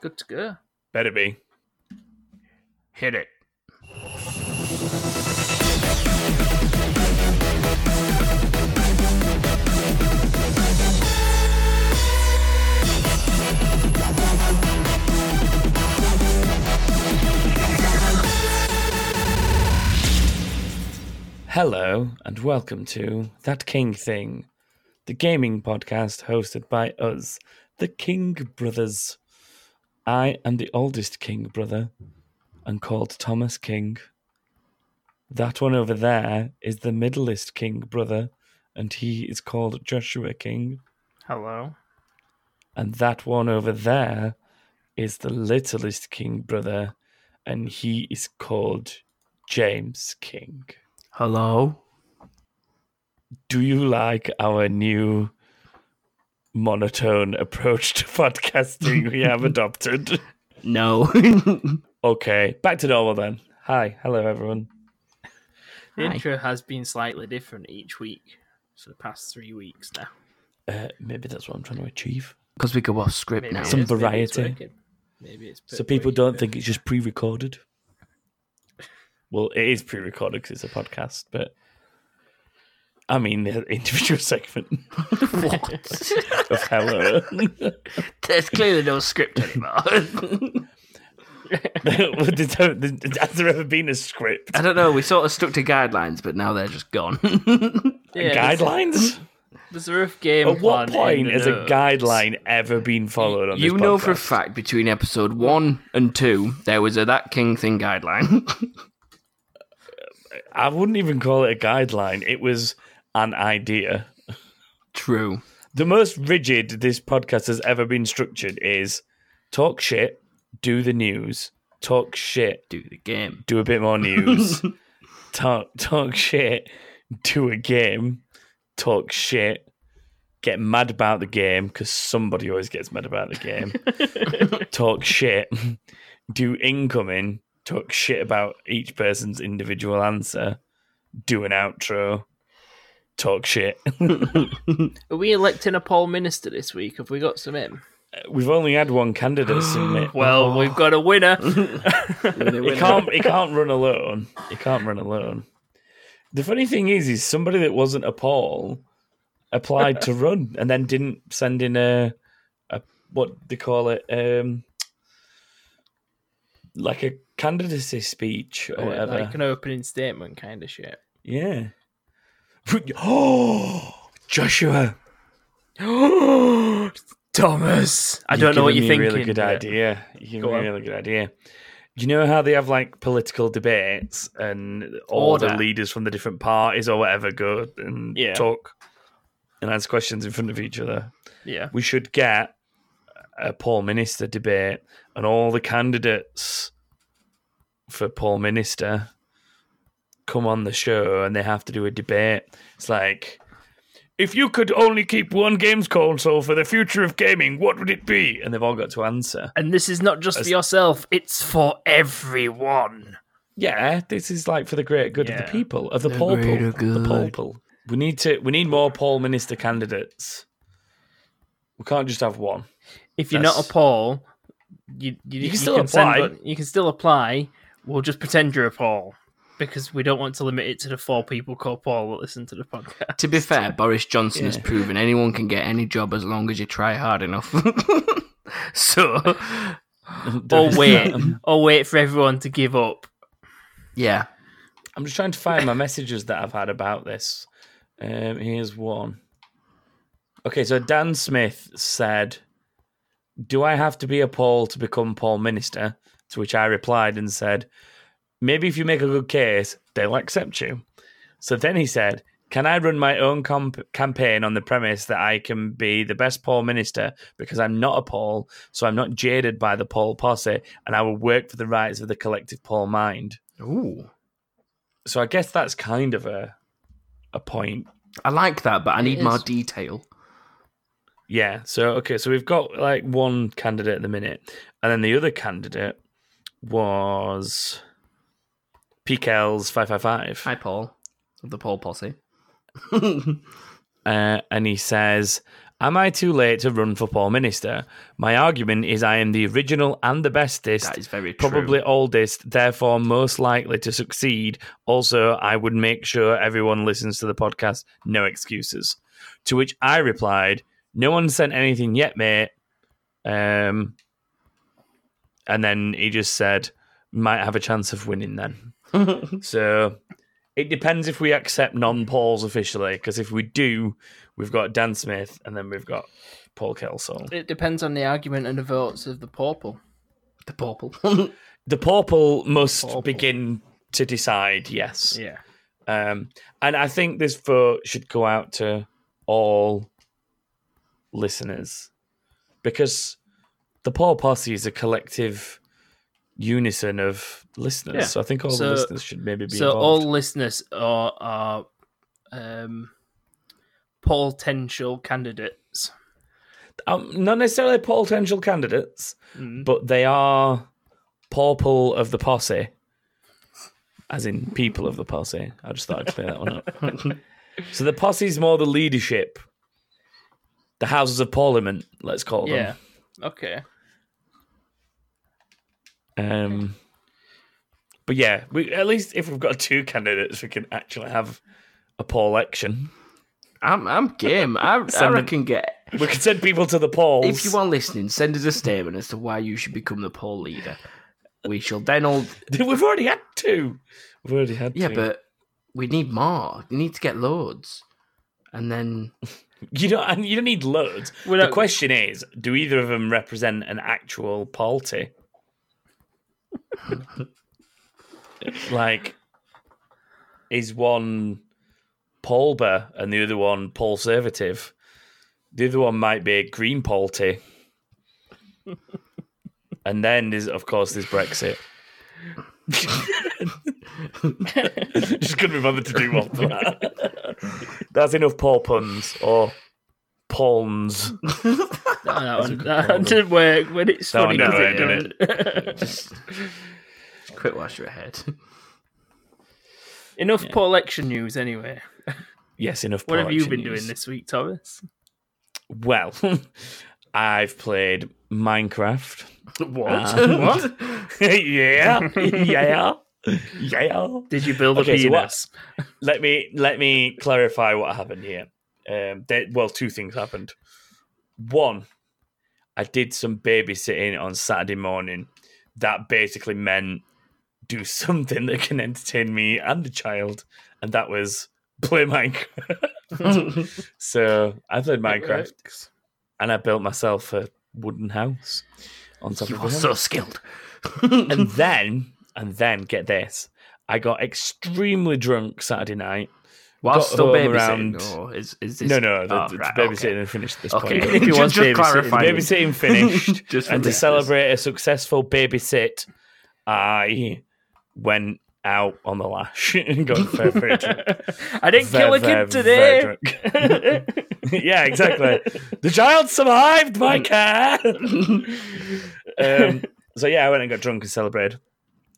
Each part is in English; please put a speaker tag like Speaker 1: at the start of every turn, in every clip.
Speaker 1: Good to go.
Speaker 2: Better be.
Speaker 1: Hit it.
Speaker 3: Hello and welcome to That King Thing, the gaming podcast hosted by us, the King Brothers. I am the oldest King brother and called Thomas King. That one over there is the middlest King brother and he is called Joshua King.
Speaker 1: Hello.
Speaker 3: And that one over there is the littlest King brother and he is called James King.
Speaker 1: Hello.
Speaker 3: do you like our new monotone approach to podcasting we have adopted?
Speaker 4: No.
Speaker 3: Okay, back to normal then. Hi, hello everyone.
Speaker 1: The
Speaker 4: Hi.
Speaker 1: intro has been slightly different each week for the past three weeks now.
Speaker 3: Uh, maybe that's what I'm trying to achieve.
Speaker 4: Because we go off script
Speaker 1: Maybe
Speaker 4: now.
Speaker 1: it
Speaker 3: Some
Speaker 1: is, maybe it's
Speaker 3: variety.
Speaker 1: working. Maybe it's
Speaker 3: So people don't think it's just pre recorded. Well, it is pre recorded because it's a podcast, but I mean, the individual segment
Speaker 4: What?
Speaker 3: of hello.
Speaker 4: There's clearly no script anymore.
Speaker 3: There's no- there's- Has there ever been a script?
Speaker 4: I don't know. We sort of stuck to guidelines, but now they're just gone.
Speaker 1: there's a-
Speaker 3: Guidelines?
Speaker 1: There's a rough game.
Speaker 3: At
Speaker 1: plan
Speaker 3: what
Speaker 1: in
Speaker 3: point
Speaker 1: the
Speaker 3: has a
Speaker 1: notes.
Speaker 3: guideline ever been followed on
Speaker 4: you
Speaker 3: this
Speaker 4: know for a
Speaker 3: podcast?
Speaker 4: fact between episode one and two, there was a That King Thing guideline.
Speaker 3: I wouldn't even call it a guideline. It was an idea.
Speaker 4: True.
Speaker 3: The most rigid this podcast has ever been structured is talk shit, do the news, talk shit,
Speaker 4: Do the game.
Speaker 3: do a bit more news, talk talk shit, do a game, talk shit, get mad about the game because somebody always gets mad about the game. talk shit, do incoming, talk shit about each person's individual answer, do an outro, talk shit.
Speaker 1: Are we electing a poll minister this week? Have we got some in?
Speaker 3: We've only had one candidate submit.
Speaker 1: Well,
Speaker 4: Oh.
Speaker 1: we've got a winner.
Speaker 3: It can't. It can't run alone. It can't run alone. The funny thing is, is somebody that wasn't a poll applied to run and then didn't send in a, a what they call it, um, like a candidacy speech or
Speaker 1: Uh,
Speaker 3: whatever.
Speaker 1: like an opening statement kind of shit.
Speaker 3: Yeah. Oh, Joshua!
Speaker 1: Thomas, I don't know what you're
Speaker 3: You've
Speaker 1: thinking.
Speaker 3: given me a Really good
Speaker 1: but-
Speaker 3: idea. You give
Speaker 1: Go
Speaker 3: me a
Speaker 1: on.
Speaker 3: really good idea. You know how they have like political debates and all the
Speaker 1: Order.
Speaker 3: leaders from the different parties or whatever go and
Speaker 1: Yeah.
Speaker 3: talk and ask questions in front of each other.
Speaker 1: Yeah.
Speaker 3: We should get a Paul Minister debate and all the candidates for Paul Minister come on the show and they have to do a debate. It's like if you could only keep one games console for the future of gaming, what would it be? And they've all got to answer.
Speaker 1: And this is not just for yourself, it's for everyone.
Speaker 3: Yeah, this is like for the great good of
Speaker 1: Yeah.
Speaker 3: the people, of the,
Speaker 4: The
Speaker 3: people,
Speaker 4: greater
Speaker 3: the
Speaker 4: good.
Speaker 3: people. We need to. We need more Paul Minister candidates. We can't just have one.
Speaker 1: If you're not
Speaker 3: That's-
Speaker 1: a poll, you, you,
Speaker 3: You can
Speaker 1: you
Speaker 3: still
Speaker 1: send
Speaker 3: apply.
Speaker 1: one- you can still apply. We'll just pretend you're a poll because we don't want to limit it to the four people called Paul that listen to the podcast.
Speaker 4: To be fair, Boris Johnson has
Speaker 3: Yeah.
Speaker 4: proven anyone can get any job as long as you try hard enough. so,
Speaker 3: There
Speaker 1: Or
Speaker 3: is
Speaker 1: Oh, wait,
Speaker 3: that.
Speaker 1: or wait for everyone to give up.
Speaker 4: yeah.
Speaker 3: I'm just trying to find my messages that I've had about this. Um, here's one. Okay, so Dan Smith said, Do I have to be a Paul to become Paul Minister? To which I replied and said, Maybe if you make a good case, they'll accept you. So then he said, Can I run my own comp- campaign on the premise that I can be the best Paul Minister because I'm not a Paul, so I'm not jaded by the Paul posse, and I will work for the rights of the collective Paul mind?
Speaker 4: Ooh.
Speaker 3: so I guess that's kind of a a point.
Speaker 4: I like that, but I need
Speaker 1: is.
Speaker 4: more detail.
Speaker 3: Yeah. So okay, so we've got like one candidate at the minute, and then the other candidate was PKL's five five five.
Speaker 4: Hi, Paul. Of the Paul Posse.
Speaker 3: uh, and he says, Am I too late to run for Paul Minister? My argument is I am the original and the bestest.
Speaker 4: That is very true.
Speaker 3: Probably oldest, therefore most likely to succeed. Also, I would make sure everyone listens to the podcast. No excuses. To which I replied, "No one sent anything yet, mate." Um, and then he just said, "Might have a chance of winning then." so it depends if we accept non-Pauls officially, because if we do, we've got Dan Smith and then we've got Paul Kelso.
Speaker 1: It depends on the argument and the votes of the pauper.
Speaker 4: the purple.
Speaker 3: The Pauple must
Speaker 1: Pauple.
Speaker 3: begin to decide. Yes.
Speaker 1: Yeah.
Speaker 3: Um, and I think this vote should go out to all listeners because the Paul Posse is a collective unison of listeners.
Speaker 1: Yeah.
Speaker 3: So I think all
Speaker 1: So-
Speaker 3: the listeners should maybe be
Speaker 1: so
Speaker 3: involved.
Speaker 1: all listeners are, are um, potential candidates.
Speaker 3: Um, not necessarily potential candidates,
Speaker 1: Mm.
Speaker 3: but they are Pauple of the Posse, as in people of the Posse. I just thought I'd clear that one up. so the Posse is more the leadership, the Houses of Parliament, let's call them.
Speaker 1: Yeah. Okay.
Speaker 3: Um, but yeah, we at least if we've got two candidates, we can actually have a poll election.
Speaker 4: I'm I'm game. I, I
Speaker 3: Send them-
Speaker 4: reckon get
Speaker 3: We can send people to the polls.
Speaker 4: if you are listening, send us a statement as to why you should become the poll leader. We shall then all
Speaker 3: we've already had two. We've already had.
Speaker 4: Yeah,
Speaker 3: two.
Speaker 4: but we need more. You need to get loads. And then
Speaker 3: you don't. And you don't need loads.
Speaker 1: We
Speaker 3: The
Speaker 1: don't-
Speaker 3: question is, do either of them represent an actual party? like, is one Paulber and the other one Conservative? The other one might be Green Party. and then there's, of course, there's Brexit. Just couldn't be bothered to do one for that. That's enough Paul puns or pawns.
Speaker 1: No, that one-
Speaker 3: good
Speaker 1: that
Speaker 3: problem.
Speaker 1: didn't work, but it's
Speaker 3: That
Speaker 1: funny.
Speaker 3: one
Speaker 1: does
Speaker 3: didn't
Speaker 1: it,
Speaker 3: work,
Speaker 1: doesn't it?
Speaker 4: just, just quit wash your head.
Speaker 1: Enough poll election news, anyway.
Speaker 3: Yes, enough.
Speaker 1: What have you
Speaker 3: Pollection
Speaker 1: been
Speaker 3: news.
Speaker 1: doing this week, Thomas?
Speaker 3: Well, I've played Minecraft.
Speaker 4: What?
Speaker 3: Uh,
Speaker 4: what?
Speaker 3: yeah, yeah, yeah.
Speaker 1: Did you build a
Speaker 3: Okay, so what-
Speaker 1: penis?
Speaker 3: Let me let me clarify what happened here. Um, there, well, two things happened. One, I did some babysitting on Saturday morning. That basically meant do something that can entertain me and the child, and that was play Minecraft. so I played Minecraft. and I built myself a wooden house on top
Speaker 4: You
Speaker 3: of
Speaker 4: are
Speaker 3: it.
Speaker 4: so skilled.
Speaker 3: and then, and then, get this: I got extremely drunk Saturday night.
Speaker 4: While
Speaker 3: Got
Speaker 4: still
Speaker 3: home
Speaker 4: babysitting,
Speaker 3: around-
Speaker 4: or is, is this...
Speaker 3: No, no, the,
Speaker 4: Oh,
Speaker 3: the-
Speaker 4: right,
Speaker 3: babysitting
Speaker 4: okay.
Speaker 3: and finished at this
Speaker 4: Okay.
Speaker 3: point.
Speaker 4: If you
Speaker 3: Just
Speaker 4: want babysitting,
Speaker 3: clarifying.
Speaker 4: babysitting.
Speaker 3: babysitting finished,
Speaker 4: Just for
Speaker 3: and to
Speaker 4: listeners.
Speaker 3: celebrate a successful babysit, I went out on the lash and got very, very drunk.
Speaker 1: I didn't kill a
Speaker 3: Very,
Speaker 1: kid
Speaker 3: very,
Speaker 1: today.
Speaker 3: very drunk. yeah, exactly. The child survived my care. um, so yeah, I went and got drunk and celebrated.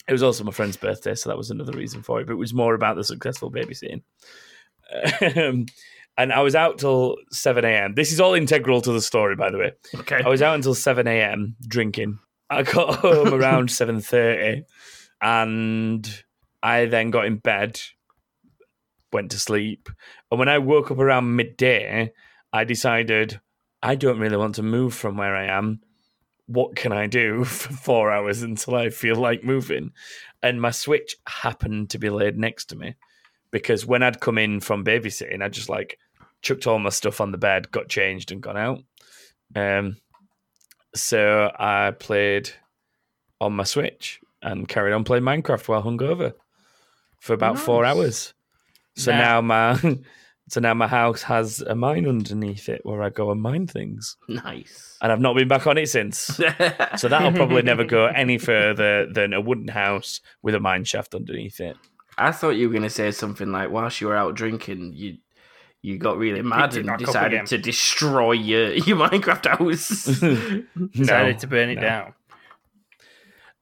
Speaker 3: It was also my friend's birthday, so that was another reason for it. But it was more about the successful babysitting. Um, and I was out till seven a.m. This is all integral to the story, by the way.
Speaker 4: Okay.
Speaker 3: I was out until seven a.m. drinking. I got home around seven thirty, and I then got in bed, went to sleep, and when I woke up around midday, I decided I don't really want to move from where I am. What can I do for four hours until I feel like moving? And my switch happened to be laid next to me because when I'd come in from babysitting, I just like chucked all my stuff on the bed, got changed, and gone out. Um, so I played on my Switch and carried on playing Minecraft while hungover for about four
Speaker 4: Nice.
Speaker 3: hours. So
Speaker 1: Nah.
Speaker 3: now my so now my house has a mine underneath it where I go and mine things,
Speaker 4: Nice.
Speaker 3: and I've not been back on it since. So that'll probably never go any further than a wooden house with a mine shaft underneath it.
Speaker 4: I thought you were going to say something like, whilst you were out drinking, you you got really mad
Speaker 1: it
Speaker 4: and
Speaker 1: back up again.
Speaker 4: decided to destroy your, your Minecraft house.
Speaker 1: Decided
Speaker 3: No.
Speaker 1: to burn it
Speaker 3: no.
Speaker 1: down.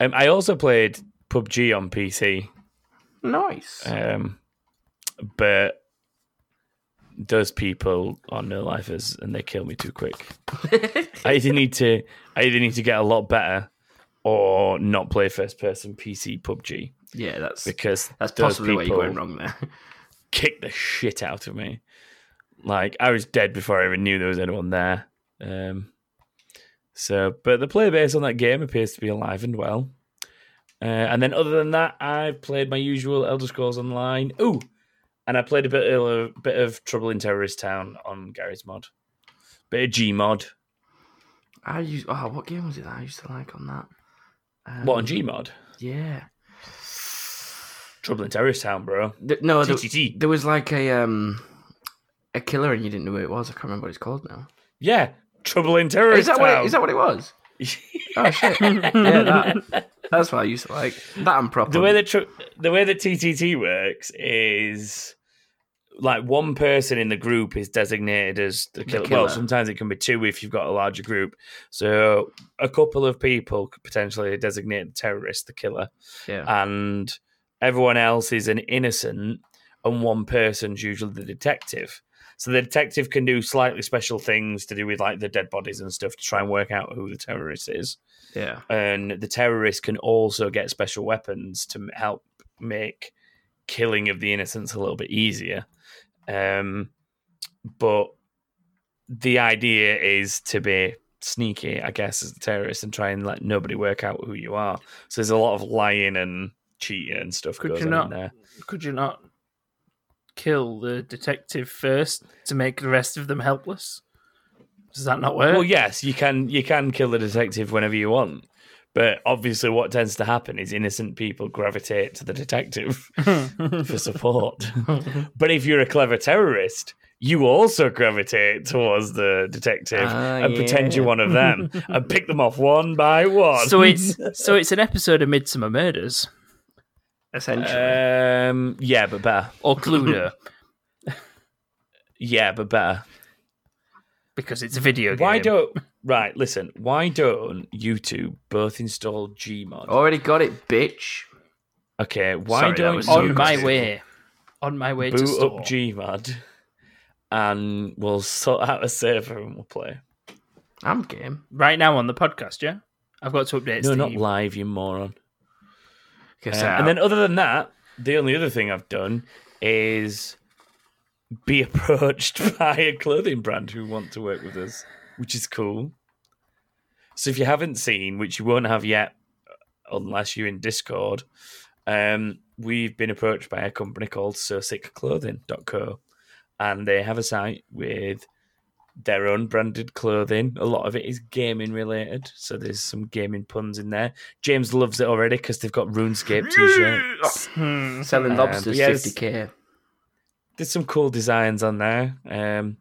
Speaker 3: Um, I also played PUBG on PC,
Speaker 4: Uh, nice.
Speaker 3: um, but those people are no lifers and they kill me too quick. I either need to I either need to get a lot better or not play first person PC PUBG
Speaker 4: Yeah, that's
Speaker 3: because
Speaker 4: that's
Speaker 3: those
Speaker 4: possibly where you're
Speaker 3: people
Speaker 4: going wrong there.
Speaker 3: kicked the shit out of me. Like I was dead before I even knew there was anyone there. Um, so, but the player base on that game appears to be alive and well. Uh, and then, other than that, I played my usual Elder Scrolls Online. Ooh, and I played a bit of a bit of Trouble in Terrorist Town on Gary's mod, bit of G mod.
Speaker 4: I used oh, what game was it that I used to like on that? Um,
Speaker 3: What on G mod?
Speaker 4: Yeah.
Speaker 3: Trouble in Terrorist Town, bro.
Speaker 4: Th- no, there,
Speaker 3: TTT.
Speaker 4: there was like a um a killer and you didn't know who it was. I can't remember what it's called now.
Speaker 3: Yeah, Trouble in Terrorist
Speaker 4: Is that what
Speaker 3: Town.
Speaker 4: it, is that what it was? Oh shit! yeah, that, that's what I used to like. That and proper.
Speaker 3: the way that tr- the way that TTT works is like one person in the group is designated as the killer.
Speaker 4: killer.
Speaker 3: Well, sometimes it can be two if you've got a larger group. So a couple of people could potentially designate the terrorist, the killer,
Speaker 4: yeah.
Speaker 3: and everyone else is an innocent, and one person's usually the detective. So the detective can do slightly special things to do with like the dead bodies and stuff to try and work out who the terrorist is
Speaker 4: yeah.
Speaker 3: and the terrorists can also get special weapons to m- help make killing of the innocents a little bit easier. Um, but the idea is to be sneaky, I guess, as the terrorist and try and let nobody work out who you are. So there's a lot of lying and cheating and stuff
Speaker 1: Could
Speaker 3: goes
Speaker 1: you
Speaker 3: on
Speaker 1: not-
Speaker 3: in there.
Speaker 1: Could you not kill the detective first to make the rest of them helpless? Does that not
Speaker 4: Uh,
Speaker 1: work?
Speaker 3: Well, yes, you can you can kill the detective whenever you want. But obviously, what tends to happen is innocent people gravitate to the detective. for support. but if you're a clever terrorist, you also gravitate towards the detective
Speaker 4: Ah,
Speaker 3: and pretend you're
Speaker 4: yeah.
Speaker 3: one of them and pick them off one by one.
Speaker 1: so it's so it's an episode of Midsummer Murders
Speaker 4: Essentially.
Speaker 3: um, yeah, but better.
Speaker 1: or Cluedo
Speaker 3: Yeah, but better.
Speaker 1: because it's a video game.
Speaker 3: Why don't right? Listen, why don't you two both install Gmod?
Speaker 4: Already got it, bitch.
Speaker 3: okay, why
Speaker 4: Oh. Sorry, that
Speaker 3: don't
Speaker 4: was
Speaker 3: you
Speaker 1: on my
Speaker 3: two
Speaker 1: way? On my way to
Speaker 3: boot
Speaker 1: store.
Speaker 3: up Gmod and we'll sort out a server and we'll play?
Speaker 4: I'm game.
Speaker 1: right now on the podcast, yeah. I've got to update.
Speaker 3: no,
Speaker 1: Steve.
Speaker 3: not live, you moron.
Speaker 4: Guess
Speaker 3: Uh,
Speaker 4: I-
Speaker 3: and then, other than that, the only other thing I've done is be approached by a clothing brand who want to work with us, which is cool. So, if you haven't seen, which you won't have yet, unless you're in Discord, um, we've been approached by a company called SoSickClothing.co, and they have a site with their own branded clothing. A lot of it is gaming related, so there's some gaming puns in there. James loves it already because they've got RuneScape t-shirts.
Speaker 1: Hmm.
Speaker 4: selling
Speaker 3: uh,
Speaker 4: lobsters
Speaker 3: but yes.
Speaker 4: 50k.
Speaker 3: There's some cool designs on there. Um,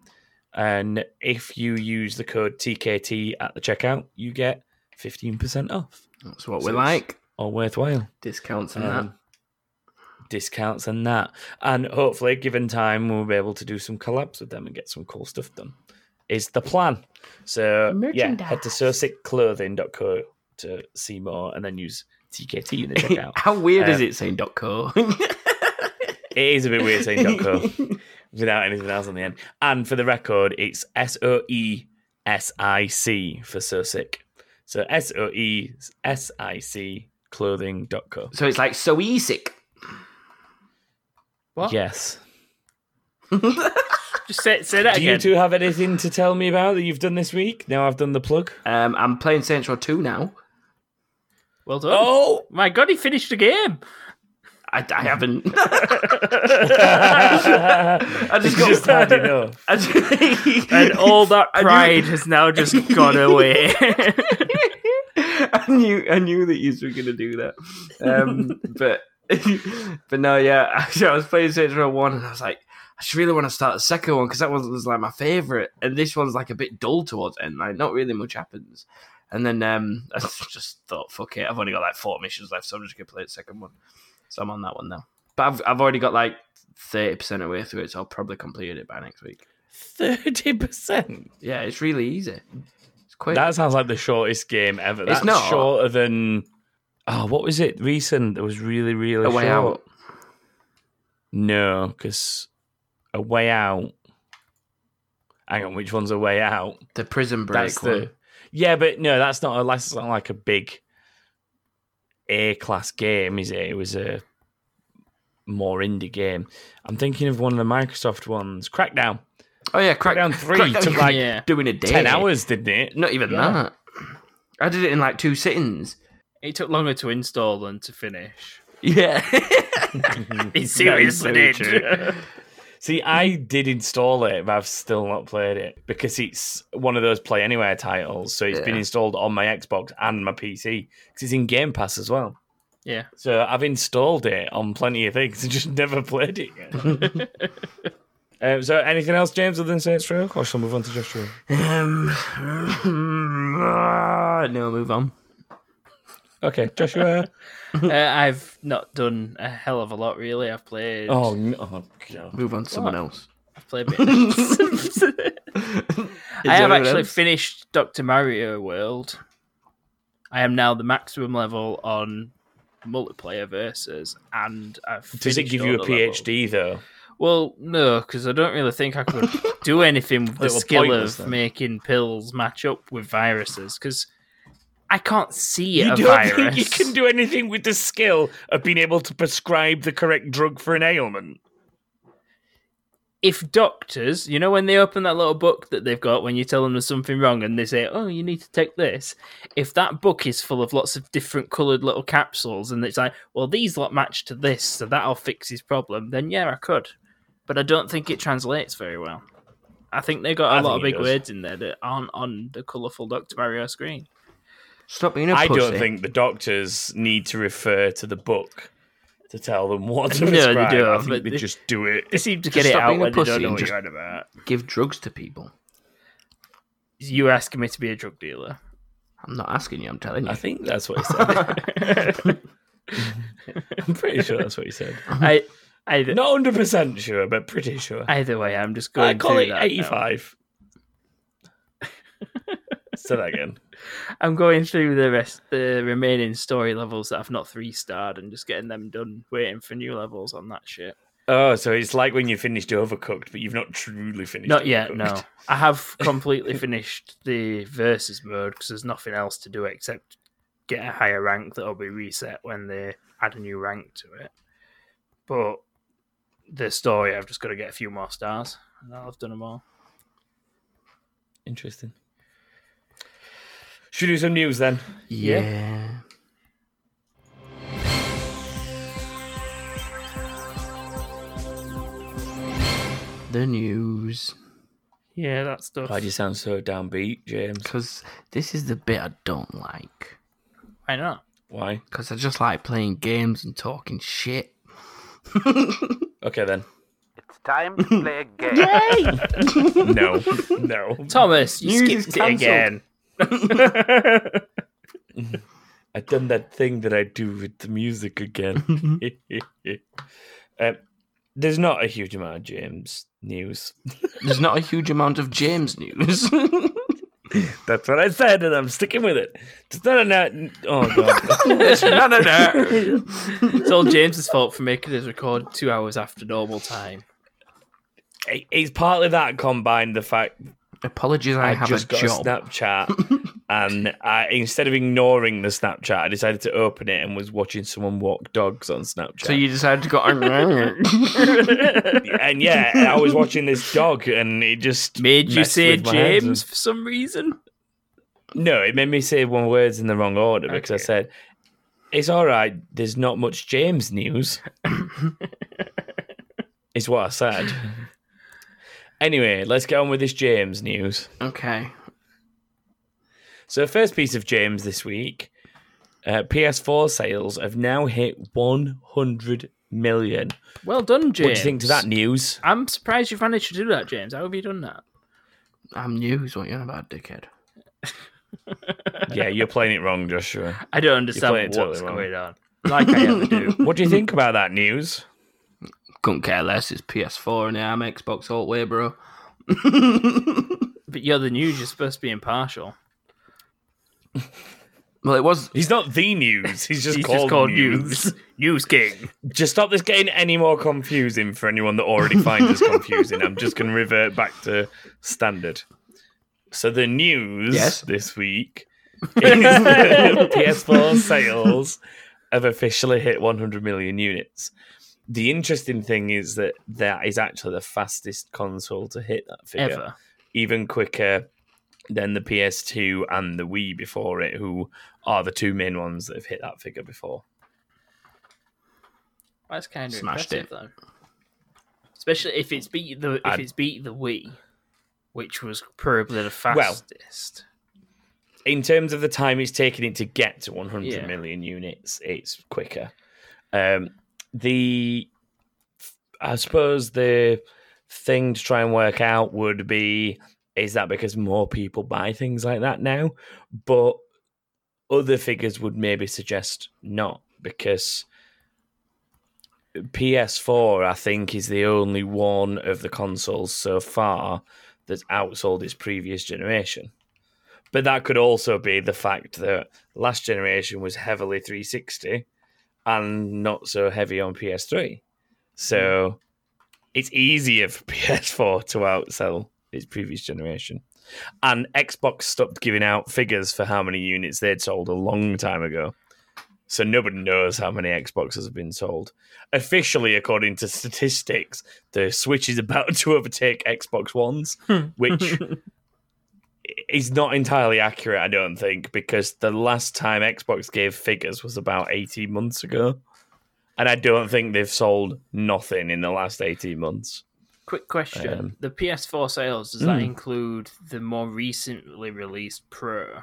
Speaker 3: and if you use the code TKT at the checkout, you get 15% off
Speaker 4: That's what
Speaker 3: So
Speaker 4: we
Speaker 3: it's-
Speaker 4: like.
Speaker 3: or worthwhile.
Speaker 4: Discounts and
Speaker 3: Um, discounts and that. And hopefully, given time, we'll be able to do some collabs with them and get some cool stuff done. Is the plan. So yeah, head to sosickclothing.co to see more and then use TKT in the
Speaker 4: that.
Speaker 3: checkout.
Speaker 4: How weird is
Speaker 3: Um,
Speaker 4: it saying .co?
Speaker 3: it is a bit weird saying .co without anything else on the end. And for the record, it's S O E S I C for Sosick. So S O E S I C clothing.co.
Speaker 4: so it's like so easy.
Speaker 1: What?
Speaker 3: Yes.
Speaker 1: Just say, say that
Speaker 3: Do you
Speaker 1: again.
Speaker 3: two have anything to tell me about that you've done this week? Now I've done the plug.
Speaker 4: Um, I'm playing Saints Row 2 now.
Speaker 1: Well done.
Speaker 3: Oh,
Speaker 1: My God, he finished the game.
Speaker 4: I, I haven't.
Speaker 3: I
Speaker 4: just got-
Speaker 3: just had enough.
Speaker 4: I just-
Speaker 1: And all that
Speaker 4: I knew-
Speaker 1: pride has now just gone away.
Speaker 4: I knew I knew that you were gonna do that. Um, but but no, yeah. Actually, I was playing Saints Row One, and I was like, I just really want to start the second one because that one was like my favorite, and this one's like a bit dull towards the end. Like, not really much happens. And then um, I just thought, fuck it, I've only got like four missions left, so I'm just gonna play the second one. So I'm on that one now. But I've I've already got like thirty percent of the way through it, so I'll probably complete it by next week.
Speaker 3: Thirty percent.
Speaker 4: Yeah, it's really easy. It's quick.
Speaker 3: That sounds like the shortest game ever.
Speaker 4: It's
Speaker 3: That's
Speaker 4: not.
Speaker 3: shorter than. Oh, what was it recent that was really, really
Speaker 4: a way
Speaker 3: short?
Speaker 4: out.
Speaker 3: No, because a way out hang on, which one's a way out?
Speaker 4: The prison break
Speaker 3: that's
Speaker 4: one.
Speaker 3: the yeah, but no, that's not a that's not like a big A class game, is it? It was a more indie game. I'm thinking of one of the Microsoft ones, Crackdown.
Speaker 4: Oh yeah, Crackdown
Speaker 3: Crackdown three took like
Speaker 1: yeah.
Speaker 4: doing a day.
Speaker 3: ten hours, didn't it?
Speaker 4: Not even
Speaker 3: Yeah.
Speaker 4: that. I did it in like two sittings.
Speaker 1: It took longer to install than to finish.
Speaker 4: Yeah.
Speaker 1: It
Speaker 3: seriously
Speaker 1: seriously
Speaker 3: very
Speaker 1: did.
Speaker 3: true. See, I did install it, but I've still not played it because it's one of those play anywhere titles. So it's been
Speaker 4: Yeah.
Speaker 3: installed on my Xbox and my PC because it's in Game Pass as well.
Speaker 1: yeah.
Speaker 3: So I've installed it on plenty of things and just never played it yet. um, so anything else, James, other than Saints Row? Or shall we move on to Joshua?
Speaker 4: um, no, move on.
Speaker 3: Okay, Joshua.
Speaker 1: Uh, I've not done a hell of a lot, really. I've played.
Speaker 3: oh, no. oh, God.
Speaker 4: Move on to someone else.
Speaker 1: I've played. a bit. I have
Speaker 4: anyone
Speaker 1: actually
Speaker 4: else?
Speaker 1: finished Doctor Mario World. I am now the maximum level on multiplayer versus, and I've.
Speaker 3: Does it
Speaker 1: finished
Speaker 3: give
Speaker 1: all
Speaker 3: you a
Speaker 1: the levels.
Speaker 3: PhD, though?
Speaker 1: Well, no, because I don't really think I could do anything with the
Speaker 3: Little
Speaker 1: skill
Speaker 3: pointless
Speaker 1: of
Speaker 3: then.
Speaker 1: making pills match up with viruses because I can't see
Speaker 3: You
Speaker 1: a
Speaker 3: don't
Speaker 1: virus.
Speaker 3: think you can do anything with the skill of being able to prescribe the correct drug for an ailment?
Speaker 1: if doctors, you know, when they open that little book that they've got when you tell them there's something wrong and they say, oh, you need to take this, if that book is full of lots of different coloured little capsules and it's like, well, these lot match to this, so that'll fix his problem, then yeah, I could. But I don't think it translates very well. I think they got
Speaker 3: I
Speaker 1: a
Speaker 3: think
Speaker 1: lot of
Speaker 3: it
Speaker 1: big
Speaker 3: does.
Speaker 1: words in there that aren't on the colourful Dr. Mario screen.
Speaker 4: Stop being a
Speaker 3: I
Speaker 4: pussy.
Speaker 3: don't think the doctors need to refer to the book to tell them what to
Speaker 1: No, they
Speaker 3: prescribe. I
Speaker 1: don't,
Speaker 3: think
Speaker 1: but
Speaker 3: they
Speaker 1: they-
Speaker 3: just do it.
Speaker 1: They seem to
Speaker 4: Just
Speaker 1: get it
Speaker 4: stop
Speaker 1: out
Speaker 4: being a
Speaker 1: when they
Speaker 4: pussy
Speaker 1: don't know
Speaker 4: and
Speaker 1: what
Speaker 4: just-
Speaker 1: you're on about.
Speaker 4: give drugs to people.
Speaker 1: You were asking me to be a drug dealer.
Speaker 4: I'm not asking you. I'm telling you.
Speaker 3: I think that's what he said. I'm pretty sure that's what he said.
Speaker 1: I, I,
Speaker 3: Not hundred percent sure, but pretty sure.
Speaker 1: Either way, I'm just going
Speaker 3: I call
Speaker 1: through
Speaker 3: it
Speaker 1: that now.
Speaker 3: eighty-five. Say that again.
Speaker 1: I'm going through the rest, the remaining story levels that I've not three starred, and just getting them done. Waiting for new levels on that shit.
Speaker 3: Oh, so it's like when you finished Overcooked, but you've not truly finished.
Speaker 1: Not yet. No,
Speaker 3: Overcooked.
Speaker 1: I have completely finished the versus mode because there's nothing else to do except get a higher rank that'll be reset when they add a new rank to it. But the story, I've just got to get a few more stars, and I'll have done them all.
Speaker 3: Interesting. Should we do some news then.
Speaker 1: Yeah.
Speaker 4: yeah. The news.
Speaker 1: Yeah, that stuff.
Speaker 3: Why do you sound so downbeat, James?
Speaker 4: Because this is the bit I don't like.
Speaker 1: Why not?
Speaker 3: Why?
Speaker 4: Because I just like playing games and talking shit.
Speaker 3: Okay then.
Speaker 2: Time to play a game.
Speaker 3: No, no.
Speaker 1: Thomas, you
Speaker 4: News is
Speaker 1: skipped it again.
Speaker 3: I've done that thing that I do with the music again.
Speaker 4: Mm-hmm.
Speaker 3: um, there's not a huge amount of James news.
Speaker 4: There's not a huge amount of James news.
Speaker 3: That's what I said, and I'm sticking with it. There's not enough. Oh god.
Speaker 4: no, no, no.
Speaker 1: It's all James's fault for making us record two hours after normal time.
Speaker 3: It- it's partly that combined the fact
Speaker 4: Apologies, I,
Speaker 3: I,
Speaker 4: have
Speaker 3: just
Speaker 4: a
Speaker 3: got
Speaker 4: job.
Speaker 3: a Snapchat, and I, instead of ignoring the Snapchat, I decided to open it and was watching someone walk dogs on Snapchat.
Speaker 4: so you decided to go on.
Speaker 3: and yeah, and I was watching this dog, and it just
Speaker 1: Made you
Speaker 3: messed
Speaker 1: say
Speaker 3: with my head.
Speaker 1: James for some reason?
Speaker 3: No, it made me say one words in the wrong order because
Speaker 1: Okay.
Speaker 3: I said it's all right. There's not much James news. is what I said. Anyway, let's get on with this James news.
Speaker 4: okay.
Speaker 3: So, first piece of James this week uh, PS4 sales have now hit 100 million.
Speaker 1: Well done, James.
Speaker 3: What do you think to that news?
Speaker 1: I'm surprised you've managed to do that, James. How have you done that?
Speaker 4: I'm news. What you on about, dickhead?
Speaker 3: yeah, you're playing it wrong, Joshua.
Speaker 1: I don't
Speaker 3: played it
Speaker 1: understand what's
Speaker 3: totally wrong.
Speaker 1: going on. Like I ever do.
Speaker 3: What do you think about that news?
Speaker 4: Couldn't care less. It's PS4 and I'm Xbox all the way, bro.
Speaker 1: But you're the news, you're supposed to be impartial.
Speaker 4: Well, it was.
Speaker 3: He's not the news. He's just
Speaker 1: He's
Speaker 3: called,
Speaker 1: just called
Speaker 3: news.
Speaker 1: news. News King.
Speaker 3: Just stop this getting any more confusing for anyone that already finds us confusing. I'm just going to revert back to standard. So the news
Speaker 4: Yes.
Speaker 3: this week is that PS4 sales have officially hit 100 million units. The interesting thing is that that is actually the fastest console to hit that figure
Speaker 1: Ever.
Speaker 3: even quicker than the PS2 and the Wii before it, who are the two main ones that have hit that figure before.
Speaker 1: That's kind of
Speaker 4: Smashed
Speaker 1: impressive, though. Especially if it's beat the if
Speaker 3: I'd-
Speaker 1: it's beat the Wii, which was probably the fastest.
Speaker 3: In terms of the time it's taking it to get to 100 million
Speaker 1: Yeah.
Speaker 3: units, it's quicker. Um, the, I suppose the thing to try and work out would be is that because more people buy things like that now? But other figures would maybe suggest not because PS4, I think, is the only one of the consoles so far that's outsold its previous generation. But that could also be the fact that last generation was heavily 360 and not so heavy on PS3. So it's easier for PS4 to outsell its previous generation. And Xbox stopped giving out figures for how many units they'd sold a long time ago. So nobody knows how many Xboxes have been sold. Officially, according to statistics, the Switch is about to overtake Xbox Ones, which is not entirely accurate, I don't think, because the last time Xbox gave figures was about 18 months ago. And I don't think they've sold nothing in the last 18 months.
Speaker 1: Quick question:
Speaker 3: Um,
Speaker 1: The PS4 sales does that
Speaker 3: Mm.
Speaker 1: include the more recently released Pro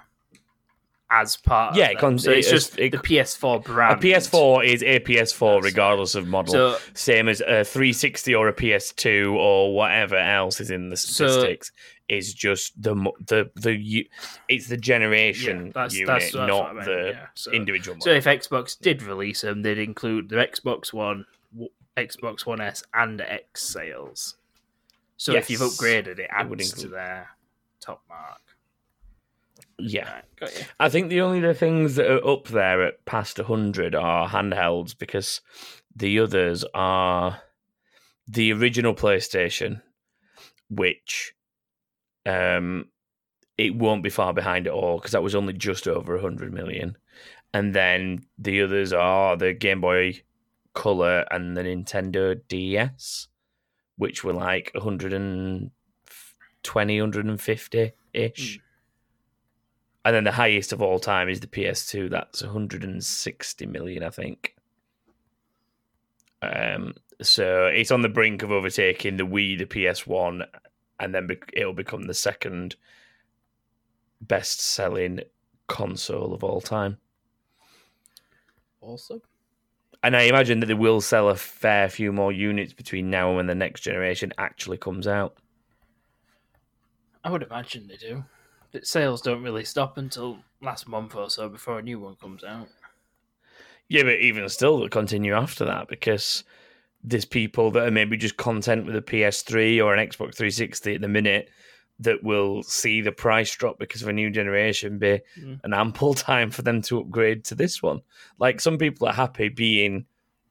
Speaker 1: as part?
Speaker 3: Yeah,
Speaker 1: of
Speaker 3: it
Speaker 1: that?
Speaker 3: cons-
Speaker 1: so it's
Speaker 3: it-
Speaker 1: just
Speaker 3: it-
Speaker 1: the PS4 brand.
Speaker 3: A PS4 is a PS4
Speaker 1: That's-
Speaker 3: regardless of model.
Speaker 1: So
Speaker 3: Same as a 360 or a PS2 or whatever else is in the
Speaker 1: So-
Speaker 3: statistics is just the mo- the the u- it's the generation
Speaker 1: yeah, that's,
Speaker 3: unit,
Speaker 1: that's, that's what I
Speaker 3: not
Speaker 1: meant,
Speaker 3: the
Speaker 1: yeah. so,
Speaker 3: individual.
Speaker 1: so
Speaker 3: model.
Speaker 1: if Xbox did release them, they'd include the Xbox One, w- Xbox One S, and X sales. So if you've
Speaker 3: Yes,
Speaker 1: upgraded, it adds
Speaker 3: would
Speaker 1: to
Speaker 3: include-
Speaker 1: their top mark.
Speaker 3: yeah,
Speaker 1: Right, got you.
Speaker 3: I think the only other things that are up there at past 100 are handhelds because the others are the original PlayStation, which um, it won't be far behind at all because that was only just over 100 million. And then the others are the Game Boy Color and the Nintendo DS, which were like 120, 150 ish. And then the highest of all time is the PS2. That's 160 million, I think. Um, so it's on the brink of overtaking the Wii, the PS1, and then bec it'll become the second best-selling console of all time.
Speaker 1: Awesome.
Speaker 3: And I imagine that they will sell a fair few more units between now and when the next generation actually comes out.
Speaker 1: I would imagine they do. But sales don't really stop until last month or so before a new one comes out.
Speaker 3: Yeah, but even still, they'll continue after that because there's people that are maybe just content with a PS3 or an Xbox 360 at the minute that will see the price drop because of a new generation be
Speaker 1: Mm.
Speaker 3: an ample time for them to upgrade to this one. Like some people are happy being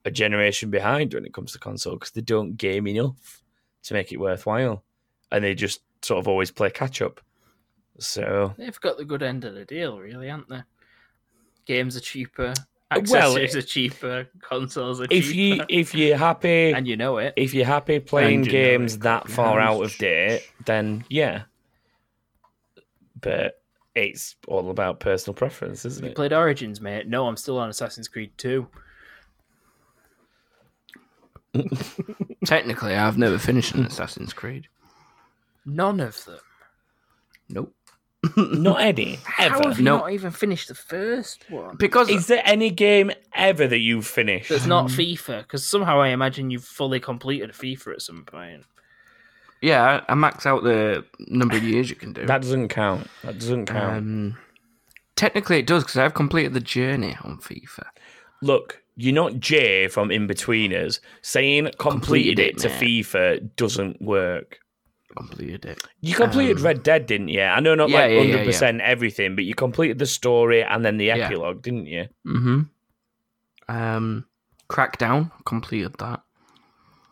Speaker 3: a generation behind when it comes to console because they don't game enough to make it worthwhile and they just sort of always play catch up. So,
Speaker 1: They've got the good end of the deal, really, haven't they? Games are cheaper,
Speaker 3: Well,
Speaker 1: accessories are cheaper, consoles are
Speaker 3: if you
Speaker 1: cheaper,
Speaker 3: if you're happy
Speaker 1: and you know it.
Speaker 3: if you're happy playing
Speaker 1: And you know
Speaker 3: games
Speaker 1: it
Speaker 3: that far out
Speaker 1: comprehends.
Speaker 3: of date, then yeah. But it's all about personal preference, isn't
Speaker 1: You
Speaker 3: it?
Speaker 1: played Origins, mate. No, I'm still on Assassin's Creed 2.
Speaker 4: Technically, I've never finished an Assassin's Creed.
Speaker 1: None of them.
Speaker 4: Nope.
Speaker 3: Not any
Speaker 1: How
Speaker 3: ever.
Speaker 1: have you
Speaker 4: No.
Speaker 1: not even finished the first one?
Speaker 4: Because
Speaker 3: Is there any game ever that you've finished?
Speaker 1: That's not FIFA, because somehow I imagine you've fully completed FIFA at some point.
Speaker 4: yeah, I I max out the number of years you can do.
Speaker 3: That doesn't count. That doesn't count.
Speaker 4: um, technically, it does because I've completed the journey on FIFA.
Speaker 3: Look, you're not Jay from In Betweeners. Saying completed,
Speaker 4: Completed
Speaker 3: it
Speaker 4: it,
Speaker 3: to FIFA doesn't work.
Speaker 4: completed it.
Speaker 3: You completed
Speaker 4: Um,
Speaker 3: Red Dead, didn't you? I know not
Speaker 4: yeah,
Speaker 3: like
Speaker 4: yeah, yeah,
Speaker 3: hundred
Speaker 4: yeah.
Speaker 3: percent everything, but you completed the story and then the
Speaker 4: Yeah.
Speaker 3: epilogue, didn't you?
Speaker 4: Mm-hmm. Um, Crackdown completed that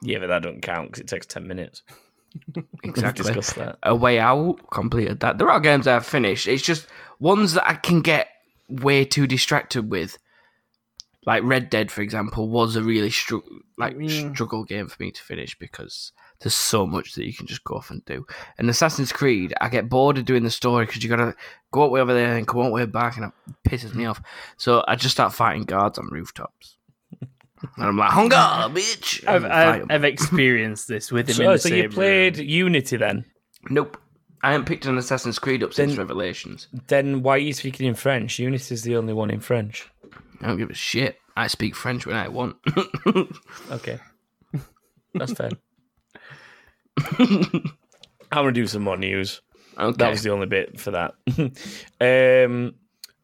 Speaker 3: Yeah, but that doesn't count because it takes ten minutes. We've
Speaker 4: exactly.
Speaker 3: discussed that.
Speaker 4: A Way Out completed that. There are games I've finished. It's just ones that I can get way too distracted with. Like Red Dead, for example, was a really stru- like
Speaker 1: Yeah.
Speaker 4: struggle game for me to finish because there's so much that you can just go off and do. And Assassin's Creed, I get bored of doing the story because you got to go up way over there and come up way back, and it pisses me off. So I just start fighting guards on rooftops, and I'm like, "Hunger, bitch!" and
Speaker 1: I've,
Speaker 4: fight 'em.
Speaker 1: I've, I've experienced this with him. in
Speaker 3: So,
Speaker 1: the
Speaker 3: so you
Speaker 1: same
Speaker 3: played
Speaker 1: room.
Speaker 3: Unity then?
Speaker 4: Nope. I haven't picked an Assassin's Creed up since
Speaker 3: Then-
Speaker 4: Revelations.
Speaker 3: Then why are you speaking in French? Unity is the only one in French.
Speaker 4: I don't give a shit. I speak French when I want.
Speaker 3: Okay, that's fair. I'm gonna do some more news.
Speaker 4: okay.
Speaker 3: That was the only bit for that. um,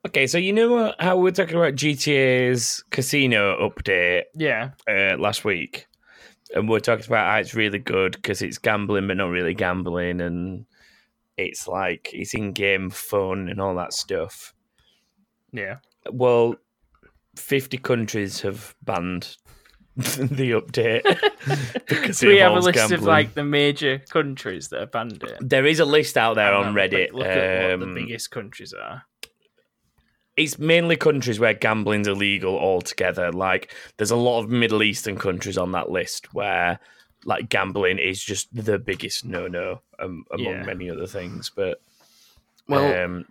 Speaker 3: okay, so you know how we were talking about GTA's casino update
Speaker 1: Yeah.
Speaker 3: uh, last week, and we are talking about how it's really good because it's gambling but not really gambling, and it's like it's in-game fun and all that stuff.
Speaker 1: Yeah.
Speaker 3: Well, fifty countries have banned the update because
Speaker 1: So we
Speaker 3: it
Speaker 1: have a
Speaker 3: involves
Speaker 1: list of
Speaker 3: gambling.
Speaker 1: like the major countries that have banned it.
Speaker 3: There is a list out there on
Speaker 1: Um, like,
Speaker 3: Reddit.
Speaker 1: Look at what the
Speaker 3: um,
Speaker 1: biggest countries are.
Speaker 3: it's mainly countries where gambling's illegal altogether. Like there's a lot of Middle Eastern countries on that list where like gambling is just the biggest no no um, among
Speaker 1: Yeah.
Speaker 3: many other things. But
Speaker 4: well,
Speaker 3: um,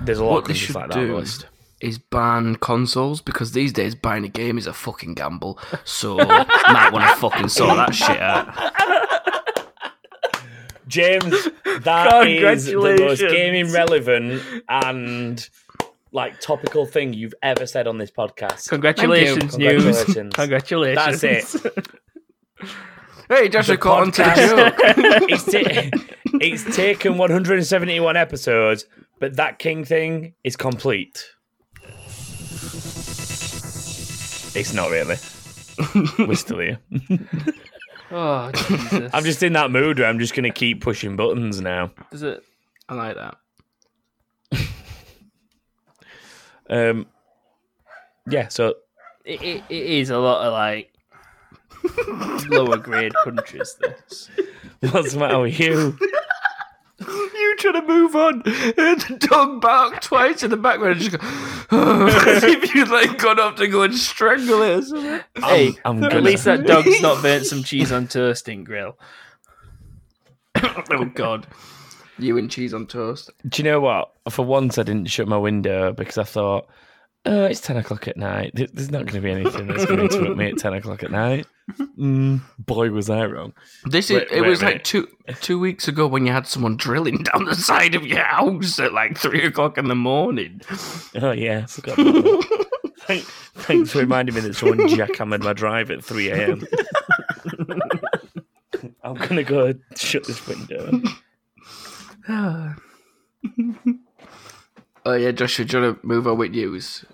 Speaker 3: there's a lot
Speaker 4: what
Speaker 3: of
Speaker 4: they
Speaker 3: countries
Speaker 4: should
Speaker 3: like that on the
Speaker 4: do-
Speaker 3: list.
Speaker 4: is ban consoles because these days buying a game is a fucking gamble. So might want to fucking sort that shit out.
Speaker 3: James, that is the most
Speaker 1: Congratulations.
Speaker 3: gaming relevant and like topical thing you've ever said on this podcast.
Speaker 1: Congratulations,
Speaker 3: Thank you.
Speaker 1: news.
Speaker 3: Congratulations.
Speaker 1: Congratulations.
Speaker 3: That's
Speaker 4: Hey, Josh, I caught on to the
Speaker 3: podcast-
Speaker 4: joke.
Speaker 3: it's, ta- it's taken 171 episodes, but that king thing is complete. It's not really. We're still here.
Speaker 1: oh Jesus!
Speaker 3: I'm just in that mood where I'm just going to keep pushing buttons now.
Speaker 1: Is it?
Speaker 4: I like that.
Speaker 3: Um, yeah, so
Speaker 1: It, it, it is a lot of like lower grade countries. This.
Speaker 3: what's the matter with you?
Speaker 4: You trying to move on? And the dog barked twice in the background. Just go as if you'd like gone up to go and strangle it. Or something.
Speaker 1: Hey,
Speaker 3: I'm
Speaker 1: at
Speaker 3: gonna-
Speaker 1: least that dog's not burnt some cheese on toasting grill.
Speaker 4: Oh God! You and cheese on toast.
Speaker 3: Do you know what? For once, I didn't shut my window because I thought, oh, it's 10 o'clock at night. There- There's not going to be anything that's going to interrupt me at 10 o'clock at night. Mm, boy, was I wrong.
Speaker 4: This is,
Speaker 3: Wait-
Speaker 4: it
Speaker 3: wait a
Speaker 4: was like
Speaker 3: minute.
Speaker 4: two two weeks ago when you had someone drilling down the side of your house at like three o'clock in the morning.
Speaker 3: Oh, yeah. I forgot about that. Thank, thanks for reminding me that someone jackhammered my drive at 3 a.m. I'm going to go shut this window.
Speaker 4: oh yeah, Joshua, do you want to move on with news?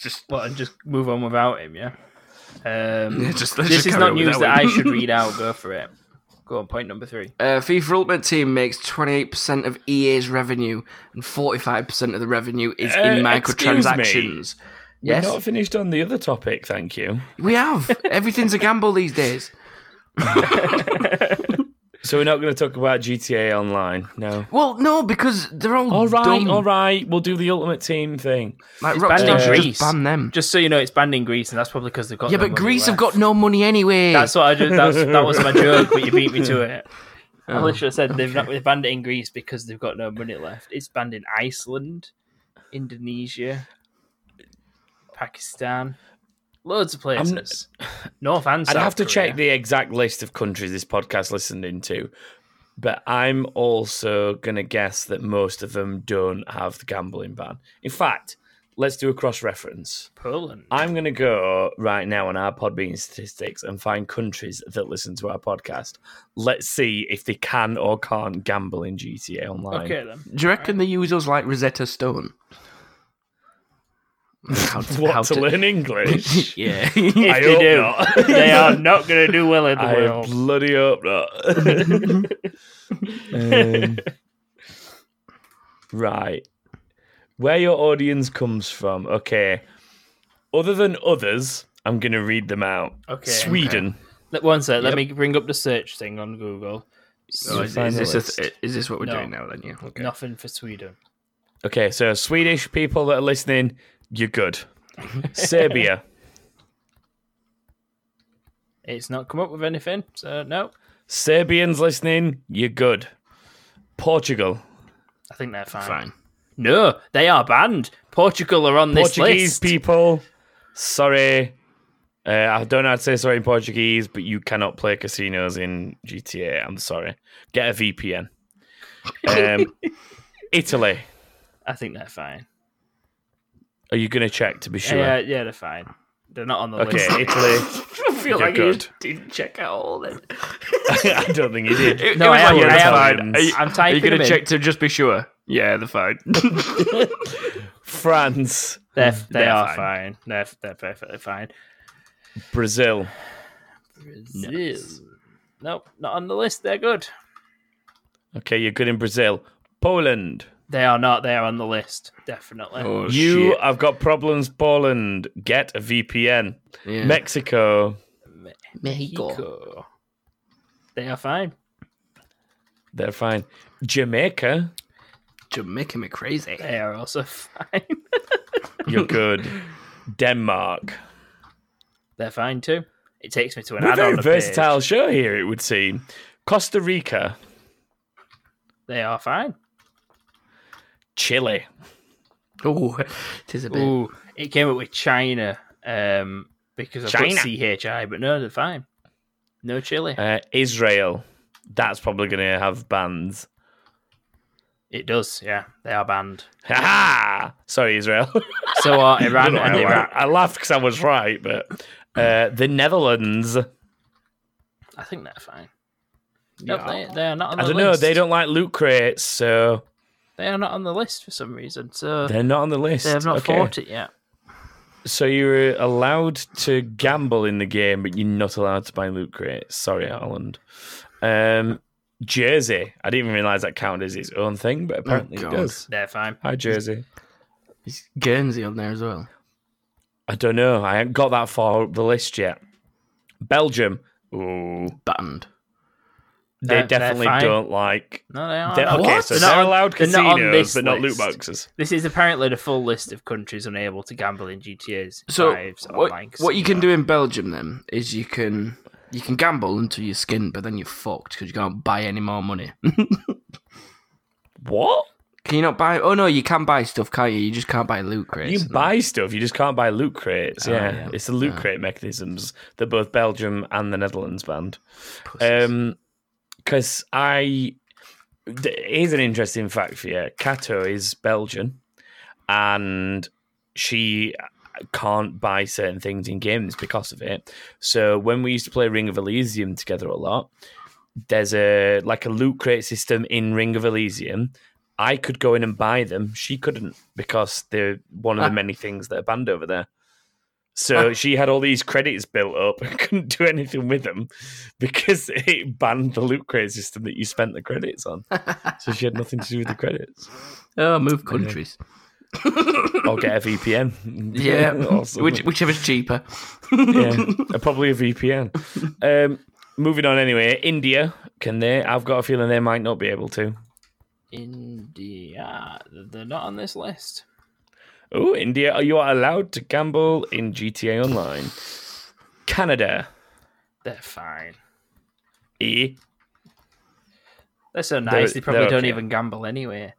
Speaker 4: Just
Speaker 1: Well, and just move on without him. Yeah. Um,
Speaker 4: yeah, just let's
Speaker 1: this
Speaker 4: just
Speaker 1: is
Speaker 4: carry
Speaker 1: not
Speaker 4: on with
Speaker 1: news that
Speaker 4: one.
Speaker 1: I should read out. Go for it. Go on. Point number three.
Speaker 4: Uh, FIFA Ultimate Team makes twenty eight percent of EA's revenue, and forty five percent of the revenue is in
Speaker 3: Uh, excuse me?
Speaker 4: microtransactions. Yes,
Speaker 3: Not finished on the other topic, thank you.
Speaker 4: we have. Everything's a gamble these days.
Speaker 3: So we're not going to talk about GTA Online, no.
Speaker 4: Well, no, because they're all
Speaker 3: All right,
Speaker 4: dumb.
Speaker 3: all right. We'll do the Ultimate Team thing.
Speaker 4: Like
Speaker 1: It's banned in
Speaker 4: Rockstar should
Speaker 1: Greece.
Speaker 4: just ban them.
Speaker 1: Just so you know, it's banned in Greece, and that's probably because they've got.
Speaker 4: Yeah,
Speaker 1: no
Speaker 4: but
Speaker 1: money
Speaker 4: Greece have
Speaker 1: left.
Speaker 4: got no money anyway.
Speaker 1: That's what I just. That's, that was my joke, but you beat me to it. I
Speaker 3: Oh.
Speaker 1: literally said they've not they've banned it in Greece because they've got no money left. It's banned in Iceland, Indonesia, Pakistan, loads of
Speaker 3: n-
Speaker 1: places. North and
Speaker 3: I'd
Speaker 1: South
Speaker 3: have to
Speaker 1: Korea.
Speaker 3: check the exact list of countries this podcast listened into, but I'm also going to guess that most of them don't have the gambling ban. In fact, let's do a cross reference.
Speaker 1: Poland.
Speaker 3: I'm going to go right now on our Podbean statistics and find countries that listen to our podcast. Let's see if they can or can't gamble in GTA Online.
Speaker 1: Okay then.
Speaker 4: Do you reckon they use us like Rosetta Stone? How to,
Speaker 3: What
Speaker 4: how
Speaker 3: to, learn English?
Speaker 4: Yeah.
Speaker 3: I
Speaker 1: If they
Speaker 3: hope
Speaker 1: do,
Speaker 3: not.
Speaker 1: they are not going to do well in the
Speaker 3: I
Speaker 1: world.
Speaker 3: bloody uh, hope not. Um, right. Where your audience comes from. Okay. Other than others, I'm going to read them out.
Speaker 1: Okay.
Speaker 3: Sweden.
Speaker 1: Let- One sec. Let me bring up the search thing on Google.
Speaker 4: Oh, is,
Speaker 3: Find
Speaker 4: is
Speaker 3: the list.
Speaker 4: this a, is this what we're
Speaker 1: No.
Speaker 4: doing now? Then yeah. Okay.
Speaker 1: Nothing for Sweden.
Speaker 3: Okay, so Swedish people that are listening, you're good. Serbia,
Speaker 1: It's not come up with anything, so no.
Speaker 3: Serbians listening, you're good. Portugal,
Speaker 1: I think they're fine.
Speaker 4: Fine.
Speaker 1: No, they are banned. Portugal are on this
Speaker 3: Portuguese
Speaker 1: list.
Speaker 3: people, sorry. Uh, I don't know how to say sorry in Portuguese, but you cannot play casinos in GTA. I'm sorry. Get a VPN. Um, Italy,
Speaker 1: I think they're fine.
Speaker 3: are you going to check to be sure?
Speaker 1: Yeah, yeah, they're fine. They're not on the
Speaker 3: okay,
Speaker 1: list.
Speaker 3: Italy.
Speaker 4: I
Speaker 3: You're
Speaker 4: feel like you
Speaker 3: good.
Speaker 4: just didn't check out all that.
Speaker 3: I don't think you did.
Speaker 4: It-
Speaker 1: No,
Speaker 4: it was
Speaker 1: I am-
Speaker 4: like,
Speaker 1: I
Speaker 4: yeah,
Speaker 1: am-
Speaker 4: they're fine. Are you,
Speaker 1: I'm
Speaker 4: are you
Speaker 1: typing
Speaker 4: gonna
Speaker 1: them in.
Speaker 4: check to just be sure? Yeah, they're fine.
Speaker 3: France,
Speaker 1: They're, they
Speaker 4: They're
Speaker 1: are
Speaker 4: fine.
Speaker 1: fine. They're, they're perfectly fine.
Speaker 3: Brazil,
Speaker 1: Brazil. Nope, not on the list. They're good.
Speaker 3: Okay, you're good in Brazil. Poland.
Speaker 1: They are not. They are on the list. Definitely.
Speaker 4: Oh,
Speaker 3: you,
Speaker 4: shit.
Speaker 3: I've got problems, Poland. Get a VPN.
Speaker 4: Yeah.
Speaker 3: Mexico.
Speaker 1: Mexico. They are fine.
Speaker 3: They're fine. Jamaica.
Speaker 4: You're making me crazy.
Speaker 1: They are also fine.
Speaker 3: You're good. Denmark.
Speaker 1: they're fine too. It takes me to an
Speaker 3: We're a
Speaker 1: add-on
Speaker 3: very
Speaker 1: page.
Speaker 3: versatile show here, it would seem. Costa Rica.
Speaker 1: They are fine.
Speaker 3: Chile.
Speaker 4: Oh, it is a bit.
Speaker 1: Ooh, it came up with China um, because I put CHI, but no, they're fine. No chili.
Speaker 3: Uh, Israel. That's probably going to have bans.
Speaker 1: It does, yeah. They are banned.
Speaker 3: Ha ha! Sorry, Israel.
Speaker 1: So are Iran and
Speaker 3: I,
Speaker 1: Iraq.
Speaker 3: I laughed because I was right, but uh, the Netherlands.
Speaker 1: I think they're fine. No, they, they are not on the
Speaker 3: I don't know.
Speaker 1: list.
Speaker 3: They don't like loot crates, so
Speaker 1: They are not on the list for some reason. So
Speaker 3: they're not on the list.
Speaker 1: they have not
Speaker 3: Okay.
Speaker 1: fought it yet.
Speaker 3: So you're allowed to gamble in the game, but you're not allowed to buy loot crates. Sorry, Holland. Um, Jersey. I didn't even realize that counted as its own thing, but apparently it
Speaker 4: Oh, God.
Speaker 3: does.
Speaker 1: They're fine.
Speaker 3: Hi, Jersey.
Speaker 4: Is Guernsey on there as well.
Speaker 3: I don't know. I haven't got that far up the list yet. Belgium. Ooh,
Speaker 4: Banned.
Speaker 3: they
Speaker 1: They're- they're
Speaker 3: definitely
Speaker 1: fine.
Speaker 3: don't like.
Speaker 1: No, they are.
Speaker 3: They're,
Speaker 1: not.
Speaker 3: okay, so
Speaker 1: They're
Speaker 3: they're,
Speaker 1: not on-
Speaker 3: allowed
Speaker 1: they're not
Speaker 3: casinos,
Speaker 1: on this
Speaker 3: but not
Speaker 1: list.
Speaker 3: loot boxes.
Speaker 1: This is apparently the full list of countries unable to gamble in GTA's
Speaker 4: So
Speaker 1: lives online.
Speaker 4: what, what you can
Speaker 1: casino.
Speaker 4: do in Belgium then is you can you can gamble until you're skinned, but then you're fucked because you can't buy any more money.
Speaker 3: What?
Speaker 4: can you not buy? Oh no, you can buy stuff, can't you? You just can't buy loot
Speaker 3: You
Speaker 4: crates.
Speaker 3: buy stuff, you just can't buy loot crates. yeah.
Speaker 4: Oh, yeah.
Speaker 3: it's the loot crate mechanisms that both Belgium and the Netherlands banned. Um, because I th- here's an interesting fact for you. Kato is Belgian, and she can't buy certain things in games because of it. So when we used to play Ring of Elysium together a lot, there's a like a loot crate system in Ring of Elysium. I could go in and buy them. She couldn't because they're one of the many things that are banned over there. So she had all these credits built up and couldn't do anything with them because it banned the loot crate system that you spent the credits on. so she had nothing to do with the credits.
Speaker 4: oh, move countries.
Speaker 3: Or get a VPN.
Speaker 4: Yeah,
Speaker 3: Or something.
Speaker 4: which, whichever's cheaper.
Speaker 3: yeah, uh, probably a VPN. Um, moving on anyway, India. Can they? I've got a feeling they might not be able to.
Speaker 1: India, they're not on this list.
Speaker 3: Oh, India, you are allowed to gamble in GTA Online. Canada.
Speaker 1: They're fine.
Speaker 3: E.
Speaker 1: They're so nice.
Speaker 3: They're-
Speaker 1: they probably
Speaker 3: they're
Speaker 1: don't
Speaker 3: okay.
Speaker 1: even gamble anyway.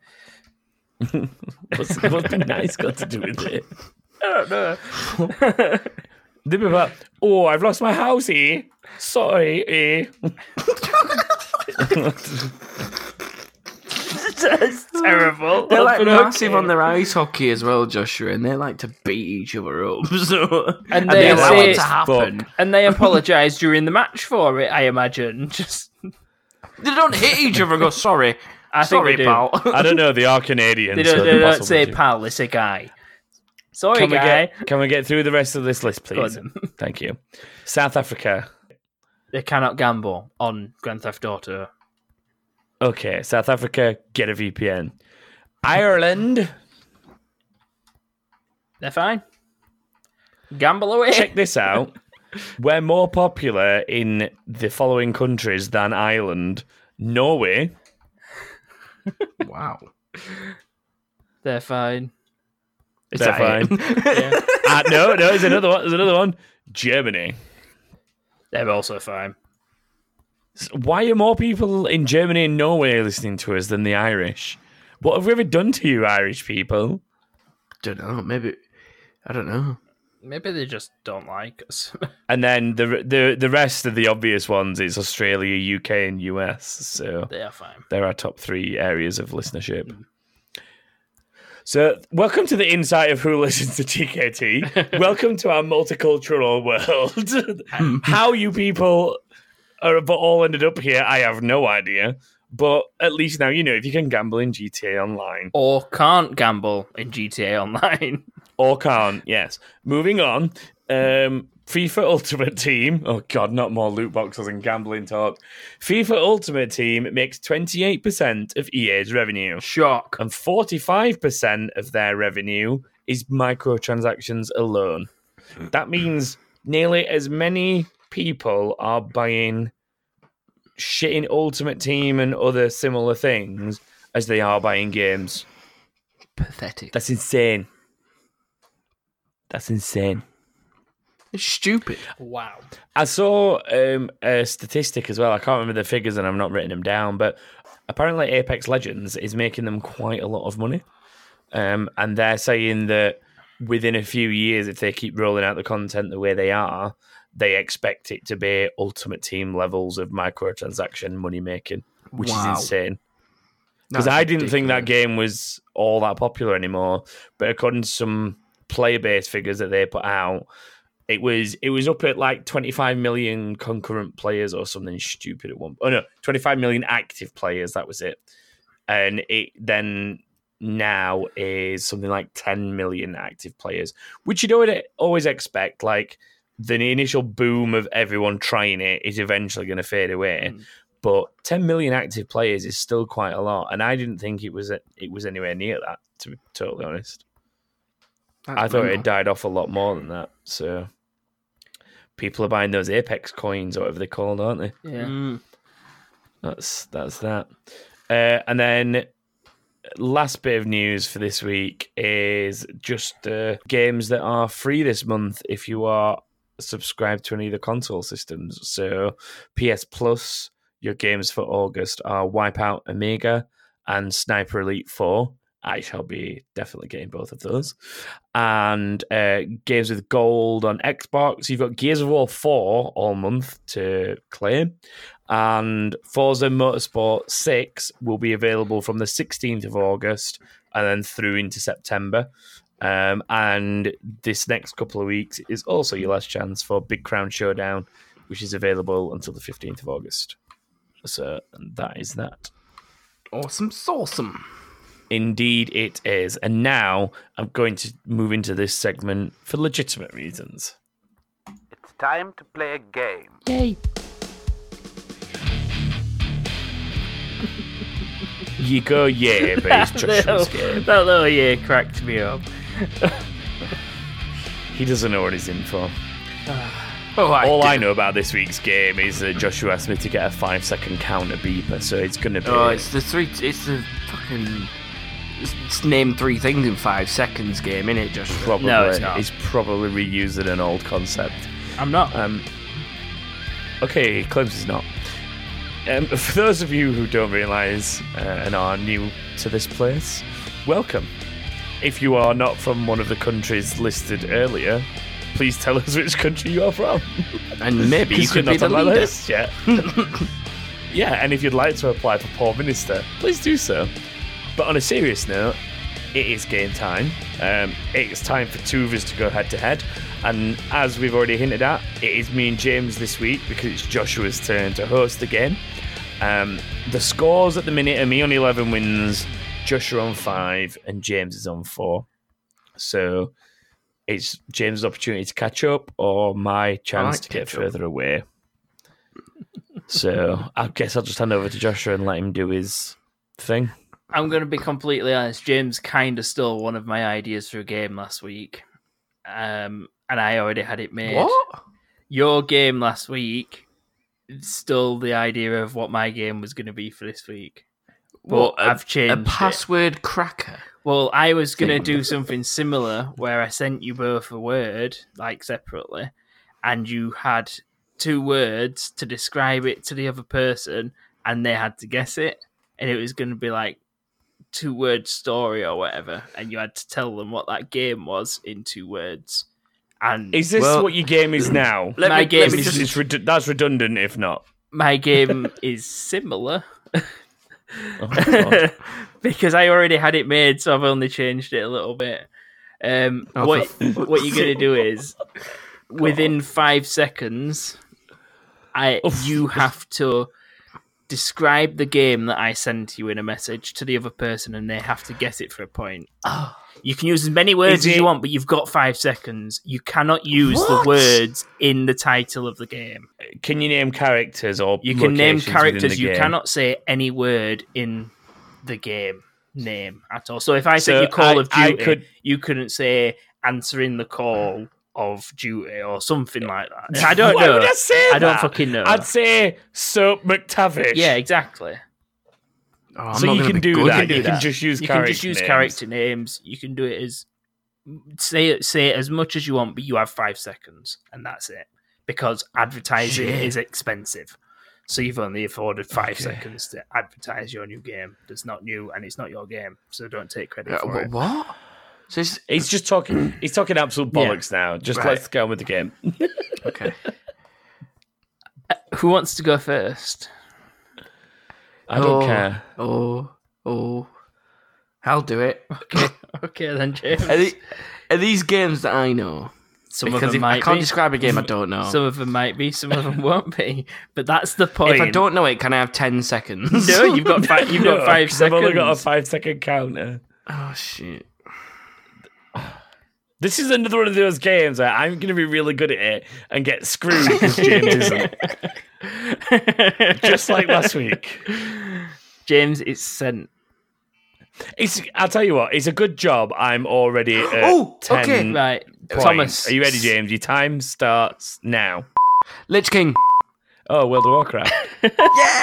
Speaker 3: What's, what's the nice got to do with it?
Speaker 1: I don't know.
Speaker 3: They'd be like, oh, I've lost my house, eh? Sorry, eh?
Speaker 1: That's terrible.
Speaker 4: They're like
Speaker 1: But
Speaker 4: massive
Speaker 1: okay.
Speaker 4: on their ice hockey as well, Joshua, and they like to beat each other up. So
Speaker 1: And
Speaker 4: they
Speaker 1: they
Speaker 4: allow
Speaker 1: say
Speaker 4: it to
Speaker 1: it's
Speaker 4: happen.
Speaker 3: fuck.
Speaker 1: And they apologise during the match for it, I imagine. Just
Speaker 4: They don't hit each other. and Go sorry,
Speaker 1: I think
Speaker 4: sorry,
Speaker 1: they do.
Speaker 4: pal.
Speaker 3: I don't know, they are Canadians.
Speaker 1: they
Speaker 3: so
Speaker 1: don't,
Speaker 3: they
Speaker 1: they don't
Speaker 3: possibly
Speaker 1: say
Speaker 3: do.
Speaker 1: pal, they say guy. Sorry,
Speaker 3: Can we,
Speaker 1: guy.
Speaker 3: get, can we get through the rest of this list,
Speaker 1: Go on
Speaker 3: please?
Speaker 1: then.
Speaker 3: Thank you. South Africa.
Speaker 1: They cannot gamble on Grand Theft Auto.
Speaker 3: Okay, South Africa, get a VPN. Ireland,
Speaker 1: They're fine. Gamble away.
Speaker 3: check this out. We're more popular in the following countries than Ireland Norway,
Speaker 4: Wow.
Speaker 1: They're fine.
Speaker 4: Is
Speaker 3: They're
Speaker 4: that it?
Speaker 3: Ah, no, no, there's another one. There's another one. Germany.
Speaker 1: They're also fine.
Speaker 3: S- Why are more people in Germany and Norway listening to us than the Irish? What have we ever done to you, Irish people?
Speaker 4: don't know. Maybe. I don't know.
Speaker 1: Maybe they just don't like us.
Speaker 3: And then the the the rest of the obvious ones is Australia, UK, and US. So
Speaker 1: they are fine.
Speaker 3: there are top three areas of listenership. So welcome to the insight of who listens to TKT. welcome to our multicultural world. How you people are but all ended up here, I have no idea. But at least now you know if you can gamble in GTA Online
Speaker 1: Or can't gamble in GTA Online.
Speaker 3: or can't. Yes. Moving on. Um, FIFA Ultimate Team. Oh God, not more loot boxes and gambling talk. FIFA Ultimate Team makes twenty eight percent of EA's revenue,
Speaker 1: Shock.
Speaker 3: and forty five percent of their revenue is microtransactions alone. That means nearly as many people are buying shit in Ultimate Team and other similar things as they are buying games.
Speaker 1: Pathetic.
Speaker 3: That's insane. That's insane.
Speaker 4: It's stupid.
Speaker 1: Wow.
Speaker 3: I saw um, a statistic as well. I can't remember the figures and I've not written them down, but apparently Apex Legends is making them quite a lot of money. Um, and they're saying that within a few years, if they keep rolling out the content the way they are, they expect it to be ultimate team levels of microtransaction money making, which
Speaker 4: Wow.
Speaker 3: is insane. Because
Speaker 4: That's
Speaker 3: I didn't think that
Speaker 4: ridiculous.
Speaker 3: game was all that popular anymore. But according to some player based figures that they put out, it was it was up at like 25 million concurrent players or something stupid at one. Oh no, 25 million active players. That was it. And it then now is something like 10 million active players, which you'd always always expect. Like the initial boom of everyone trying it is eventually going to fade away but 10 million active players is still quite a lot and i didn't think it was it was anywhere near that to be totally honest
Speaker 4: That's
Speaker 3: i thought it had
Speaker 4: mental.
Speaker 3: died off a lot more than that so people are buying those apex coins or whatever they're called aren't they
Speaker 1: Yeah.
Speaker 4: Mm.
Speaker 3: that's that's that uh, and then last bit of news for this week is just uh, games that are free this month if you are subscribed to any of the console systems. So PS Plus, your games for August are Wipeout Omega and Sniper Elite 4. I shall be definitely getting both of those. And uh, games with gold on Xbox. You've got Gears of War 4 all month to claim. And Forza Motorsport 6 will be available from the 16th of August and then through into September. Um, and this next couple of weeks is also your last chance for Big Crown Showdown, which is available until the 15th of August. So that is that.
Speaker 4: Awesome, sawsome.
Speaker 3: Indeed, it is. And now I'm going to move into this segment for legitimate reasons.
Speaker 2: It's time to play a game.
Speaker 3: You go, yeah, based Josh's
Speaker 1: That
Speaker 3: game.
Speaker 1: little year cracked me up.
Speaker 3: He doesn't know what he's in for.
Speaker 4: Oh, I
Speaker 3: All
Speaker 4: did-
Speaker 3: I know about this week's game is that Joshua asked me to get a five second counter beeper, so it's going to be.
Speaker 4: Oh, it's the three. It's the fucking. It's, it's name three things in five seconds game, innit, Joshua?
Speaker 3: probably,
Speaker 1: No, it's not.
Speaker 3: He's probably reusing an old concept.
Speaker 1: I'm not.
Speaker 3: Um, okay, he claims he's not. Um, for those of you who don't realise uh, and are new to this place, welcome. If you are not from one of the countries listed earlier, please tell us which country you are from.
Speaker 4: And maybe you
Speaker 3: 'Cause we're
Speaker 4: could be
Speaker 3: not
Speaker 4: the
Speaker 3: on that
Speaker 4: leader.
Speaker 3: list yet. yeah, and if you'd like to apply for Poor Minister, please do so. But on a serious note, it is game time. Um, it's time for two of us to go head to head. And as we've already hinted at, it is me and James this week because it's Joshua's turn to host the game. Um, the scores at the minute are me on 11 wins, Joshua on 5, and James is on 4. So it's James' opportunity to catch up or my chance
Speaker 4: like
Speaker 3: to get
Speaker 4: catch up.
Speaker 3: further away. so I guess I'll just hand over to Joshua and let him do his thing.
Speaker 1: I'm going to be completely honest. James kind of stole one of my ideas for a game last week, um, and I already had it made.
Speaker 4: What?
Speaker 1: Your game last week stole the idea of what my game was going to be for this week. But
Speaker 4: What, a-
Speaker 1: I've changed.
Speaker 4: A
Speaker 1: it.
Speaker 4: password cracker.
Speaker 1: Well, I was going to
Speaker 3: thing.
Speaker 1: do something similar where I sent you both a word, like separately, and you had two words to describe it to the other person, and they had to guess it. And it was going to be like two word story or whatever. And you had to tell them what that game was in two words. And
Speaker 3: Is this
Speaker 4: Well-
Speaker 3: what your game is now?
Speaker 1: My
Speaker 4: me,
Speaker 1: game
Speaker 4: let me
Speaker 1: is-
Speaker 3: It's-
Speaker 4: just
Speaker 3: it's redu- that's redundant if not.
Speaker 1: my game is similar
Speaker 3: Oh, God.
Speaker 1: because I already had it made, so I've only changed it a little bit. Um,
Speaker 4: Oh,
Speaker 1: what
Speaker 4: for
Speaker 1: what you're gonna do is within five seconds, I
Speaker 3: Oof.
Speaker 1: you have to describe the game that I sent you in a message to the other person, and they have to guess it for a point. You can use as many words
Speaker 3: Oh. Is
Speaker 1: as
Speaker 3: it-
Speaker 1: you want, but you've got five seconds. You cannot use
Speaker 4: What?
Speaker 1: the words in the title of the game.
Speaker 3: can you name characters or
Speaker 1: You can name
Speaker 3: locations within
Speaker 1: characters.
Speaker 3: the
Speaker 1: You
Speaker 3: game?
Speaker 1: cannot say any word in the game name at all. So if I
Speaker 3: So
Speaker 1: said you Call
Speaker 3: I-
Speaker 1: of
Speaker 3: I
Speaker 1: Duty,
Speaker 3: could-
Speaker 1: you couldn't say answering the call of duty or something like that. I don't
Speaker 3: Why
Speaker 1: know.
Speaker 3: would I, say
Speaker 1: I don't
Speaker 3: that?
Speaker 1: fucking know.
Speaker 3: I'd say Soap McTavish.
Speaker 1: Yeah, exactly.
Speaker 4: Oh, I'm
Speaker 3: so
Speaker 4: not
Speaker 3: you
Speaker 4: gonna
Speaker 3: can
Speaker 4: be
Speaker 3: do
Speaker 4: good
Speaker 3: that.
Speaker 4: at
Speaker 1: do
Speaker 3: You can
Speaker 1: that.
Speaker 3: just use
Speaker 1: you
Speaker 3: character
Speaker 1: can just use
Speaker 3: names.
Speaker 1: character names. You can do it as say it say it as much as you want, but you have five seconds, and that's it. Because advertising
Speaker 4: Shit.
Speaker 1: is expensive, so you've only afforded five
Speaker 3: Okay.
Speaker 1: seconds to advertise your new game. That's not new, and it's not your game, so don't take credit
Speaker 4: Yeah,
Speaker 1: for
Speaker 4: wh-
Speaker 1: it.
Speaker 4: what? So it's,
Speaker 3: He's just talking. He's talking absolute
Speaker 1: Yeah.
Speaker 3: bollocks now. Just
Speaker 4: Right.
Speaker 3: let's go on with the game.
Speaker 4: okay.
Speaker 1: Who wants to go first?
Speaker 3: I don't
Speaker 4: Oh,
Speaker 3: care.
Speaker 4: Oh, oh, I'll do it.
Speaker 1: Okay, okay then, James.
Speaker 4: Are, the- are these games that I know?
Speaker 1: some of
Speaker 4: because
Speaker 1: them
Speaker 4: if, I
Speaker 1: might
Speaker 4: can't
Speaker 1: be.
Speaker 4: describe a game I don't know.
Speaker 1: Some of them might be. Some of them won't be. But that's the point.
Speaker 4: if I don't know it, can I have ten seconds?
Speaker 1: no, you've got five. You've got
Speaker 3: No,
Speaker 1: five
Speaker 3: 'cause I've
Speaker 1: seconds.
Speaker 3: only got a five second counter.
Speaker 4: Oh shit!
Speaker 3: This is another one of those games where I'm going to be really good at it and get screwed because James isn't. Just like last week.
Speaker 1: James, it's sent.
Speaker 3: It's. I'll tell you what. It's a good job. I'm already. At
Speaker 4: Oh,
Speaker 3: 10
Speaker 4: okay.
Speaker 1: Right,
Speaker 3: points.
Speaker 1: Thomas.
Speaker 3: Are you ready, James? Your time starts now.
Speaker 4: Lich King.
Speaker 3: Oh, World of Warcraft.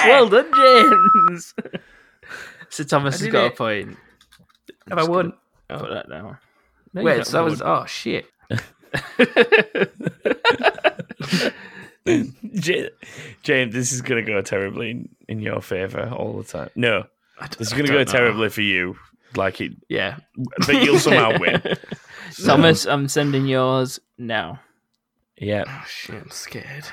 Speaker 1: Well done, James. so Thomas has
Speaker 4: did
Speaker 1: got a
Speaker 4: it.
Speaker 1: point.
Speaker 4: Have I won?
Speaker 1: Put that down. Oh. No, you
Speaker 4: Wait,
Speaker 1: don't
Speaker 4: so that was
Speaker 1: win.
Speaker 4: oh shit.
Speaker 3: J- James, this is going to go terribly in, in your favor all the time. No,
Speaker 4: I d-
Speaker 3: this is
Speaker 4: I
Speaker 3: going to
Speaker 4: don't
Speaker 3: go
Speaker 4: know.
Speaker 3: terribly for you. Like it,
Speaker 4: Yeah.
Speaker 3: but you'll somehow win.
Speaker 1: Thomas. I'm sending yours now.
Speaker 3: Yeah,
Speaker 4: Oh shit! I'm scared.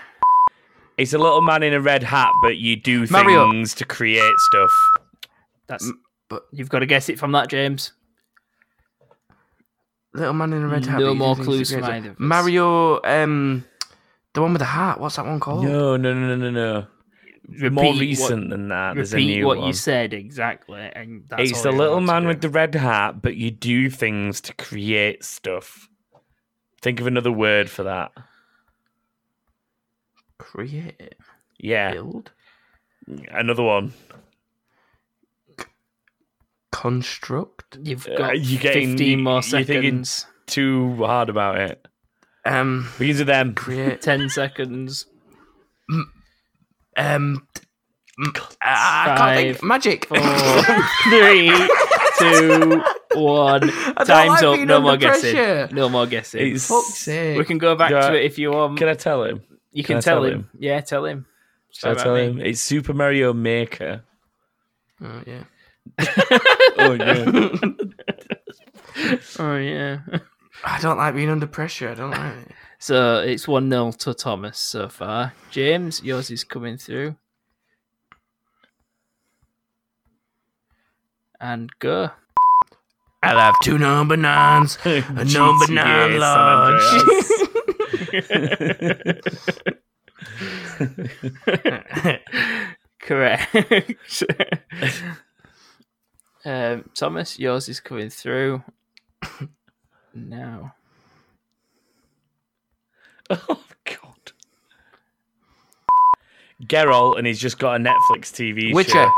Speaker 3: it's a little man in a red hat, but you do things
Speaker 4: Mario.
Speaker 3: to create stuff. Mm,
Speaker 1: That's.
Speaker 4: but-
Speaker 1: you've got to guess it from that, James.
Speaker 4: Little man in a red hat.
Speaker 1: No
Speaker 4: but he
Speaker 1: more
Speaker 4: thinks
Speaker 1: clues
Speaker 4: he's a
Speaker 1: from
Speaker 4: great-
Speaker 1: either of us.
Speaker 4: Mario, um, the one with the hat. What's that one called?
Speaker 3: No, no, no, no, no, no.
Speaker 1: Oh. Repeat
Speaker 3: More
Speaker 1: what-
Speaker 3: recent than that. There's a
Speaker 1: repeat
Speaker 3: new
Speaker 1: what
Speaker 3: one.
Speaker 1: you said exactly, and that's
Speaker 3: it's
Speaker 1: all
Speaker 3: the
Speaker 1: you're
Speaker 3: little
Speaker 1: allowed to
Speaker 3: man
Speaker 1: do.
Speaker 3: with the red hat, but you do things to create stuff. Think of another word for that.
Speaker 4: Create,
Speaker 3: Yeah,
Speaker 4: build,
Speaker 3: another one.
Speaker 4: construct.
Speaker 1: You've
Speaker 3: Uh,
Speaker 1: got
Speaker 3: you're getting-
Speaker 1: 15 more
Speaker 3: you're thinking-
Speaker 1: seconds,
Speaker 3: Too hard about it.
Speaker 4: Um,
Speaker 3: Begins with them.
Speaker 4: create.
Speaker 1: 10 seconds.
Speaker 4: Um, t- mm, ah, I can't think.
Speaker 1: Five,
Speaker 4: Magic.
Speaker 1: Four, three, two, one.
Speaker 4: don't
Speaker 1: Time's
Speaker 4: like
Speaker 1: up.
Speaker 4: being
Speaker 1: No more
Speaker 4: under pressure.
Speaker 1: guessing. No more guessing.
Speaker 3: It's-
Speaker 4: Fuck's sake.
Speaker 1: We can go back
Speaker 3: Yeah.
Speaker 1: to it if you want.
Speaker 3: Can I tell him?
Speaker 1: you
Speaker 3: can
Speaker 1: can,
Speaker 3: I
Speaker 1: tell,
Speaker 3: tell
Speaker 1: him. Yeah, tell him.
Speaker 3: Shall I
Speaker 1: Sorry
Speaker 3: tell
Speaker 1: about
Speaker 3: him? It's Super Mario Maker.
Speaker 4: Oh, yeah.
Speaker 3: Oh yeah.
Speaker 1: Oh yeah.
Speaker 4: I don't like being under pressure. I don't like it.
Speaker 1: So it's one 0 to Thomas so far. James, yours is coming through. And go.
Speaker 4: I'll have two number nines, a number
Speaker 3: GTA
Speaker 4: nine
Speaker 3: San
Speaker 4: large.
Speaker 1: Correct. um, Thomas, yours is coming through now.
Speaker 3: Oh god. Geralt, and he's just got a Netflix TV
Speaker 4: Witcher.
Speaker 3: show.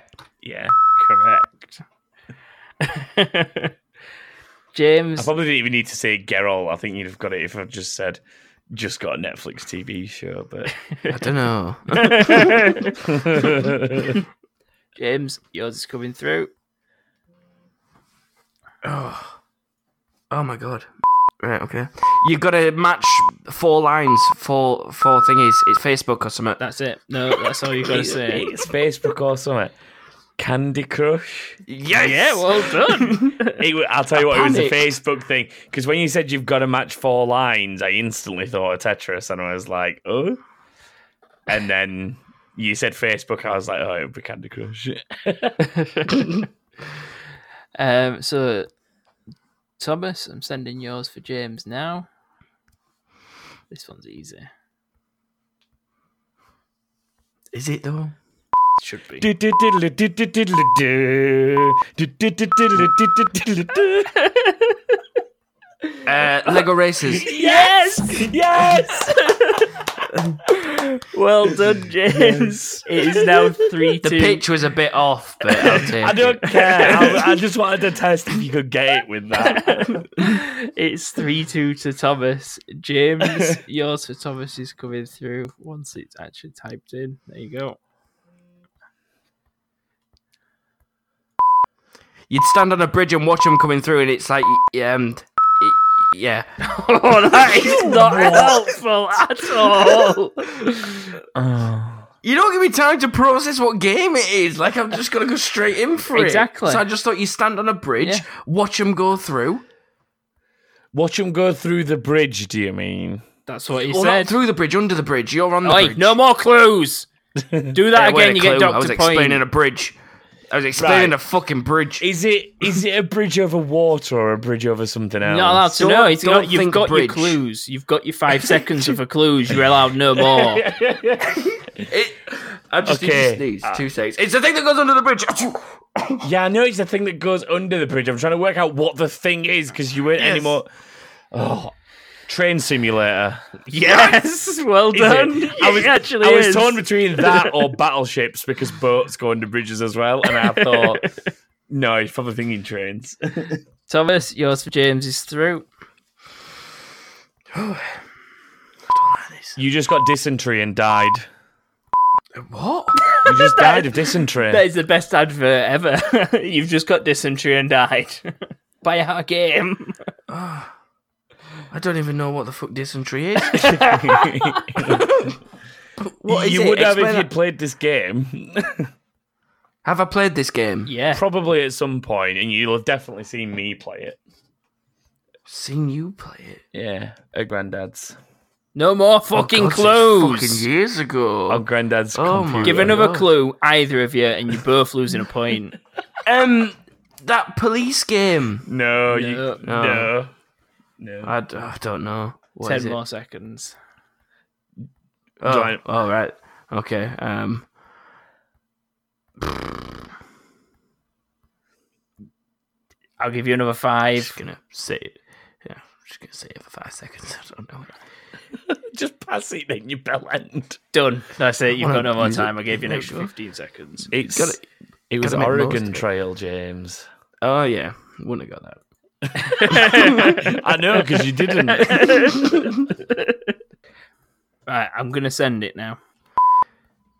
Speaker 3: Yeah,
Speaker 1: Correct.
Speaker 3: I
Speaker 1: James,
Speaker 3: probably didn't even need to say Geralt. I think you'd have got it if I just said just got a Netflix TV show. But
Speaker 4: I don't know.
Speaker 1: James, yours is coming through.
Speaker 4: oh. oh my god. Right, okay. You've got to match four lines, four four thingies. It's Facebook or something.
Speaker 1: That's it. No, that's all you got to
Speaker 3: it's,
Speaker 1: say.
Speaker 3: it's Facebook or something. Candy Crush.
Speaker 4: Yes!
Speaker 1: Yeah, well done.
Speaker 3: It, wa- I'll tell you what, it was a
Speaker 4: panicked.
Speaker 3: Facebook thing because when you said you've got to match four lines, I instantly thought of Tetris, and I was like, oh. And then you said Facebook, I was like, oh, it would be Candy Crush.
Speaker 1: um, so, Thomas, I'm sending yours for James now. This one's easy.
Speaker 4: Is it though?
Speaker 1: Should be.
Speaker 4: Uh, Lego races.
Speaker 1: Yes!
Speaker 3: yes,
Speaker 1: Well done, James. It is now 3
Speaker 4: The
Speaker 1: 2.
Speaker 4: pitch was a bit off, but I'll take
Speaker 3: I don't
Speaker 4: it.
Speaker 3: care. I, I just wanted to test if you could get it with that.
Speaker 1: it's 3 2 to Thomas. James, yours for Thomas is coming through once it's actually typed in. There you go.
Speaker 4: You'd stand on a bridge and watch them coming through, and it's like, um, it, yeah.
Speaker 1: Oh, that is not helpful at all.
Speaker 4: You don't give me time to process what game it is. Like I'm just gonna go straight in for it.
Speaker 1: Exactly.
Speaker 4: So I just thought you stand on a bridge,
Speaker 1: Yeah.
Speaker 4: watch them go through.
Speaker 3: Watch him go through the bridge. Do you mean?
Speaker 1: That's what he
Speaker 4: Well,
Speaker 1: said.
Speaker 4: not through the bridge, under the bridge. You're on the
Speaker 1: Oi,
Speaker 4: bridge.
Speaker 1: no more clues. Do
Speaker 4: There
Speaker 1: that again,
Speaker 4: weren't a
Speaker 1: you
Speaker 4: clue.
Speaker 1: get
Speaker 4: I was
Speaker 1: Doctor
Speaker 4: explaining
Speaker 1: Point.
Speaker 4: a bridge. I was explaining
Speaker 3: Right.
Speaker 4: a fucking bridge.
Speaker 3: Is it is it a bridge over water or a bridge over something
Speaker 1: You're
Speaker 3: else?
Speaker 1: not allowed to
Speaker 4: Don't-
Speaker 1: know. It's
Speaker 4: don't
Speaker 1: got, you've
Speaker 4: think
Speaker 1: got
Speaker 4: bridge.
Speaker 1: your clues. You've got your five seconds of a clues. You're allowed no more.
Speaker 4: It, I just need
Speaker 3: Okay.
Speaker 4: to sneeze. Two seconds. It's the thing that goes under the bridge.
Speaker 3: Yeah, I know it's the thing that goes under the bridge. I'm trying to work out what the thing is because you weren't any
Speaker 4: Yes.
Speaker 3: more. Oh, train simulator.
Speaker 1: Yes, well
Speaker 3: Is it?
Speaker 1: done.
Speaker 3: I was
Speaker 1: It actually
Speaker 3: I was
Speaker 1: is.
Speaker 3: torn between that or battleships because boats go under bridges as well, and I thought. No, he's probably thinking trains.
Speaker 1: Thomas, yours for James is through.
Speaker 3: You just got dysentery and died.
Speaker 4: What?
Speaker 3: You just died of dysentery.
Speaker 1: That is the best advert ever. You've just got dysentery and died. Buy our game.
Speaker 4: I don't even know what the fuck dysentery is. What is
Speaker 3: you
Speaker 4: it?
Speaker 3: would have if
Speaker 4: Explain
Speaker 3: you'd
Speaker 4: that.
Speaker 3: played this game.
Speaker 4: Have I played this game?
Speaker 1: Yeah.
Speaker 3: probably at some point, and you'll have definitely seen me play it.
Speaker 4: Seen you play it.
Speaker 3: Yeah, at Grandad's.
Speaker 1: No more fucking
Speaker 4: Oh, God,
Speaker 1: clues.
Speaker 4: it's Fucking years ago.
Speaker 3: On Grandad's
Speaker 4: Oh my
Speaker 3: computer.
Speaker 1: Give
Speaker 4: Yeah.
Speaker 1: another
Speaker 4: Oh.
Speaker 1: clue, either of you, and you're both losing a point.
Speaker 4: Um, that police game.
Speaker 3: No, you
Speaker 1: No.
Speaker 3: no. No.
Speaker 4: I, d- I don't know. What
Speaker 1: Ten
Speaker 4: is it?
Speaker 1: more seconds.
Speaker 4: Oh,
Speaker 3: Giant-
Speaker 4: oh, right. Okay. Um.
Speaker 1: I'll give you another five.
Speaker 4: Just gonna say it. Yeah. Just gonna say it for five seconds. I don't know.
Speaker 3: Just pass it then you bell end.
Speaker 1: Done. That's it. You've
Speaker 4: Well,
Speaker 1: got no more
Speaker 4: you-
Speaker 1: time. I gave you an
Speaker 4: there you
Speaker 1: extra
Speaker 4: go.
Speaker 1: 15 seconds.
Speaker 3: It's
Speaker 4: Gotta-
Speaker 3: it was
Speaker 4: gotta make most
Speaker 3: Oregon
Speaker 4: of it.
Speaker 3: Trail, James.
Speaker 4: Oh yeah. Wouldn't have got that.
Speaker 3: I know because you didn't.
Speaker 1: Right, I'm going to send it now.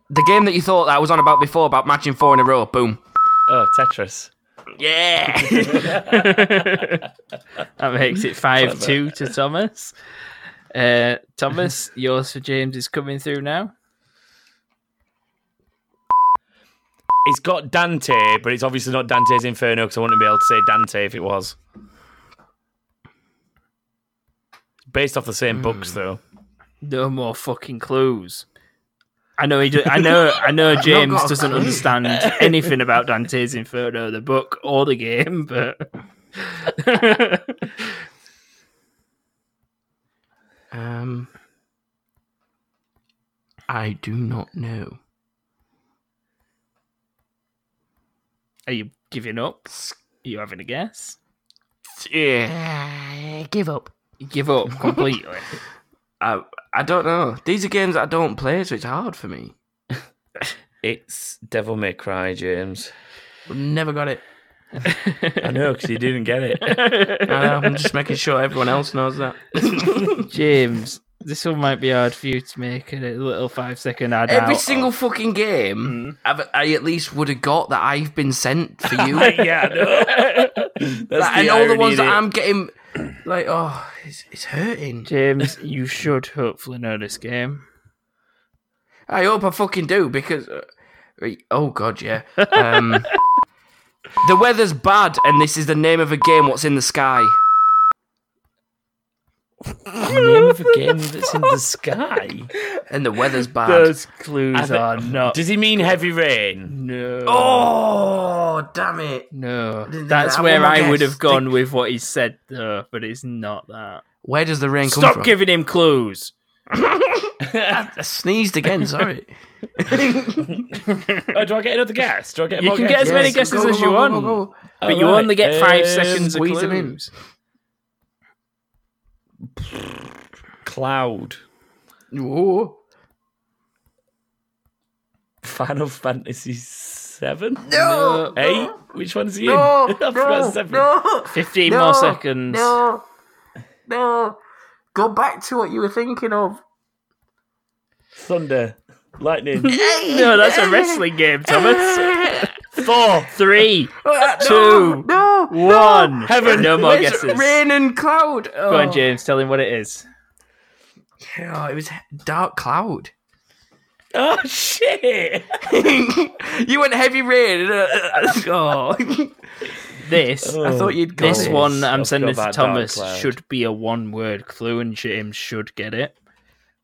Speaker 4: The game that you thought that I was on about before about matching four in a row. Boom.
Speaker 3: Oh, Tetris.
Speaker 4: Yeah.
Speaker 1: That makes it 5 2 to Thomas. Uh, Thomas, yours for James is coming through now.
Speaker 3: It's got Dante, but it's obviously not Dante's Inferno because I wouldn't be able to say Dante if it was. Based off the same
Speaker 4: Hmm.
Speaker 3: books, though.
Speaker 1: No more fucking clues. I know he. Do- I know. I know. James
Speaker 4: got a
Speaker 1: doesn't
Speaker 4: clue.
Speaker 1: understand anything about Dante's Inferno, the book or the game, but
Speaker 4: um. I do not know.
Speaker 1: are you giving up? Are you having a guess?
Speaker 4: Yeah. Give up.
Speaker 1: You give up completely.
Speaker 4: I I don't know. These are games that I don't play, so it's hard for me.
Speaker 3: It's Devil May Cry, James.
Speaker 4: I've never got it.
Speaker 3: I know because you didn't get it.
Speaker 4: I know, I'm Um, just making sure everyone else knows that.
Speaker 1: James, this one might be hard for you to make a little five second ad.
Speaker 4: Every
Speaker 1: out
Speaker 4: single
Speaker 1: of.
Speaker 4: fucking game,
Speaker 3: Hmm.
Speaker 4: I've, I at least would have got that I've been sent for you.
Speaker 3: yeah, I know. That's
Speaker 4: Like, and all the
Speaker 3: irony
Speaker 4: ones that
Speaker 3: in it.
Speaker 4: I'm getting, like, oh, it's, it's hurting.
Speaker 1: James, you should hopefully know this game.
Speaker 4: I hope I fucking do because, uh, right, oh god, yeah. Um, the weather's bad, and this is the name of a game. What's in the sky?
Speaker 3: The name of a game that's in the sky.
Speaker 4: And the weather's bad.
Speaker 1: Those clues
Speaker 3: I've-
Speaker 1: are not.
Speaker 3: Does he mean heavy rain?
Speaker 1: No.
Speaker 4: Oh damn it!
Speaker 1: No.
Speaker 4: Didn't
Speaker 1: That's
Speaker 4: that
Speaker 1: where
Speaker 4: one, I
Speaker 1: I would
Speaker 4: guess.
Speaker 1: have gone with what he said, though, but it's not that.
Speaker 4: Where does the rain come
Speaker 1: Stop
Speaker 4: from?
Speaker 1: giving him clues.
Speaker 4: I sneezed again. Sorry.
Speaker 3: Oh, do I get another guess? Do I get
Speaker 1: You
Speaker 3: more
Speaker 1: can get
Speaker 3: guesses?
Speaker 1: as many
Speaker 4: Yes,
Speaker 1: guesses
Speaker 4: go,
Speaker 1: as
Speaker 4: go,
Speaker 1: you
Speaker 4: go,
Speaker 1: want,
Speaker 4: go, go.
Speaker 1: but you
Speaker 3: Alright,
Speaker 1: only get five
Speaker 3: um,
Speaker 1: seconds of
Speaker 4: squeeze 'em in.
Speaker 1: clues.
Speaker 3: Cloud.
Speaker 4: Ooh.
Speaker 3: Final Fantasy Seven.
Speaker 4: No,
Speaker 3: Eight. Which one's he
Speaker 4: no,
Speaker 3: in?
Speaker 4: no,
Speaker 3: I forgot
Speaker 4: no,
Speaker 3: seven.
Speaker 4: no,
Speaker 1: 15
Speaker 4: no,
Speaker 1: more seconds.
Speaker 4: No, no. Go back to what you were thinking of.
Speaker 3: Thunder. Lightning.
Speaker 1: No, that's a wrestling game, Thomas. Four, three,
Speaker 4: Ah,
Speaker 1: Two.
Speaker 4: No, no.
Speaker 1: one.
Speaker 3: Heaven.
Speaker 1: No more
Speaker 4: It's
Speaker 1: guesses.
Speaker 4: rain and cloud. Oh.
Speaker 1: Go on, James. Tell him what it is.
Speaker 4: Oh, it was dark cloud.
Speaker 3: Oh shit!
Speaker 4: you went heavy rain. oh.
Speaker 1: This.
Speaker 4: I thought you'd got
Speaker 1: This
Speaker 4: it.
Speaker 1: one
Speaker 3: I've
Speaker 1: I'm
Speaker 3: got
Speaker 1: sending to
Speaker 3: that dark
Speaker 1: Thomas
Speaker 3: cloud.
Speaker 1: should be a one word clue and James should get it.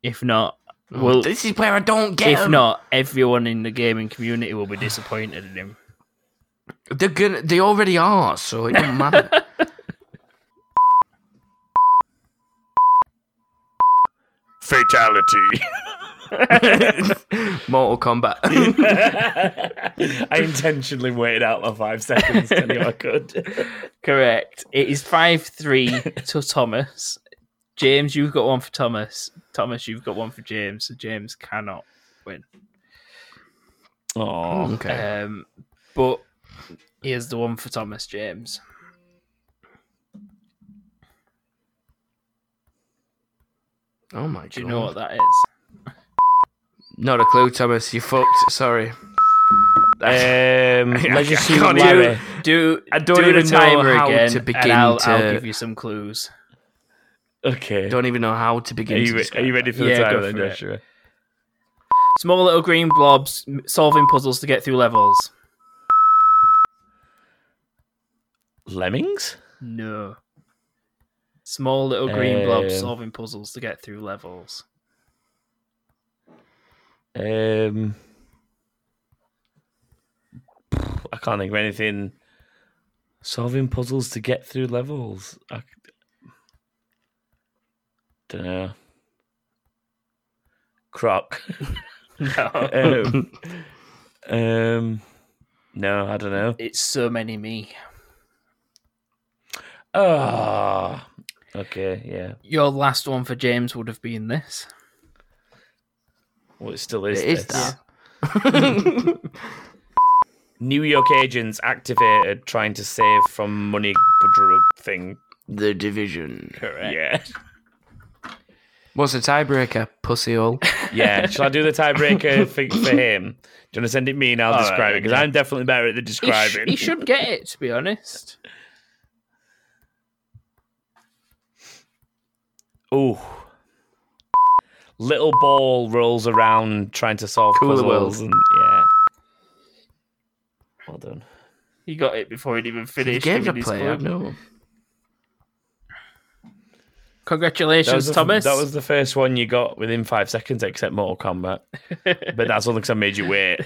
Speaker 1: If not, well,
Speaker 4: Oh, This is where I don't get.
Speaker 1: if
Speaker 4: 'em.
Speaker 1: not, everyone in the gaming community will be disappointed in him.
Speaker 4: they're gonna. They already are, so it doesn't matter.
Speaker 3: fatality.
Speaker 4: Mortal Kombat.
Speaker 3: I intentionally waited out my five seconds to know I could.
Speaker 1: Correct. It is 5 3 to Thomas. James, you've got one for Thomas. Thomas, you've got one for James. So James cannot win.
Speaker 3: Oh,
Speaker 4: okay.
Speaker 1: Um, but here's the one for Thomas James.
Speaker 4: Oh my god.
Speaker 1: Do you know what that is?
Speaker 4: Not a clue, Thomas. You fucked. Sorry.
Speaker 3: um, Legacy
Speaker 4: can't
Speaker 3: Larry.
Speaker 1: Do
Speaker 4: I don't
Speaker 1: do the
Speaker 4: even know
Speaker 1: timer
Speaker 4: how
Speaker 1: again,
Speaker 4: to
Speaker 1: and
Speaker 4: begin
Speaker 1: I'll,
Speaker 4: to-
Speaker 1: I'll give you some clues.
Speaker 3: Okay.
Speaker 4: Don't even know how to begin.
Speaker 3: Are
Speaker 4: to
Speaker 3: you,
Speaker 4: describe
Speaker 3: are you
Speaker 4: that.
Speaker 3: ready for the
Speaker 1: Yeah,
Speaker 3: time
Speaker 1: go
Speaker 3: then,
Speaker 1: for it.
Speaker 3: Joshua?
Speaker 1: Small little green blobs m- solving puzzles to get through levels.
Speaker 3: Lemmings?
Speaker 1: No. Small little green blobs
Speaker 3: Um,
Speaker 1: solving puzzles to get through levels.
Speaker 3: Um, I can't think of anything. Solving puzzles to get through levels. I don't know. Croc.
Speaker 1: No.
Speaker 3: um, um, no, I don't know.
Speaker 1: It's so many me.
Speaker 3: Ah, okay, yeah.
Speaker 1: Your last one for James would have been this.
Speaker 3: Well, it still is.
Speaker 4: It is
Speaker 3: this.
Speaker 4: that.
Speaker 3: New York agents activated trying to save from money drug thing.
Speaker 4: The division.
Speaker 1: Correct.
Speaker 3: Yeah.
Speaker 4: What's a tiebreaker, pussy hole?
Speaker 3: Yeah, shall I do the tiebreaker for, for him? Do you want to send it me and I'll
Speaker 1: All
Speaker 3: describe
Speaker 1: right,
Speaker 3: it? Because
Speaker 1: okay.
Speaker 3: I'm definitely better at the
Speaker 1: He, sh-
Speaker 3: describing.
Speaker 1: he should get it, to be honest.
Speaker 3: Ooh. Little ball rolls around trying to solve
Speaker 4: Cooler
Speaker 3: puzzles. And,
Speaker 4: World.
Speaker 3: yeah. Well done.
Speaker 1: He got it before he'd even
Speaker 4: The
Speaker 1: finished.
Speaker 4: games I
Speaker 1: giving his
Speaker 4: play.
Speaker 1: clue.
Speaker 4: I know.
Speaker 1: Congratulations,
Speaker 3: the,
Speaker 1: Thomas.
Speaker 3: that was the first one you got within five seconds, except Mortal Kombat. but that's only because I made you wait.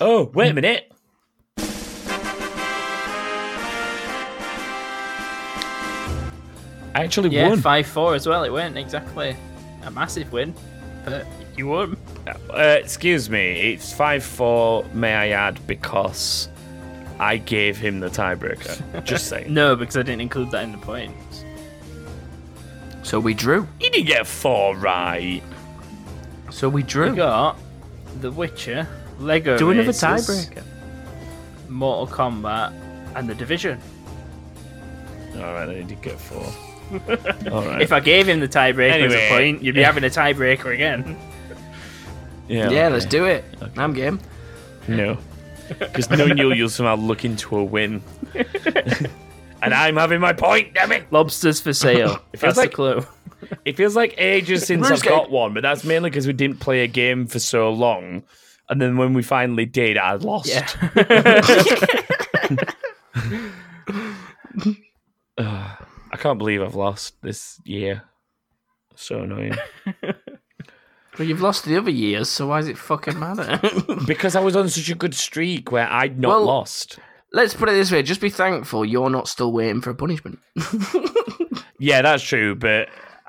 Speaker 3: oh, wait a minute. I actually
Speaker 1: yeah,
Speaker 3: won.
Speaker 1: five four as well. It went exactly a massive win, but you won.
Speaker 3: Uh, excuse me, it's 5 4, may I add, because I gave him the tiebreaker. Just saying.
Speaker 1: No, because I didn't include that in the points.
Speaker 4: So we drew.
Speaker 3: You didn't get four right.
Speaker 4: So we
Speaker 1: We
Speaker 3: Hmm.
Speaker 4: drew.
Speaker 1: got The Witcher, Lego
Speaker 4: Do another
Speaker 1: Races,
Speaker 4: tiebreaker.
Speaker 1: Mortal Kombat, and The Division.
Speaker 3: All right, then you did get four. All right.
Speaker 1: If I gave him the tiebreaker as
Speaker 3: Anyway.
Speaker 1: a point, you'd be having a tiebreaker again.
Speaker 3: yeah,
Speaker 4: Yeah, let's
Speaker 3: okay.
Speaker 4: do it. I'm game.
Speaker 3: No. Because knowing you, you'll somehow look into a win. and I'm having my point, damn it!
Speaker 1: Lobsters for sale.
Speaker 3: It feels
Speaker 1: That's
Speaker 3: like-
Speaker 1: the clue.
Speaker 3: It feels like ages since I've
Speaker 4: Runescape.
Speaker 3: got one, but that's mainly because we didn't play a game for so long. And then when we finally did, I lost.
Speaker 1: Yeah.
Speaker 3: I can't believe I've lost this year. So annoying.
Speaker 4: Well, you've lost the other years, so why does it fucking matter?
Speaker 3: because I was on such a good streak where I'd not
Speaker 4: Well-
Speaker 3: lost.
Speaker 4: Let's put it this way: just be thankful you're not still waiting for a punishment.
Speaker 3: Yeah, that's true, but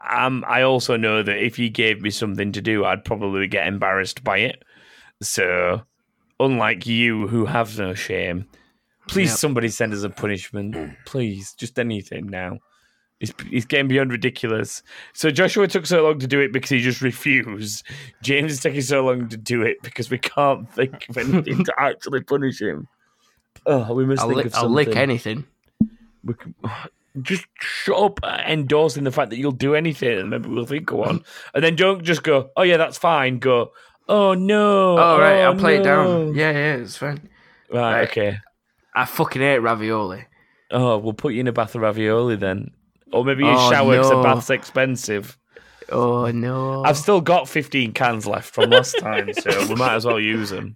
Speaker 3: um, I also know that if you gave me something to do, I'd probably get embarrassed by it. So, unlike you who have no shame, please
Speaker 4: Yep.
Speaker 3: somebody send us a punishment. Please, just anything now. It's, it's getting beyond ridiculous. So Joshua took so long to do it because he just refused. James is taking so long to do it because we can't think of anything to actually punish him. Oh, we must
Speaker 4: I'll,
Speaker 3: think
Speaker 4: lick
Speaker 3: of
Speaker 4: I'll
Speaker 3: something.
Speaker 4: lick anything.
Speaker 3: We can, just shut up endorsing the fact that you'll do anything and maybe we'll think of one. And then don't just go, oh, yeah, that's fine. Go, oh, no.
Speaker 4: All right,
Speaker 3: oh,
Speaker 4: I'll play it
Speaker 3: no."
Speaker 4: down. Yeah, yeah, it's fine.
Speaker 3: Right,
Speaker 4: Right.
Speaker 3: okay.
Speaker 4: I fucking hate ravioli.
Speaker 3: Oh, we'll put you in a bath of ravioli then. Or maybe you
Speaker 4: Oh,
Speaker 3: shower 'cause
Speaker 4: no.
Speaker 3: a bath's expensive.
Speaker 4: Oh no!
Speaker 3: I've still got 15 cans left from last time, so we might as well use them.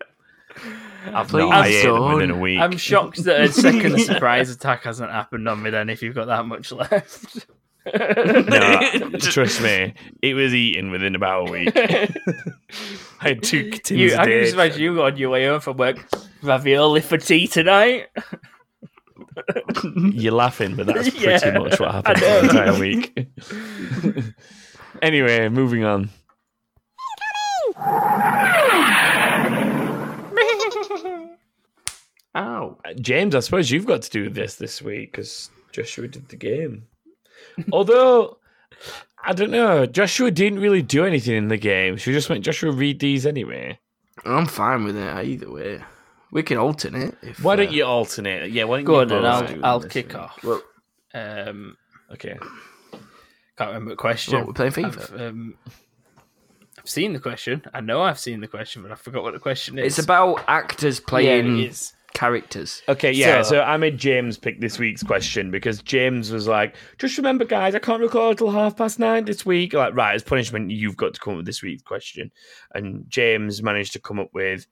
Speaker 3: I've
Speaker 4: Please
Speaker 3: not, I ate them within a
Speaker 4: don't.
Speaker 3: week.
Speaker 1: I'm shocked that a second surprise attack hasn't happened on me then if you've got that much left.
Speaker 3: No, trust me, it was eaten within about a week. I had two tins
Speaker 1: You,
Speaker 3: a
Speaker 1: I can
Speaker 3: day.
Speaker 1: just imagine you on your way home from work, ravioli for tea tonight.
Speaker 3: You're laughing, but that's pretty
Speaker 1: Yeah,
Speaker 3: much what happened for the
Speaker 1: know.
Speaker 3: entire week. anyway, moving on.
Speaker 4: Ow!
Speaker 3: Uh, James, I suppose you've got to do this this week because Joshua did the game. Although, I don't know, Joshua didn't really do anything in the game. She just went, Joshua, read these anyway.
Speaker 4: I'm fine with it either way. We can alternate. If,
Speaker 3: Why don't
Speaker 4: uh,
Speaker 3: you alternate? Yeah, why don't
Speaker 1: Go
Speaker 3: you
Speaker 1: on, then
Speaker 3: both do
Speaker 1: I'll,
Speaker 3: them
Speaker 1: I'll
Speaker 3: this
Speaker 1: kick
Speaker 3: week?
Speaker 1: off.
Speaker 4: Well-
Speaker 1: um,
Speaker 3: Okay.
Speaker 1: can't remember the question.
Speaker 4: What, we're playing
Speaker 1: I've,
Speaker 4: FIFA.
Speaker 1: um, I've seen the question. I know I've seen the question, but I forgot what the question is.
Speaker 4: It's about actors playing
Speaker 1: Yeah, it is.
Speaker 4: characters.
Speaker 3: Okay, yeah. So,
Speaker 1: So-
Speaker 3: I made James pick this week's question because James was like, "Just remember, guys, I can't record till half past nine this week." Like, right, as punishment, you've got to come up with this week's question. And James managed to come up with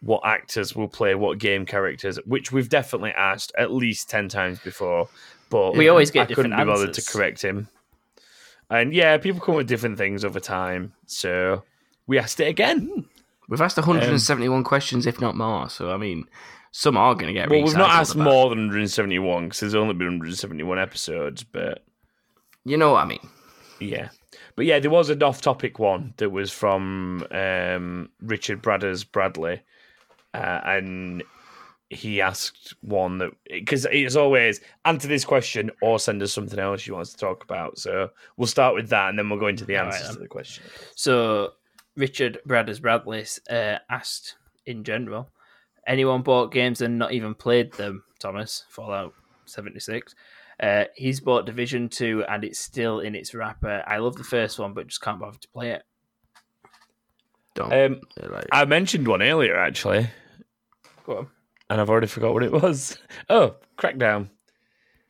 Speaker 3: what actors will play what game characters, which we've definitely asked at least ten times before. But
Speaker 1: We always get
Speaker 3: I couldn't be
Speaker 1: different
Speaker 3: bothered to
Speaker 1: answers.
Speaker 3: correct him. And yeah, people come up with different things over time, so we asked it
Speaker 1: Hmm.
Speaker 3: again.
Speaker 4: We've asked
Speaker 3: Um,
Speaker 4: 171 questions, if not more. So I mean, some are going to get.
Speaker 3: Well, we've not
Speaker 4: recycled
Speaker 3: asked
Speaker 4: about.
Speaker 3: more than 171 because there's only been 171 episodes, but.
Speaker 4: You know what I mean?
Speaker 3: Yeah. But yeah, there was an off topic one that was from um, Richard Bradders Bradley. Uh, and he asked one that, because it's always answer this question or send us something else you want us to talk about. So we'll start with that and then we'll go into the
Speaker 1: All right,
Speaker 3: answers
Speaker 1: then.
Speaker 3: to the question.
Speaker 1: So Richard Bradders Bradless uh, asked in general, anyone bought games and not even played them? Thomas Fallout seventy six. Uh, he's bought Division two and it's still in its wrapper. I love the first one, but just can't bother to play it.
Speaker 4: Don't.
Speaker 3: Um,
Speaker 4: They're like-
Speaker 3: I mentioned one earlier, actually,
Speaker 1: Go on.
Speaker 3: and I've already forgot what it was. Oh, Crackdown.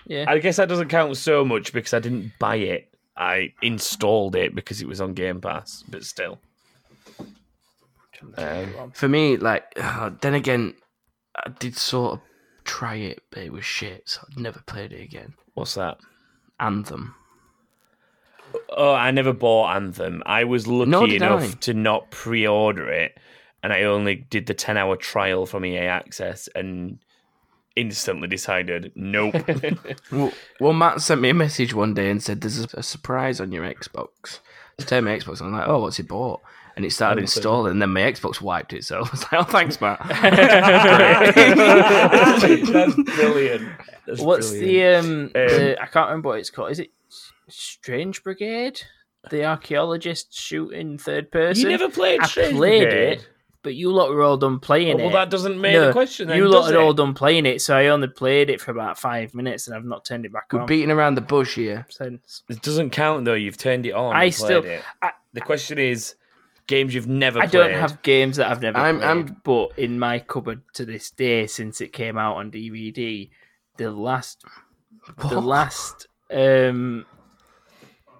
Speaker 1: Yeah,
Speaker 3: I guess that doesn't count so much because I didn't buy it. I installed it because it was on Game Pass, but still. Um,
Speaker 4: For me, like, uh, then again, I did sort of try it, but it was shit, so I'd never played it again.
Speaker 3: What's that?
Speaker 4: Anthem.
Speaker 3: Oh, I never bought Anthem. I was
Speaker 4: Nor
Speaker 3: lucky
Speaker 4: did
Speaker 3: enough
Speaker 4: I.
Speaker 3: to not pre-order it, and I only did the ten-hour trial from EA Access, and instantly decided, nope.
Speaker 4: Well, well, Matt sent me a message one day and said, There's a, a surprise on your Xbox. So I turned my Xbox, and I'm like, Oh, what's it bought? And it started
Speaker 3: didn't see
Speaker 4: installing, and then my Xbox wiped it. So I was like, Oh, thanks, Matt.
Speaker 3: That's brilliant. That's
Speaker 1: what's
Speaker 3: brilliant.
Speaker 4: Um,
Speaker 1: the um? the, I can't remember what it's called. Is it Strange Brigade, the archaeologist shooting third person.
Speaker 3: you never played.
Speaker 1: I
Speaker 3: Strange
Speaker 1: played
Speaker 3: Brigade.
Speaker 1: it, but you lot were all done playing
Speaker 3: Oh, well,
Speaker 1: it.
Speaker 3: that doesn't make
Speaker 1: No,
Speaker 3: the question. Then,
Speaker 1: you lot
Speaker 3: does
Speaker 1: had
Speaker 3: it?
Speaker 1: all done playing it, so I only played it for about five minutes, and I've not turned it back
Speaker 4: We're
Speaker 1: on
Speaker 4: beating around the bush here.
Speaker 1: since.
Speaker 3: It doesn't count though. You've turned it on.
Speaker 1: I
Speaker 3: and
Speaker 1: still-
Speaker 3: played it.
Speaker 1: I-
Speaker 3: the question is games you've never.
Speaker 1: I
Speaker 3: played.
Speaker 1: don't have games that I've never
Speaker 4: I'm-
Speaker 1: played,
Speaker 4: I'm-
Speaker 1: but in my cupboard to this day since it came out on DVD, the last, the
Speaker 4: What?
Speaker 1: last, um,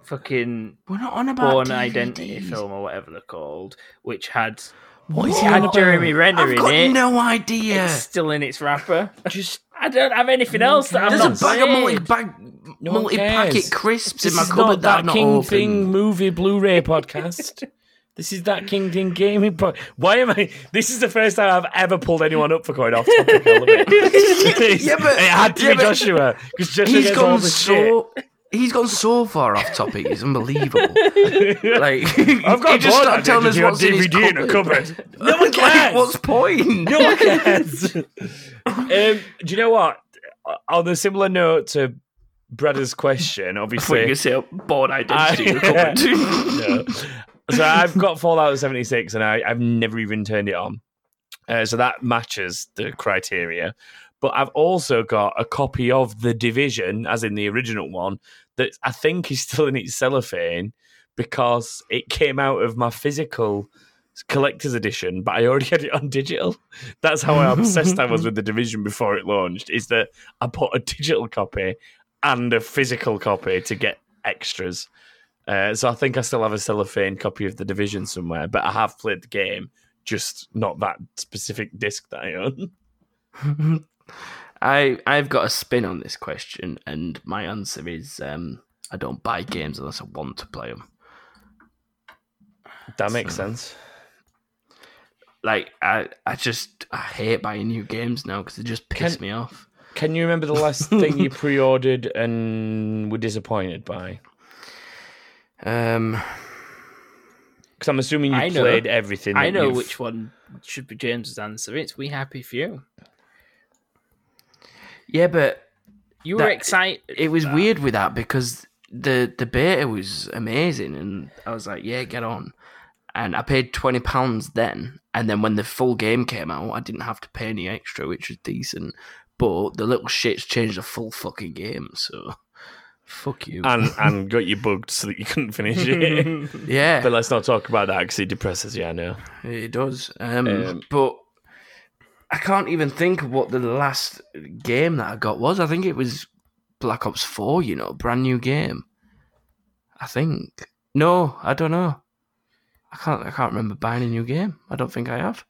Speaker 1: fucking
Speaker 4: We're not on about
Speaker 1: Born
Speaker 4: DVDs.
Speaker 1: Identity film or whatever they're called, which had
Speaker 4: What
Speaker 1: it
Speaker 4: is
Speaker 1: had
Speaker 4: it?
Speaker 1: Jeremy Renner
Speaker 4: I've
Speaker 1: in
Speaker 4: got
Speaker 1: it.
Speaker 4: no idea.
Speaker 1: It's still in its wrapper.
Speaker 3: Just
Speaker 1: I don't have anything else that I've
Speaker 4: Mm, There's
Speaker 1: not
Speaker 4: a bag of multi
Speaker 1: played.
Speaker 4: bag
Speaker 3: No one
Speaker 4: multi packet
Speaker 3: cares.
Speaker 4: crisps
Speaker 3: this
Speaker 4: in my
Speaker 3: is
Speaker 4: cupboard
Speaker 3: not
Speaker 4: that, I've
Speaker 3: that
Speaker 4: not
Speaker 3: King
Speaker 4: opened.
Speaker 3: Thing movie Blu-ray podcast. This is that King Thing gaming. Pro- Why am I? This is the first time I've ever pulled anyone up for going off topic. a little bit.
Speaker 4: Yeah, but-
Speaker 3: it had to
Speaker 4: yeah,
Speaker 3: be
Speaker 4: but-
Speaker 3: Joshua because Joshua
Speaker 4: He's
Speaker 3: gets all
Speaker 4: gone
Speaker 3: the shit.
Speaker 4: so he's gone so far off topic. It's unbelievable. like
Speaker 3: I've got
Speaker 4: he just
Speaker 3: bored
Speaker 4: started telling us
Speaker 3: identity on
Speaker 4: what's in his
Speaker 3: DVD in a cupboard. No one
Speaker 4: Like,
Speaker 3: cares.
Speaker 4: what's point?
Speaker 3: No one cares. um, do you know what? On a similar note to Brad's question, obviously,
Speaker 1: say Born
Speaker 3: Identity in the cupboard. No. So I've got Fallout 76 and I, I've never even turned it on. Uh, so that matches the criteria. But I've also got a copy of The Division, as in the original one, that I think is still in its cellophane because it came out of my physical collector's edition, but I already had it on digital. That's how obsessed I was with The Division before it launched, is that I bought a digital copy and a physical copy to get extras. Uh, so I think I still have a cellophane copy of the division somewhere, but I have played the game, just not that specific disc that I own.
Speaker 4: I I've got a spin on this question, and my answer is um, I don't buy games unless I want to play them.
Speaker 3: That makes sense.
Speaker 4: Like I I just I hate buying new games now because they just piss
Speaker 3: Can-
Speaker 4: me off.
Speaker 3: Can you remember the last thing you pre-ordered and were disappointed by?
Speaker 4: Um,
Speaker 3: Because I'm assuming you
Speaker 1: I know.
Speaker 3: played everything.
Speaker 1: I
Speaker 3: that
Speaker 1: know
Speaker 3: you've-
Speaker 1: which one should be James's answer. It's We Happy Few.
Speaker 4: yeah, but
Speaker 1: You were
Speaker 4: That-
Speaker 1: excited.
Speaker 4: it was weird with that because the the beta was amazing, and I was like, yeah, get on. And I paid twenty pounds then, and then when the full game came out, I didn't have to pay any extra, which was decent. But the little shits changed the full fucking game, so fuck you.
Speaker 3: and and got you bugged so that you couldn't finish it.
Speaker 4: yeah,
Speaker 3: but let's not talk about that because it depresses you. I know.
Speaker 4: It does. Um,
Speaker 3: Um,
Speaker 4: but I can't even think of what the last game that I got was. I think it was Black Ops 4, you know, brand new game. I think. No, I don't know. I can't I can't remember buying a new game. I don't think I have.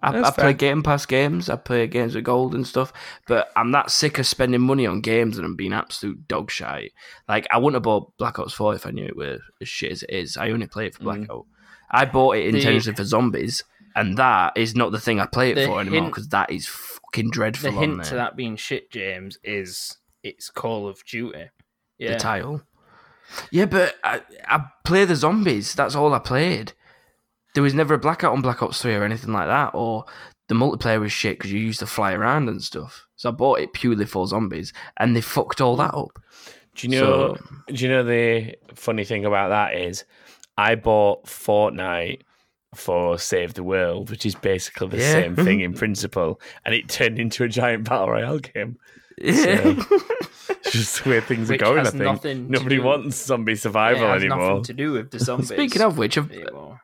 Speaker 4: I,
Speaker 3: That's
Speaker 4: I play
Speaker 3: fair.
Speaker 4: Game Pass games, I play games with gold and stuff, but I'm that sick of spending money on games and I'm being absolute dog shy. Like I wouldn't have bought Black Ops 4 if I knew it were as shit as it is. I only play it for Blackout. I bought it
Speaker 1: Mm. The-
Speaker 4: intentionally for zombies, and that is not the thing I play it
Speaker 1: The
Speaker 4: for anymore
Speaker 1: hint-
Speaker 4: because that is fucking dreadful.
Speaker 1: The
Speaker 4: on
Speaker 1: hint
Speaker 4: there.
Speaker 1: to that being shit, James, is it's Call of Duty. Yeah.
Speaker 4: the title. Yeah, but I, I play the zombies. That's all I played. There was never a blackout on Black Ops Three or anything like that, or the multiplayer was shit because you used to fly around and stuff. So I bought it purely for zombies, and they fucked
Speaker 1: Mm.
Speaker 4: all that up.
Speaker 3: Do you know? do you know the funny thing about that is, I bought Fortnite for Save the World, which is basically the
Speaker 4: Yeah.
Speaker 3: same thing in principle, and it turned into a giant battle royale game.
Speaker 4: Yeah.
Speaker 3: It's just the way things
Speaker 1: Which
Speaker 3: are going.
Speaker 1: has
Speaker 3: I think
Speaker 1: nothing to
Speaker 3: nobody
Speaker 1: do-
Speaker 3: wants zombie
Speaker 1: It
Speaker 3: survival
Speaker 1: has
Speaker 3: anymore.
Speaker 1: nothing to do with the zombies.
Speaker 4: Speaking of which, have,
Speaker 1: anymore.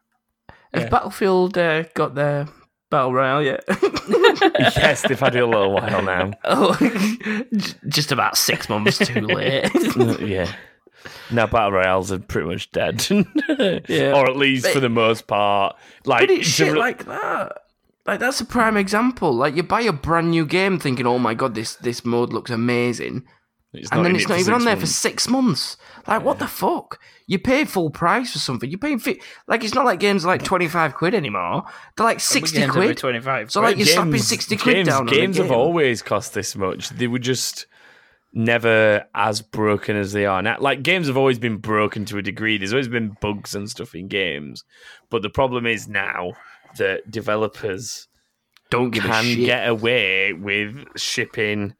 Speaker 4: have
Speaker 3: Yeah.
Speaker 4: Battlefield uh, got their battle royale yet?
Speaker 3: yes, they've had it a little while now.
Speaker 4: Oh, j- just about six months too late.
Speaker 3: yeah. Now battle royales are pretty much dead,
Speaker 4: Yeah.
Speaker 3: or at least for the most part. Like,
Speaker 4: but it's
Speaker 3: to
Speaker 4: shit
Speaker 3: re-
Speaker 4: like that. Like that's a prime example. Like you buy a brand new game thinking, "Oh my god, this this mode looks amazing,"
Speaker 3: it's
Speaker 4: and then
Speaker 3: in
Speaker 4: it's
Speaker 3: it
Speaker 4: not
Speaker 3: for
Speaker 4: even on
Speaker 3: six
Speaker 4: there for
Speaker 3: months.
Speaker 4: six months. Like what the fuck? You pay full price for something. You're paying fi- like it's not like games are like twenty five quid anymore. They're like
Speaker 1: Some
Speaker 4: sixty
Speaker 1: games are
Speaker 4: quid.
Speaker 1: 25
Speaker 4: So,
Speaker 1: quid.
Speaker 4: like, you're slapping 60 quid
Speaker 3: games,
Speaker 4: down on the
Speaker 3: Games have
Speaker 4: game.
Speaker 3: always cost this much. They were just never as broken as they are now. Like games have always been broken to a degree. There's always been bugs and stuff in games, but the problem is now that developers
Speaker 4: Don't give a
Speaker 3: can
Speaker 4: shit.
Speaker 3: get away with shipping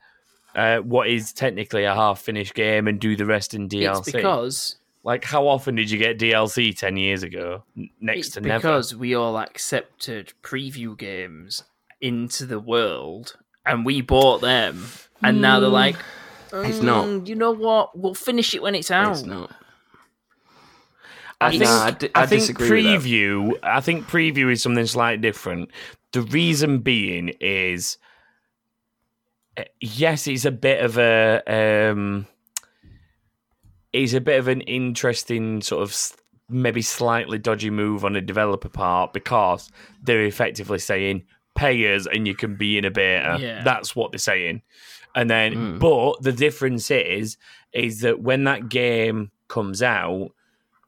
Speaker 3: uh, what is technically a half finished game and do the rest in DLC.
Speaker 1: It's because
Speaker 3: like, how often did you get DLC 10 years ago? N- Next
Speaker 1: it's
Speaker 3: to never.
Speaker 1: because we all accepted preview games into the world and we bought them and now they're like
Speaker 4: Hmm. It's not.
Speaker 1: "Mm, you know what we'll finish it when it's out
Speaker 4: It's not.
Speaker 3: I
Speaker 1: it's-
Speaker 3: think,
Speaker 4: Nah, I di- I
Speaker 3: think
Speaker 4: disagree with that.
Speaker 3: preview. I think preview is something slightly different. The reason being is, uh, yes, it's a bit of a, um, it's a bit of an interesting sort of s- maybe slightly dodgy move on the developer part because they're effectively saying pay us and you can be in a beta.
Speaker 1: Yeah.
Speaker 3: That's what they're saying. And then,
Speaker 4: Mm.
Speaker 3: but the difference is, is that when that game comes out,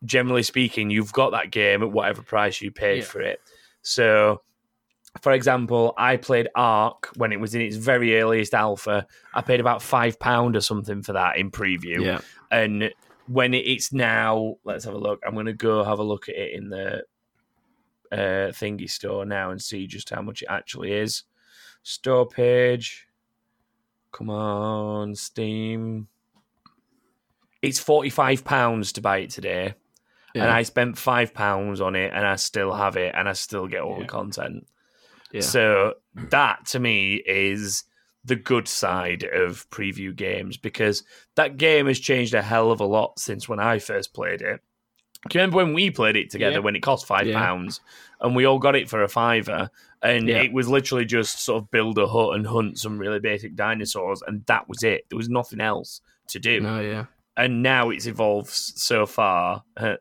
Speaker 3: generally speaking, you've got that game at whatever price you paid
Speaker 1: Yeah.
Speaker 3: for it. So, for example, I played Ark when it was in its very earliest alpha. I paid about five pound or something for that in preview,
Speaker 4: Yeah.
Speaker 3: and when it- it's now, let's have a look. I'm going to go have a look at it in the uh, thingy store now and see just how much it actually is. Store page. Come on, Steam. It's forty-five pounds to buy it today, and
Speaker 4: Yeah.
Speaker 3: I spent five pounds on it, and I still have it, and I still get all
Speaker 1: Yeah.
Speaker 3: the content.
Speaker 4: Yeah.
Speaker 3: So that to me is the good side of preview games because that game has changed a hell of a lot since when I first played it. Do you remember when we played it together
Speaker 1: Yeah.
Speaker 3: when it cost five
Speaker 4: Yeah.
Speaker 3: pounds and we all got it for a fiver? And
Speaker 4: Yeah.
Speaker 3: it was literally just sort of build a hut and hunt some really basic dinosaurs, and that was it. There was nothing else to do
Speaker 4: no, yeah.
Speaker 3: and now it's evolved s- so far. Uh,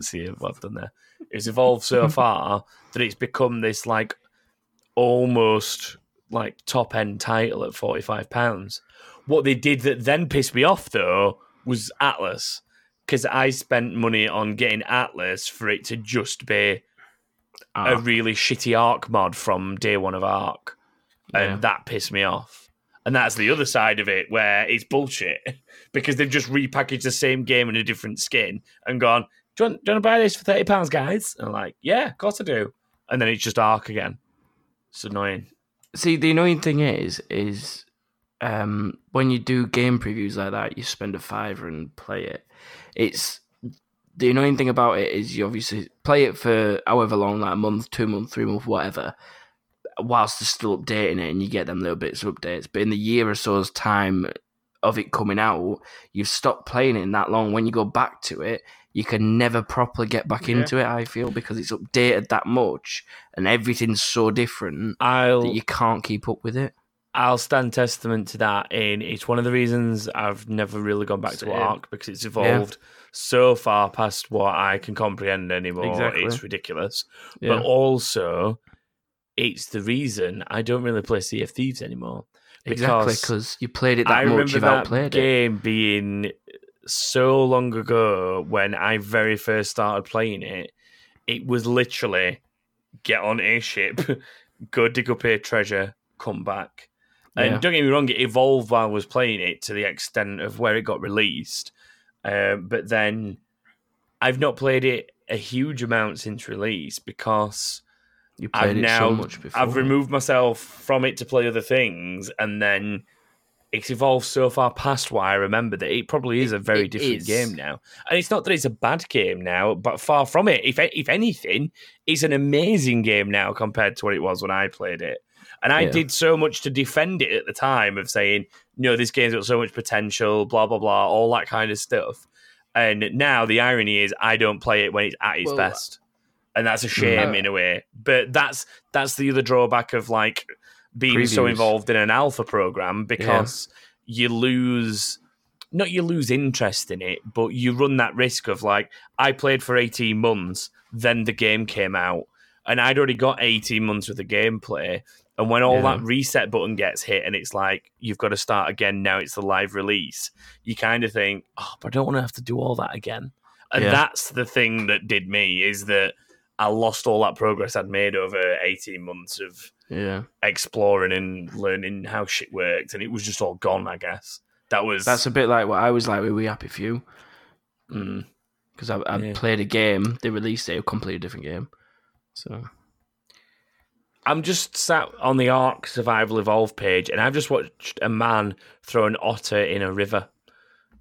Speaker 3: see what I've done there. It's evolved so far that it's become this like almost like top end title at forty five pounds. What they did that then pissed me off though was Atlas because I spent money on getting Atlas for it to just be a
Speaker 4: Ah,
Speaker 3: really shitty arc mod from day one of arc and
Speaker 4: Yeah.
Speaker 3: that pissed me off and that's the other side of it where it's bullshit because they've just repackaged the same game in a different skin and gone do you want, do you want to buy this for 30 pounds guys and I'm like yeah of course i do and then it's just arc again it's annoying
Speaker 4: See, the annoying thing is, is um, when you do game previews like that, you spend a fiver and play it. It's the annoying thing about it is you obviously play it for however long, like a month, two month, three month, whatever, whilst they're still updating it, and you get them little bits of updates. But in the year or so's time of it coming out, you've stopped playing it in that long. When you go back to it, you can never properly get back
Speaker 1: Yeah.
Speaker 4: into it. I feel because it's updated that much, and everything's so different
Speaker 3: i'll
Speaker 4: that you can't keep up with it.
Speaker 3: I'll stand testament to that. And it's one of the reasons I've never really gone back
Speaker 1: Same.
Speaker 3: to Ark because it's evolved so far past what I can comprehend anymore.
Speaker 4: Exactly.
Speaker 3: It's ridiculous.
Speaker 4: Yeah.
Speaker 3: But also, it's the reason I don't really play Sea of Thieves anymore.
Speaker 4: Exactly, because you played it that
Speaker 3: I
Speaker 4: much,
Speaker 3: remember
Speaker 4: you've
Speaker 3: that
Speaker 4: outplayed it.
Speaker 3: game being so long ago when I very first started playing it. It was literally get on a ship, go dig up a treasure, come back. And
Speaker 4: Yeah.
Speaker 3: don't get me wrong, it evolved while I was playing it to the extent of where it got released. Um, but then I've not played it a huge amount since release because
Speaker 4: You
Speaker 3: I've
Speaker 4: played it
Speaker 3: now-
Speaker 4: so much before.
Speaker 3: I've removed myself from it to play other things, and then it's evolved so far past what I remember that it probably is a very
Speaker 1: it
Speaker 3: different
Speaker 1: is.
Speaker 3: game now. And it's not that it's a bad game now, but far from it. If if anything, it's an amazing game now compared to what it was when I played it. And I
Speaker 4: Yeah.
Speaker 3: did so much to defend it at the time of saying, no, this game's got so much potential, blah blah blah, all that kind of stuff. And now the irony is, I don't play it when it's at its
Speaker 1: Well,
Speaker 3: best, and that's a shame
Speaker 1: Uh,
Speaker 3: in a way. But that's that's the other drawback of like being so
Speaker 4: Previews.
Speaker 3: involved in an alpha program because you lose not you lose interest in it, but you run that risk of like I played for eighteen months, then the game came out, and I'd already got eighteen months with the gameplay. And when all
Speaker 4: Yeah.
Speaker 3: that reset button gets hit, and it's like you've got to start again now, it's the live release. You kind of think, oh, but I don't want to have to do all that again. And
Speaker 4: Yeah.
Speaker 3: that's the thing that did me is that I lost all that progress I'd made over eighteen months of
Speaker 4: Yeah,
Speaker 3: exploring and learning how shit worked, and it was just all gone. I guess that was
Speaker 4: that's a bit like what I was like with We Happy Few,
Speaker 3: Mm.
Speaker 4: because I, I
Speaker 3: Yeah.
Speaker 4: played a game, they released it, a completely different game. So
Speaker 3: I'm just sat on the Ark Survival Evolve page, and I've just watched a man throw an otter in a river.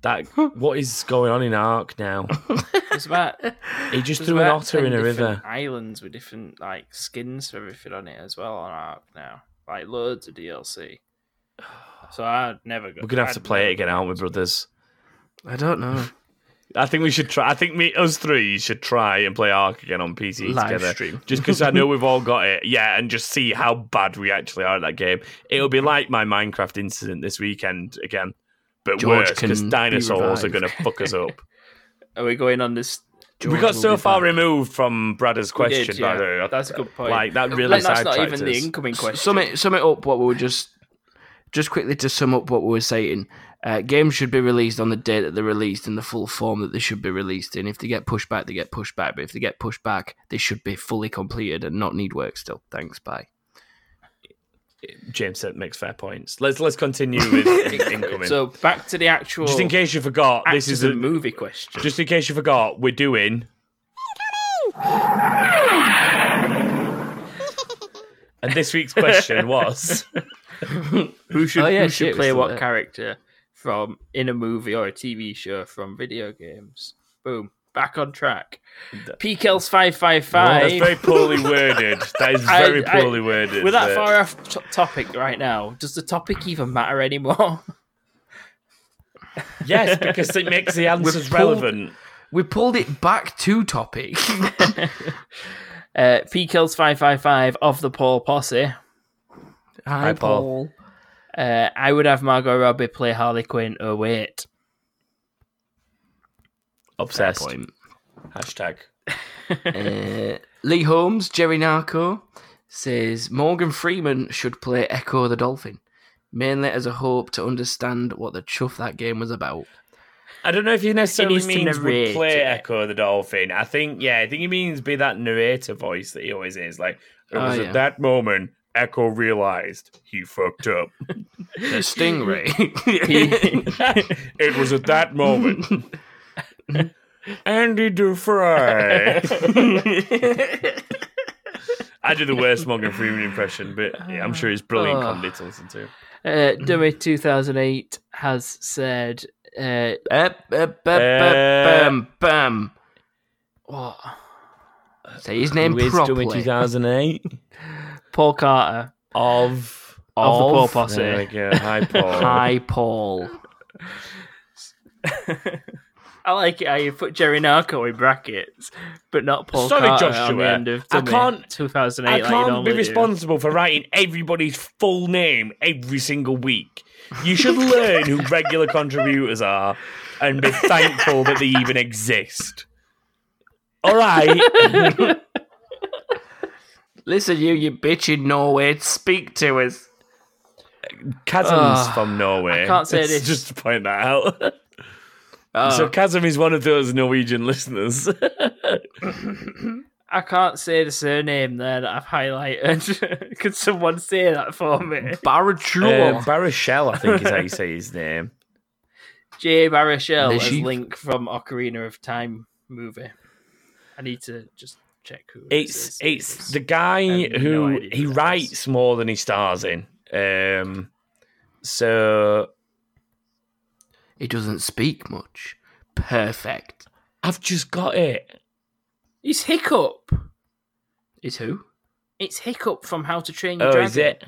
Speaker 3: That what is going on in Ark now?
Speaker 1: There's about
Speaker 3: He just
Speaker 1: there's
Speaker 3: threw an
Speaker 1: about
Speaker 3: otter in
Speaker 1: 10
Speaker 3: a
Speaker 1: different
Speaker 3: river.
Speaker 1: Islands with different like skins for everything on it as well on Ark now, like loads of DLC. So I'd never go.
Speaker 3: We're gonna have to
Speaker 1: I'd
Speaker 3: play
Speaker 1: never
Speaker 3: it again, aren't we, brothers?
Speaker 4: I don't know.
Speaker 3: I think we should try. I think me, us three, should try and play Ark again on PC
Speaker 1: Live
Speaker 3: together.
Speaker 1: stream.
Speaker 3: Just because I know we've all got it, yeah, and just see how bad we actually are at that game. It'll be like my Minecraft incident this weekend again, but
Speaker 4: George
Speaker 3: worse because
Speaker 4: can be
Speaker 3: dinosaurs are
Speaker 4: revived.
Speaker 3: gonna fuck us up.
Speaker 1: Are we going on this?
Speaker 3: we got so far removed from Brad's
Speaker 1: We
Speaker 3: question,
Speaker 1: did,
Speaker 3: by
Speaker 1: yeah.
Speaker 3: the way.
Speaker 1: That's a good point.
Speaker 3: Like that really
Speaker 1: and that's not
Speaker 3: sidetracked
Speaker 1: even the
Speaker 3: us.
Speaker 1: incoming question.
Speaker 4: Sum it, sum it up what we were just just quickly to sum up what we were saying. Uh, games should be released on the day that they're released in the full form that they should be released in. If they get pushed back, they get pushed back. But if they get pushed back, they should be fully completed and not need work still. Thanks, bye.
Speaker 3: James said makes fair points. Let's let's continue with in- incoming.
Speaker 1: So back to the actual.
Speaker 3: just in case you forgot, this is a,
Speaker 1: movie question.
Speaker 3: just in case you forgot, we're doing And this week's question was
Speaker 1: Who should,
Speaker 4: Oh, yeah,
Speaker 1: who
Speaker 4: shit,
Speaker 1: should
Speaker 4: we
Speaker 1: play
Speaker 4: still
Speaker 1: what
Speaker 4: there.
Speaker 1: character from in a movie or a TV show from video games? Boom. Back on track. PKL's five five
Speaker 3: That's
Speaker 1: five.
Speaker 3: very poorly worded. That is
Speaker 1: I-
Speaker 3: very
Speaker 1: I-
Speaker 3: poorly worded.
Speaker 1: We're that
Speaker 3: there.
Speaker 1: far off t- topic right now. Does the topic even matter anymore?
Speaker 3: Yes, because it makes the answers
Speaker 4: pulled-
Speaker 3: relevant.
Speaker 4: We pulled it back to topic.
Speaker 1: Uh, PKL's five five five of the Paul Posse.
Speaker 4: Hi,
Speaker 3: Paul.
Speaker 1: Uh, I would have Margot Robbie play Harley Quinn. Oh wait,
Speaker 3: Obsessed.
Speaker 4: Point.
Speaker 3: Hashtag.
Speaker 4: Uh, Lee Holmes, Jerry Narco says Morgan Freeman should play Echo the Dolphin, mainly as a hope to understand what the chuff that game was about.
Speaker 3: I don't know if he necessarily
Speaker 1: needs to
Speaker 3: means would
Speaker 1: narrate
Speaker 3: play
Speaker 1: it.
Speaker 3: Echo the Dolphin. I think, yeah, I think he means be that narrator voice that he always is. Like, it
Speaker 4: Oh,
Speaker 3: was
Speaker 4: yeah.
Speaker 3: at that moment Echo realized he fucked up.
Speaker 4: The Stingray.
Speaker 1: He-
Speaker 3: it was at that moment. Andy Dufresne. I do the worst Morgan Freeman impression, but yeah, I'm sure it's brilliant
Speaker 4: Oh.
Speaker 3: comedy to listen to.
Speaker 1: uh, Dummy two thousand eight has said. Uh,
Speaker 4: Up, up, up, up, bum, bum.
Speaker 1: what?
Speaker 4: Say his name properly.
Speaker 3: 2008
Speaker 1: Paul Carter.
Speaker 3: of
Speaker 1: Of the Paul Posse.
Speaker 3: There we go. Hi Paul.
Speaker 4: Hi, Paul.
Speaker 1: I like it how you put Jerry Narco in brackets, but not Paul
Speaker 3: Sorry,
Speaker 1: Carter
Speaker 3: Joshua.
Speaker 1: on the end of
Speaker 3: I
Speaker 1: Dummy
Speaker 3: can't-
Speaker 1: 2008.
Speaker 3: I
Speaker 1: like you
Speaker 3: can't
Speaker 1: normally
Speaker 3: be
Speaker 1: do.
Speaker 3: responsible for writing everybody's full name every single week. You should learn who regular contributors are and be thankful that they even exist. All right.
Speaker 4: Listen, you, you bitch in Norway, speak to us.
Speaker 3: Chasm's
Speaker 4: Ugh,
Speaker 3: from Norway.
Speaker 1: Ah, I can't say
Speaker 3: It's
Speaker 1: this. Ah.
Speaker 3: Just to point that out.
Speaker 4: Oh,
Speaker 3: so Chasm is one of those Norwegian listeners.
Speaker 1: I can't say the surname there that I've highlighted. Could someone say that for me?
Speaker 4: Barachua.
Speaker 3: Uh, Barachel, I think is how you say his name.
Speaker 1: Jay Baruchel
Speaker 4: Is
Speaker 1: as
Speaker 4: she-
Speaker 1: Link from Ocarina of Time movie. I need to just check who it
Speaker 3: It's
Speaker 1: is.
Speaker 3: it's
Speaker 1: Because
Speaker 3: the guy
Speaker 1: have no
Speaker 3: who
Speaker 1: idea who
Speaker 3: he
Speaker 1: that is.
Speaker 3: writes more than he stars in. Um, so
Speaker 4: he doesn't speak much. Perfect.
Speaker 3: I've just got it.
Speaker 1: it's Hiccup.
Speaker 4: Is who?
Speaker 1: It's Hiccup from How to Train Your
Speaker 3: Oh,
Speaker 1: Dragon.
Speaker 3: is it?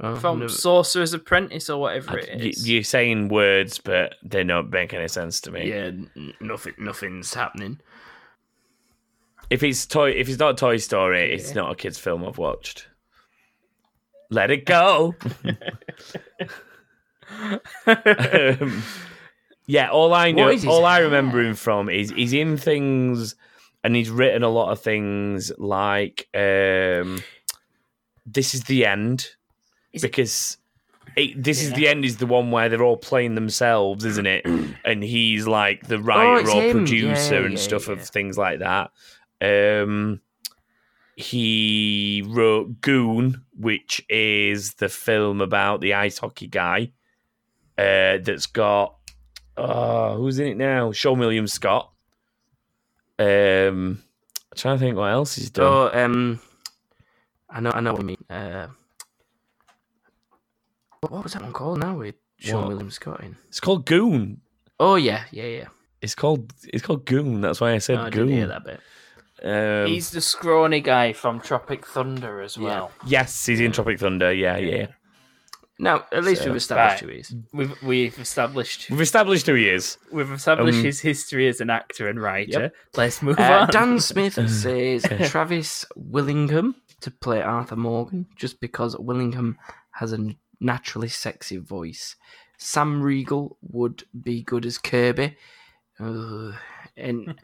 Speaker 4: Oh,
Speaker 1: From
Speaker 4: never-
Speaker 1: Sorcerer's Apprentice or whatever it
Speaker 3: You,
Speaker 1: is.
Speaker 3: you're saying words, but they don't make any sense to me.
Speaker 4: yeah, n- nothing. Nothing's happening.
Speaker 3: If it's toy, if it's not Toy Story, it's
Speaker 1: Yeah.
Speaker 3: not a kids' film I've watched. Let it go. Um, yeah, all I know,
Speaker 4: What is his
Speaker 3: all I remember him from is he's in things, and he's written a lot of things like um, "This is the end,"
Speaker 1: Is it-
Speaker 3: because it, "This is
Speaker 1: Yeah.
Speaker 3: the end" is the one where they're all playing themselves, isn't it? and he's like the writer
Speaker 4: Oh, it's
Speaker 3: or
Speaker 4: him.
Speaker 3: producer
Speaker 4: Yeah,
Speaker 3: and
Speaker 4: yeah,
Speaker 3: stuff of
Speaker 4: yeah.
Speaker 3: things like that. Um, he wrote Goon, which is the film about the ice hockey guy uh, that's got uh, who's in it now? Sean William Scott. Um, I'm trying to think what else he's done.
Speaker 4: Oh, um, I know, I know what you mean. Uh, what what was that one called? Now with Sean
Speaker 3: What?
Speaker 4: William Scott in.
Speaker 3: It's called Goon.
Speaker 4: Oh yeah, yeah, yeah.
Speaker 3: It's called it's called Goon. That's why I said
Speaker 4: No, Oh, I didn't hear
Speaker 3: Goon.
Speaker 4: that bit.
Speaker 3: Um,
Speaker 1: He's the scrawny guy from Tropic Thunder as
Speaker 4: Yeah.
Speaker 1: well.
Speaker 3: yes, he's in Tropic Thunder. Yeah, yeah.
Speaker 4: No, at least
Speaker 3: So,
Speaker 4: we've established
Speaker 1: right.
Speaker 4: who he is.
Speaker 1: We've we've established
Speaker 3: We've established who he is.
Speaker 1: we've established
Speaker 3: Um,
Speaker 1: his history as an actor and writer. Let's move
Speaker 4: Uh,
Speaker 1: on.
Speaker 4: Dan Smith says Travis Willingham to play Arthur Morgan just because Willingham has a naturally sexy voice. Sam Riegel would be good as Kirby. Ugh. in,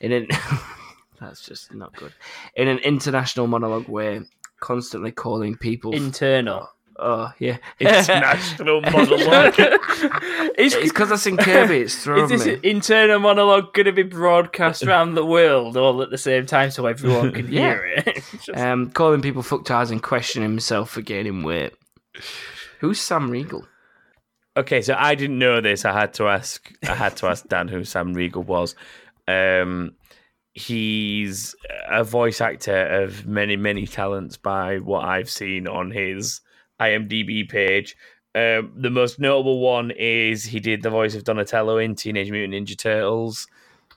Speaker 4: in an, that's just not good. In an international monologue way, constantly calling people.
Speaker 1: Internal.
Speaker 4: oh, yeah.
Speaker 3: International monologue.
Speaker 1: is,
Speaker 4: It's because I seen Kirby, it's
Speaker 1: is
Speaker 4: thrown
Speaker 1: this
Speaker 4: me.
Speaker 1: internal monologue going to be broadcast around the world all at the same time so everyone can
Speaker 4: Yeah.
Speaker 1: hear it? It's
Speaker 3: Uh,
Speaker 1: just-
Speaker 4: Um, calling people fucktards and questioning himself for gaining weight. Who's Sam Riegel?
Speaker 3: okay, so I didn't know this. I had to ask. I had to ask Dan who Sam Riegel was. Um, he's a voice actor of many, many talents. By what I've seen on his IMDb page, um, the most notable one is he did the voice of Donatello in Teenage Mutant Ninja Turtles.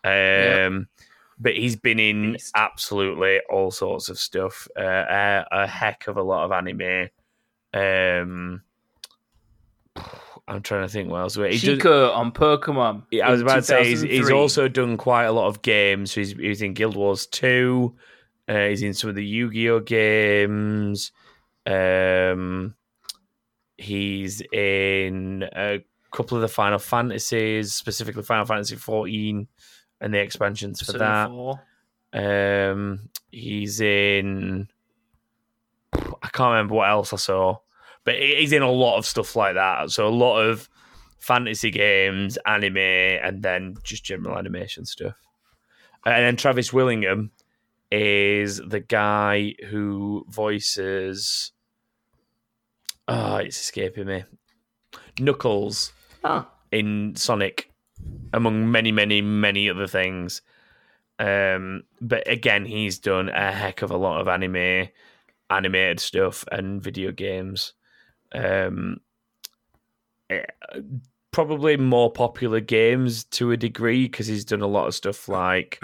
Speaker 3: Um, But he's been in
Speaker 1: Beast.
Speaker 3: absolutely all sorts of stuff. Uh, a, a heck of a lot of anime. Um, I'm trying to think what else. He does-
Speaker 1: Chico on Pokemon.
Speaker 3: yeah, I was
Speaker 1: in
Speaker 3: about to say he's, he's
Speaker 1: 2003.
Speaker 3: also done quite a lot of games. He's, he's in Guild Wars Two. Uh, he's in some of the Yu Gi Oh games. Um, he's in a couple of the Final Fantasies, specifically Final Fantasy fourteen, and the expansions for
Speaker 1: Persona
Speaker 3: that.
Speaker 1: four.
Speaker 3: Um, he's in. I can't remember what else I saw, but he- he's in a lot of stuff like that. So a lot of fantasy games, anime, and then just general animation stuff. Uh, And then Travis Willingham is the guy who voices. Oh, it's escaping me. Knuckles
Speaker 4: Oh,
Speaker 3: in Sonic, among many, many, many other things. Um, but again, he's done a heck of a lot of anime, animated stuff, and video games. Um, eh, probably more popular games to a degree because he's done a lot of stuff like,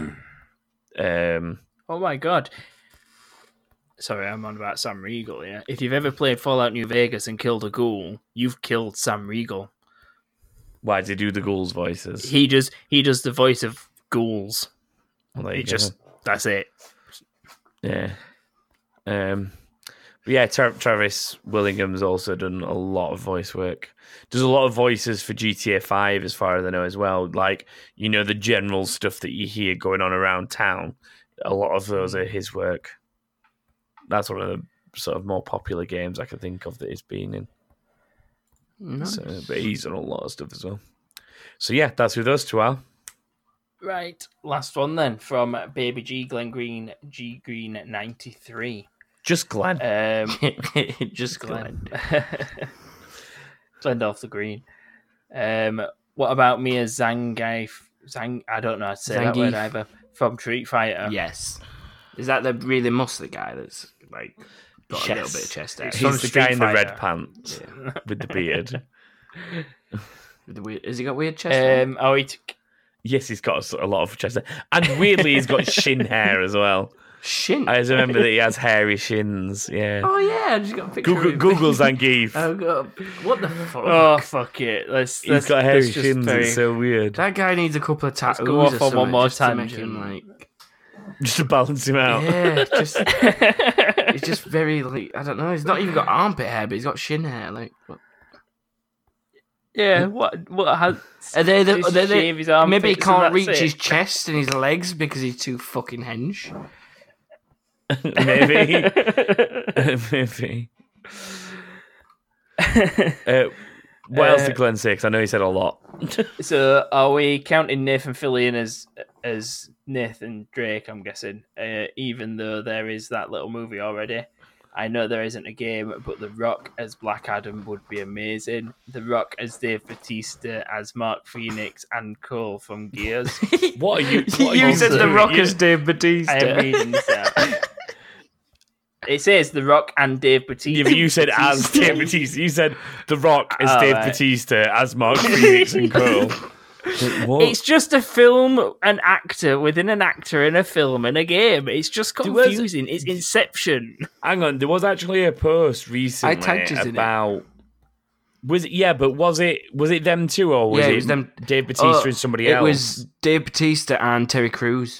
Speaker 3: um,
Speaker 1: Oh my god. Sorry, I'm on about Sam Regal, yeah. If you've ever played Fallout New Vegas and killed a ghoul, you've killed Sam Regal.
Speaker 3: why did he do the ghouls voices?
Speaker 1: He does he does the voice of ghouls.
Speaker 3: Well, there you
Speaker 1: It
Speaker 3: go.
Speaker 1: just that's it.
Speaker 3: Yeah. Um. But yeah, Tra- Travis Willingham's also done a lot of voice work. Does a lot of voices for GTA Five, as far as I know, as well. Like you know the general stuff that you hear going on around town. A lot of those are his work. That's one of the sort of more popular games I can think of that he's been in.
Speaker 4: nice.
Speaker 3: So, but he's done a lot of stuff as well. So yeah, that's who those two are.
Speaker 1: Right. Last one then from Baby G Glen Green G Green ninety three.
Speaker 3: Just Glenn.
Speaker 1: Um
Speaker 4: just glad.
Speaker 1: Blend off the green. Um, what about me as Zangief? Zang, I don't know how to say that word
Speaker 4: Zangief.
Speaker 1: either. From Street Fighter.
Speaker 4: Yes. Is that the really muscly guy that's like got a little
Speaker 3: Yes.
Speaker 4: bit of chest out?
Speaker 1: He's
Speaker 3: he's the
Speaker 1: Street
Speaker 3: guy in the red
Speaker 1: Fighter.
Speaker 3: pants with the beard.
Speaker 4: With the weird- has he got weird chest? hair?
Speaker 1: Um, oh, he took-
Speaker 3: Yes, he's got a lot of chest hair. And weirdly, he's got shin hair as well.
Speaker 4: Shin.
Speaker 3: I just remember that he has hairy shins. Yeah.
Speaker 4: oh yeah, I just got a picture.
Speaker 3: Google,
Speaker 4: of him.
Speaker 3: Google Zangief.
Speaker 4: Oh god, what the fuck?
Speaker 1: oh, fuck it. Let's,
Speaker 3: he's
Speaker 1: let's,
Speaker 3: got
Speaker 1: let's
Speaker 3: hairy
Speaker 1: just
Speaker 3: shins.
Speaker 1: very-
Speaker 3: It's so weird.
Speaker 4: That guy needs a couple of tattoos.
Speaker 1: go off
Speaker 4: or
Speaker 1: on one
Speaker 4: something
Speaker 1: more
Speaker 4: just to make
Speaker 1: tangent.
Speaker 4: him like.
Speaker 3: Just to balance him out.
Speaker 4: Yeah, just it's just very like I don't know. He's not even got armpit hair, but he's got shin hair. Like, what?
Speaker 1: yeah, what? What has.
Speaker 4: are they the?
Speaker 1: just
Speaker 4: Are they
Speaker 1: shave
Speaker 4: the
Speaker 1: his armpits
Speaker 4: maybe he
Speaker 1: and
Speaker 4: can't
Speaker 1: that's
Speaker 4: reach
Speaker 1: it.
Speaker 4: his chest and his legs because he's too fucking hench.
Speaker 3: Maybe. Maybe. Uh, what else
Speaker 1: Uh,
Speaker 3: did Glenn say? 'Cause I know he said a lot.
Speaker 1: so, are we counting Nathan Fillion as as Nathan Drake? I'm guessing, uh, even though there is that little movie already. I know there isn't a game, but The Rock as Black Adam would be amazing. The Rock as Dave Batista, as Mark Phoenix, and Cole from Gears.
Speaker 3: What are you? What are
Speaker 4: you said
Speaker 1: also-
Speaker 4: the
Speaker 3: doing?
Speaker 4: Rock as Dave Batista.
Speaker 1: I am reading this out. It says The Rock and Dave Batista.
Speaker 3: If you said as Dave Batista, you said The Rock as
Speaker 1: Oh,
Speaker 3: Dave
Speaker 1: right.
Speaker 3: Batista, as Mark Phoenix and Cole.
Speaker 1: It's just a film, an actor within an actor in a film in a game. It's just
Speaker 3: was-
Speaker 1: confusing. It's Inception.
Speaker 3: Hang on, there was actually a post recently
Speaker 4: tagged us in it.
Speaker 3: about. Was it, yeah, but was it was it them two or was
Speaker 4: Yeah,
Speaker 3: it,
Speaker 4: it was them-
Speaker 3: Dave Batista
Speaker 4: Oh,
Speaker 3: and somebody
Speaker 4: it
Speaker 3: else?
Speaker 4: was Dave Batista and Terry Crews.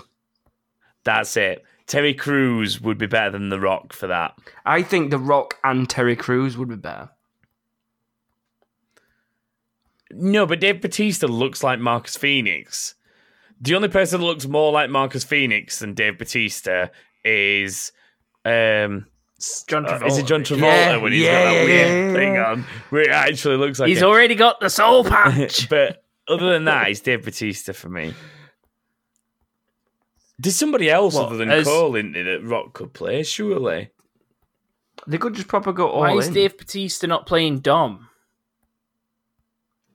Speaker 3: That's it. Terry Crews would be better than The Rock for that.
Speaker 4: I think The Rock and Terry Crews would be better.
Speaker 3: No, but Dave Batista looks like Marcus Phoenix. The only person that looks more like Marcus Phoenix than Dave Batista is um
Speaker 1: John
Speaker 3: uh,
Speaker 1: Travolta.
Speaker 3: is it John Travolta
Speaker 4: Yeah,
Speaker 3: when he's
Speaker 4: yeah,
Speaker 3: got that
Speaker 4: yeah,
Speaker 3: weird
Speaker 4: yeah,
Speaker 3: thing
Speaker 4: yeah.
Speaker 3: on where it actually looks like
Speaker 1: He's
Speaker 3: a-
Speaker 1: already got the soul patch.
Speaker 3: but other than that, it's Dave Batista for me. There's somebody else
Speaker 1: What,
Speaker 3: other than
Speaker 1: as-
Speaker 3: Cole in there that Rock could play, surely.
Speaker 4: They could just proper go all
Speaker 1: Why is
Speaker 4: in.
Speaker 1: Dave Batista not playing Dom?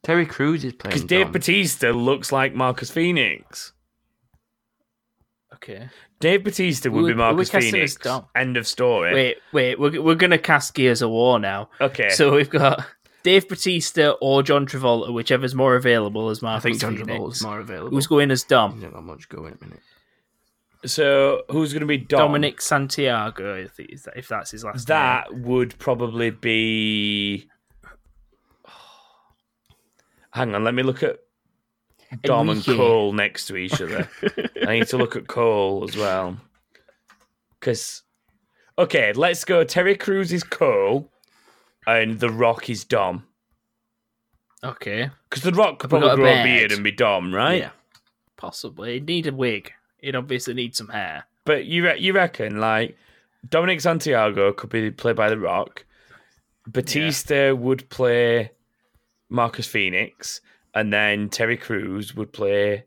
Speaker 4: Terry Crews is playing.
Speaker 3: Because Dave
Speaker 4: Dom.
Speaker 3: Batista looks like Marcus Phoenix.
Speaker 1: Okay.
Speaker 3: Dave Batista would
Speaker 1: We-
Speaker 3: be
Speaker 1: we
Speaker 3: Marcus
Speaker 1: cast him as
Speaker 3: Phoenix.
Speaker 1: Dom.
Speaker 3: End of story.
Speaker 1: Wait, wait. We're, we're going to cast Gears of War now.
Speaker 3: Okay. So
Speaker 1: So we've got Dave Batista or John Travolta, whichever's more available as
Speaker 4: I
Speaker 1: Marcus
Speaker 4: think John
Speaker 1: Phoenix.
Speaker 4: Travolta's more available.
Speaker 1: Who's going as Dom?
Speaker 4: He's not got much go in a minute.
Speaker 3: so who's going to be Dom?
Speaker 1: Dominic Santiago, if he- is that- if that's his last name.
Speaker 3: That would probably be. Hang on, let me look at Dom and
Speaker 1: Enrique.
Speaker 3: Cole next to each other. I need to look at Cole as well. Because, okay, let's go. Terry Crews is Cole, and The Rock is Dom.
Speaker 1: Okay,
Speaker 3: Because The Rock could
Speaker 1: Have we
Speaker 3: probably
Speaker 1: got a
Speaker 3: grow a
Speaker 1: beard?
Speaker 3: beard and be Dom, right?
Speaker 4: Yeah.
Speaker 1: Oh, possibly. He'd need a wig. He'd obviously need some hair.
Speaker 3: But you re- you reckon like Dominic Santiago could be played by The Rock, Batista would play Marcus Phoenix, and then Terry Crews would play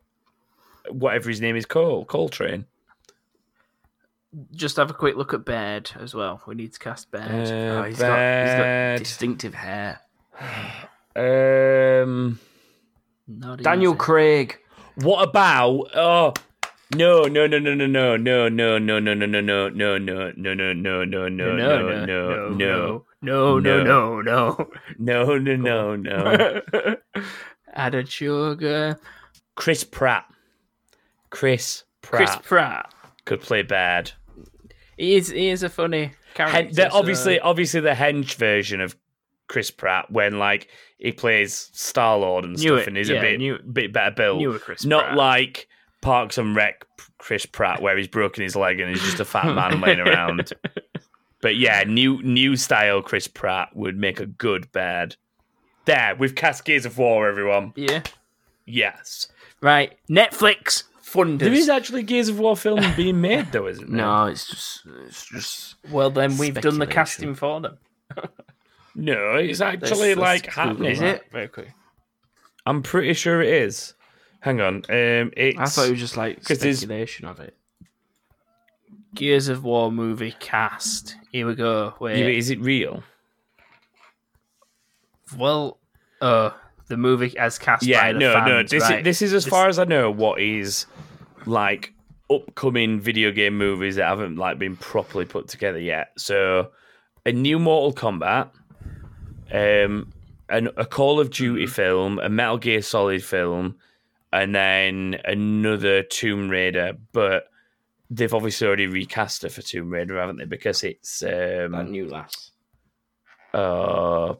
Speaker 3: whatever his name is called, Coltrane.
Speaker 1: Just have a quick look at Baird as well. We need to cast Baird.
Speaker 4: Oh,
Speaker 3: Uh,
Speaker 4: he's got, he's got
Speaker 3: bad.
Speaker 4: distinctive hair.
Speaker 3: um,
Speaker 1: Not
Speaker 4: Daniel
Speaker 1: easy.
Speaker 4: Craig.
Speaker 3: what about oh. No, no, no, no, no, no, no, no, no, no, no, no, no, no, no, no, no, no, no, no,
Speaker 1: no,
Speaker 3: no,
Speaker 1: no, no, no, no,
Speaker 3: no,
Speaker 1: no, no, no.
Speaker 3: no. no, no, no, no.
Speaker 1: Added sugar.
Speaker 3: Chris Pratt. Chris Pratt
Speaker 1: Chris Pratt.
Speaker 3: could play bad.
Speaker 1: He is, he is a funny character.
Speaker 3: Hen- they're
Speaker 1: so-
Speaker 3: obviously, obviously the hench version of Chris Pratt when like he plays Star Lord and
Speaker 1: Knew
Speaker 3: stuff,
Speaker 1: it,
Speaker 3: and he's a
Speaker 1: yeah,
Speaker 3: bit
Speaker 1: knew-
Speaker 3: bit better built.
Speaker 1: newer Chris
Speaker 3: Not
Speaker 1: Pratt.
Speaker 3: like Parks and Rec p- Chris Pratt where he's broken his leg and he's just a fat man laying around. But yeah, new new style Chris Pratt would make a good bad. There, we've cast Gears of War, everyone.
Speaker 1: Yeah.
Speaker 3: Yes.
Speaker 1: Right. Netflix funders.
Speaker 3: There is actually Gears of War film being made though, isn't there?
Speaker 4: No, it's just, it's just.
Speaker 1: Well, then we've done the
Speaker 4: Speculation.
Speaker 1: casting for them.
Speaker 3: No, it's actually
Speaker 4: let's
Speaker 3: like
Speaker 4: Google
Speaker 3: happening.
Speaker 4: Is that. it?
Speaker 1: Very quick.
Speaker 3: I'm pretty sure it is. Hang on. Um, it's
Speaker 4: I thought it was just like
Speaker 3: 'Cause there's-
Speaker 4: speculation of it.
Speaker 1: Gears of War movie cast. Here we go. Wait.
Speaker 3: Yeah, but is it real?
Speaker 1: Well, uh, the movie as cast
Speaker 3: Yeah,
Speaker 1: by the
Speaker 3: no,
Speaker 1: fans.
Speaker 3: no. This
Speaker 1: right.
Speaker 3: is, this is as far as I know what is like upcoming video game movies that haven't like been properly put together yet. So, a new Mortal Kombat, um, an, a Call of
Speaker 1: Mm-hmm.
Speaker 3: Duty film, a Metal Gear Solid film, and then another Tomb Raider. But they've obviously already recast her for Tomb Raider, haven't they? Because it's um,
Speaker 4: That new lass.
Speaker 3: uh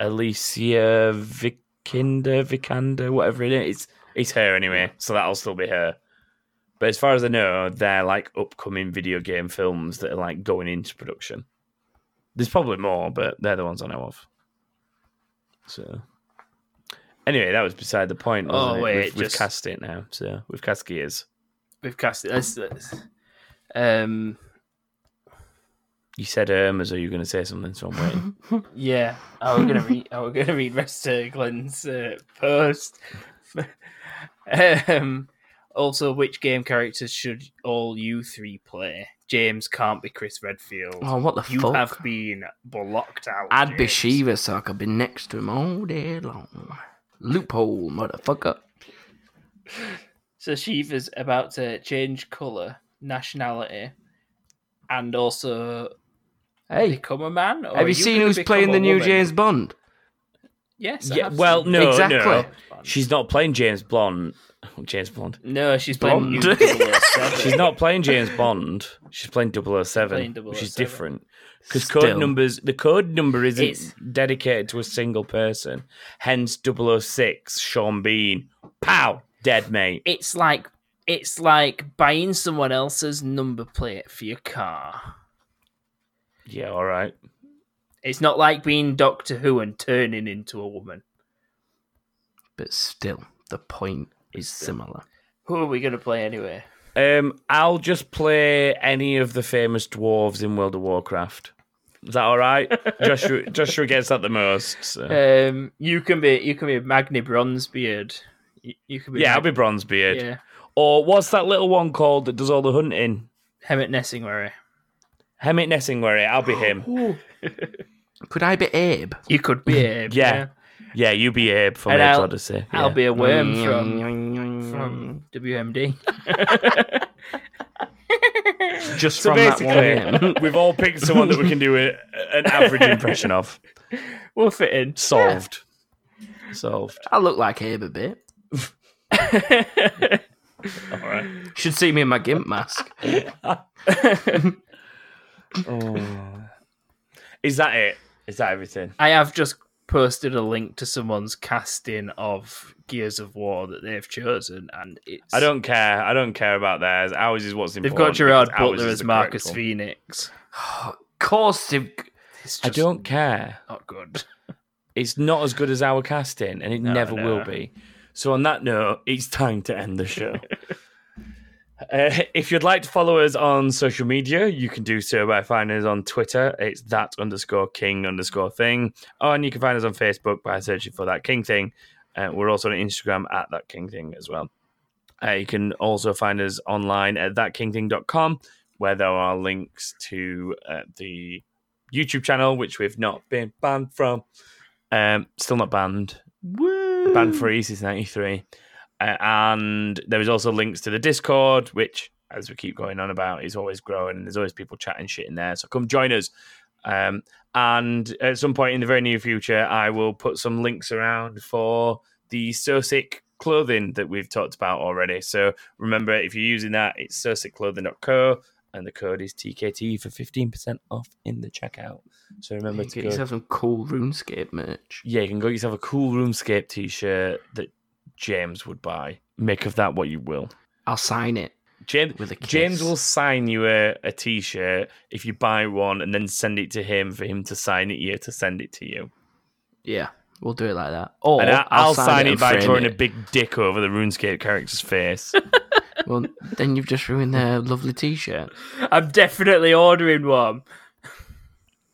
Speaker 3: Alicia Vikander, Vikander, whatever it is. It's, it's her anyway, so that'll still be her. But as far as I know, they're like upcoming video game films that are like going into production. There's probably more, but they're the ones I know of. So anyway, that was beside the point.
Speaker 1: Oh,
Speaker 3: Wasn't it?
Speaker 1: wait,
Speaker 3: we've, we've
Speaker 1: just-
Speaker 3: cast it now, so we've cast gears.
Speaker 1: we've cast it. Let's, let's, um,
Speaker 3: You said um as though you were going to say something, so I'm waiting.
Speaker 1: yeah. I was gonna read. I was gonna read Rest of Glenn's uh, post. um, also, which game characters should all you three play? James can't be Chris Redfield.
Speaker 4: Oh, what the
Speaker 1: you
Speaker 4: fuck?
Speaker 1: have been blocked out.
Speaker 4: I'd be
Speaker 1: James.
Speaker 4: Shiva, so I could be next to him all day long. Loophole, motherfucker.
Speaker 1: So Shiva's about to change colour, nationality, and also
Speaker 4: Hey,
Speaker 1: become a man. Or
Speaker 4: have
Speaker 1: are
Speaker 4: you
Speaker 1: Oh,
Speaker 4: seen
Speaker 1: gonna
Speaker 4: who's
Speaker 1: become
Speaker 4: playing
Speaker 1: a
Speaker 4: the new
Speaker 1: woman?
Speaker 4: James Bond?
Speaker 1: Yes. I
Speaker 3: Yeah,
Speaker 1: have
Speaker 3: well,
Speaker 1: seen-
Speaker 3: no,
Speaker 4: Exactly.
Speaker 3: no. She's not playing James Blonde. James Blonde.
Speaker 1: No, she's playing new
Speaker 4: Blonde.
Speaker 1: 007.
Speaker 3: She's not playing James Bond. She's playing 007,
Speaker 1: Playing
Speaker 3: which is
Speaker 1: 007.
Speaker 3: different. Because
Speaker 4: Still.
Speaker 3: code numbers, the code number isn't
Speaker 1: It's-
Speaker 3: dedicated to a single person. Hence 006, Sean Bean. Pow! Dead, mate.
Speaker 1: It's like it's like buying someone else's number plate for your car.
Speaker 3: Yeah, all right.
Speaker 1: It's not like being Doctor Who and turning into a woman.
Speaker 4: But still, the point is similar.
Speaker 1: Who are we going to play anyway?
Speaker 3: Um, I'll just play any of the famous dwarves in World of Warcraft. Is that all right? Joshua, Joshua gets that the most. so.
Speaker 1: Um, you can be you can be Magni Bronzebeard. You, you can be
Speaker 3: yeah, I'll be
Speaker 1: Mag-
Speaker 3: Bronzebeard.
Speaker 1: yeah
Speaker 3: Or what's that little one called that does all the hunting?
Speaker 1: Hemet Nessingwary.
Speaker 3: Hemet Nessingwary. I'll be him.
Speaker 4: Could I be Abe?
Speaker 1: You could be Abe.
Speaker 3: Yeah. Yeah, you be Abe from
Speaker 1: And
Speaker 3: Abe's
Speaker 1: I'll-
Speaker 3: Odyssey.
Speaker 1: I'll
Speaker 3: yeah.
Speaker 1: be a worm from from WMD.
Speaker 4: Just
Speaker 3: So
Speaker 4: from that one game.
Speaker 3: basically, we've all picked someone that we can do a, an average impression of.
Speaker 1: we'll fit in.
Speaker 3: Solved. Solved.
Speaker 4: I look like Abe a bit.
Speaker 3: All right.
Speaker 4: Should see me in my gimp mask.
Speaker 3: Oh. Is that it? Is that everything?
Speaker 1: I have just posted a link to someone's casting of Gears of War that they've chosen, and it's
Speaker 3: I don't care. I don't care about theirs. Ours is what's
Speaker 1: They've
Speaker 3: important.
Speaker 1: got Gerard
Speaker 3: because ours
Speaker 1: Butler
Speaker 3: is
Speaker 1: as
Speaker 3: the
Speaker 1: Marcus
Speaker 3: correct one.
Speaker 1: Phoenix.
Speaker 4: course, they've...
Speaker 1: It's just
Speaker 3: I don't care.
Speaker 1: not good.
Speaker 3: It's not as good as our casting, and it never
Speaker 1: no.
Speaker 3: will be. So, on that note, it's time to end the show. Uh, if you'd like to follow us on social media, you can do so by finding us on Twitter. It's that underscore king underscore thing. And you can find us on Facebook by searching for that king thing. Uh, we're also on Instagram at that king thing as well. Uh, you can also find us online at thatkingthing.com, where there are links to uh, the YouTube channel, which we've not been banned from. Um, still not banned. Woo! Banned free since 93. Uh, and there is also links to the Discord, which, as we keep going on about, is always growing. And there's always people chatting shit in there. So come join us. Um, and at some point in the very near future, I will put some links around for the Sosic clothing that we've talked about already. So remember, if you're using that, it's sosicclothing.co. And the code is TKT for 15% off in the checkout. So remember to
Speaker 4: Get
Speaker 3: go
Speaker 4: yourself some cool RuneScape merch.
Speaker 3: yeah, you can go get yourself a cool RuneScape t-shirt that James would buy. Make of that what you will.
Speaker 4: I'll sign it.
Speaker 3: James,
Speaker 4: With a kiss.
Speaker 3: James will sign you a, a t-shirt if you buy one and then send it to him for him to sign it you to send it to you.
Speaker 4: Yeah, we'll do it like that. Or
Speaker 3: And I, I'll, sign, it
Speaker 4: and
Speaker 3: by
Speaker 4: frame
Speaker 3: drawing
Speaker 4: it.
Speaker 3: a big dick over the RuneScape character's face.
Speaker 4: Well, then you've just ruined their lovely T-shirt.
Speaker 1: I'm definitely ordering one.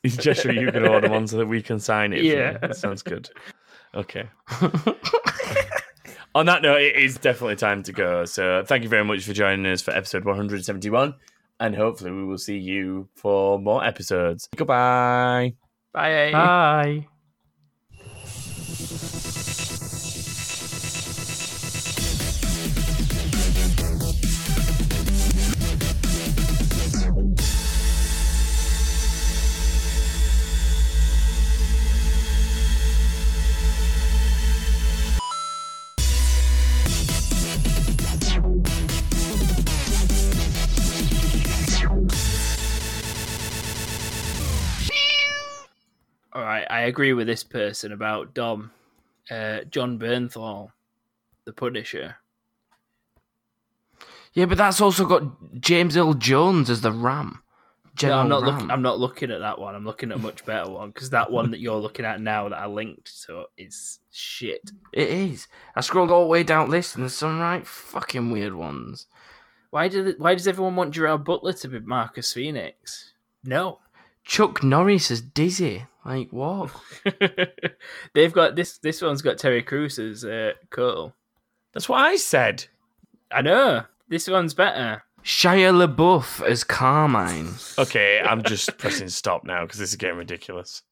Speaker 3: Is Joshua, you can order one so that we can sign it. for
Speaker 1: Yeah.
Speaker 3: you. that sounds good. Okay. On that note, it is definitely time to go. So thank you very much for joining us for episode 171, and hopefully we will see you for more episodes. Goodbye.
Speaker 1: Bye.
Speaker 4: Bye.
Speaker 1: All right, I agree with this person about Dom, uh, John Bernthal, the Punisher.
Speaker 4: Yeah, but that's also got James L. Jones as the Ram.
Speaker 1: No,
Speaker 4: General
Speaker 1: I'm not
Speaker 4: Ram.
Speaker 1: looking. I'm not looking at that one. I'm looking at a much better one because that one that you're looking at now that I linked to is shit.
Speaker 4: It is. I scrolled all the way down list, and there's some right fucking weird ones.
Speaker 1: Why did it- Why does everyone want Gerard Butler to be Marcus Phoenix? No,
Speaker 4: Chuck Norris as Dizzy. Like what?
Speaker 1: they've got this. This one's got Terry Crews as uh, Cole.
Speaker 3: That's what I said.
Speaker 1: I know this one's better.
Speaker 4: Shia LaBeouf as Carmine.
Speaker 3: Okay, I'm just pressing stop now because this is getting ridiculous.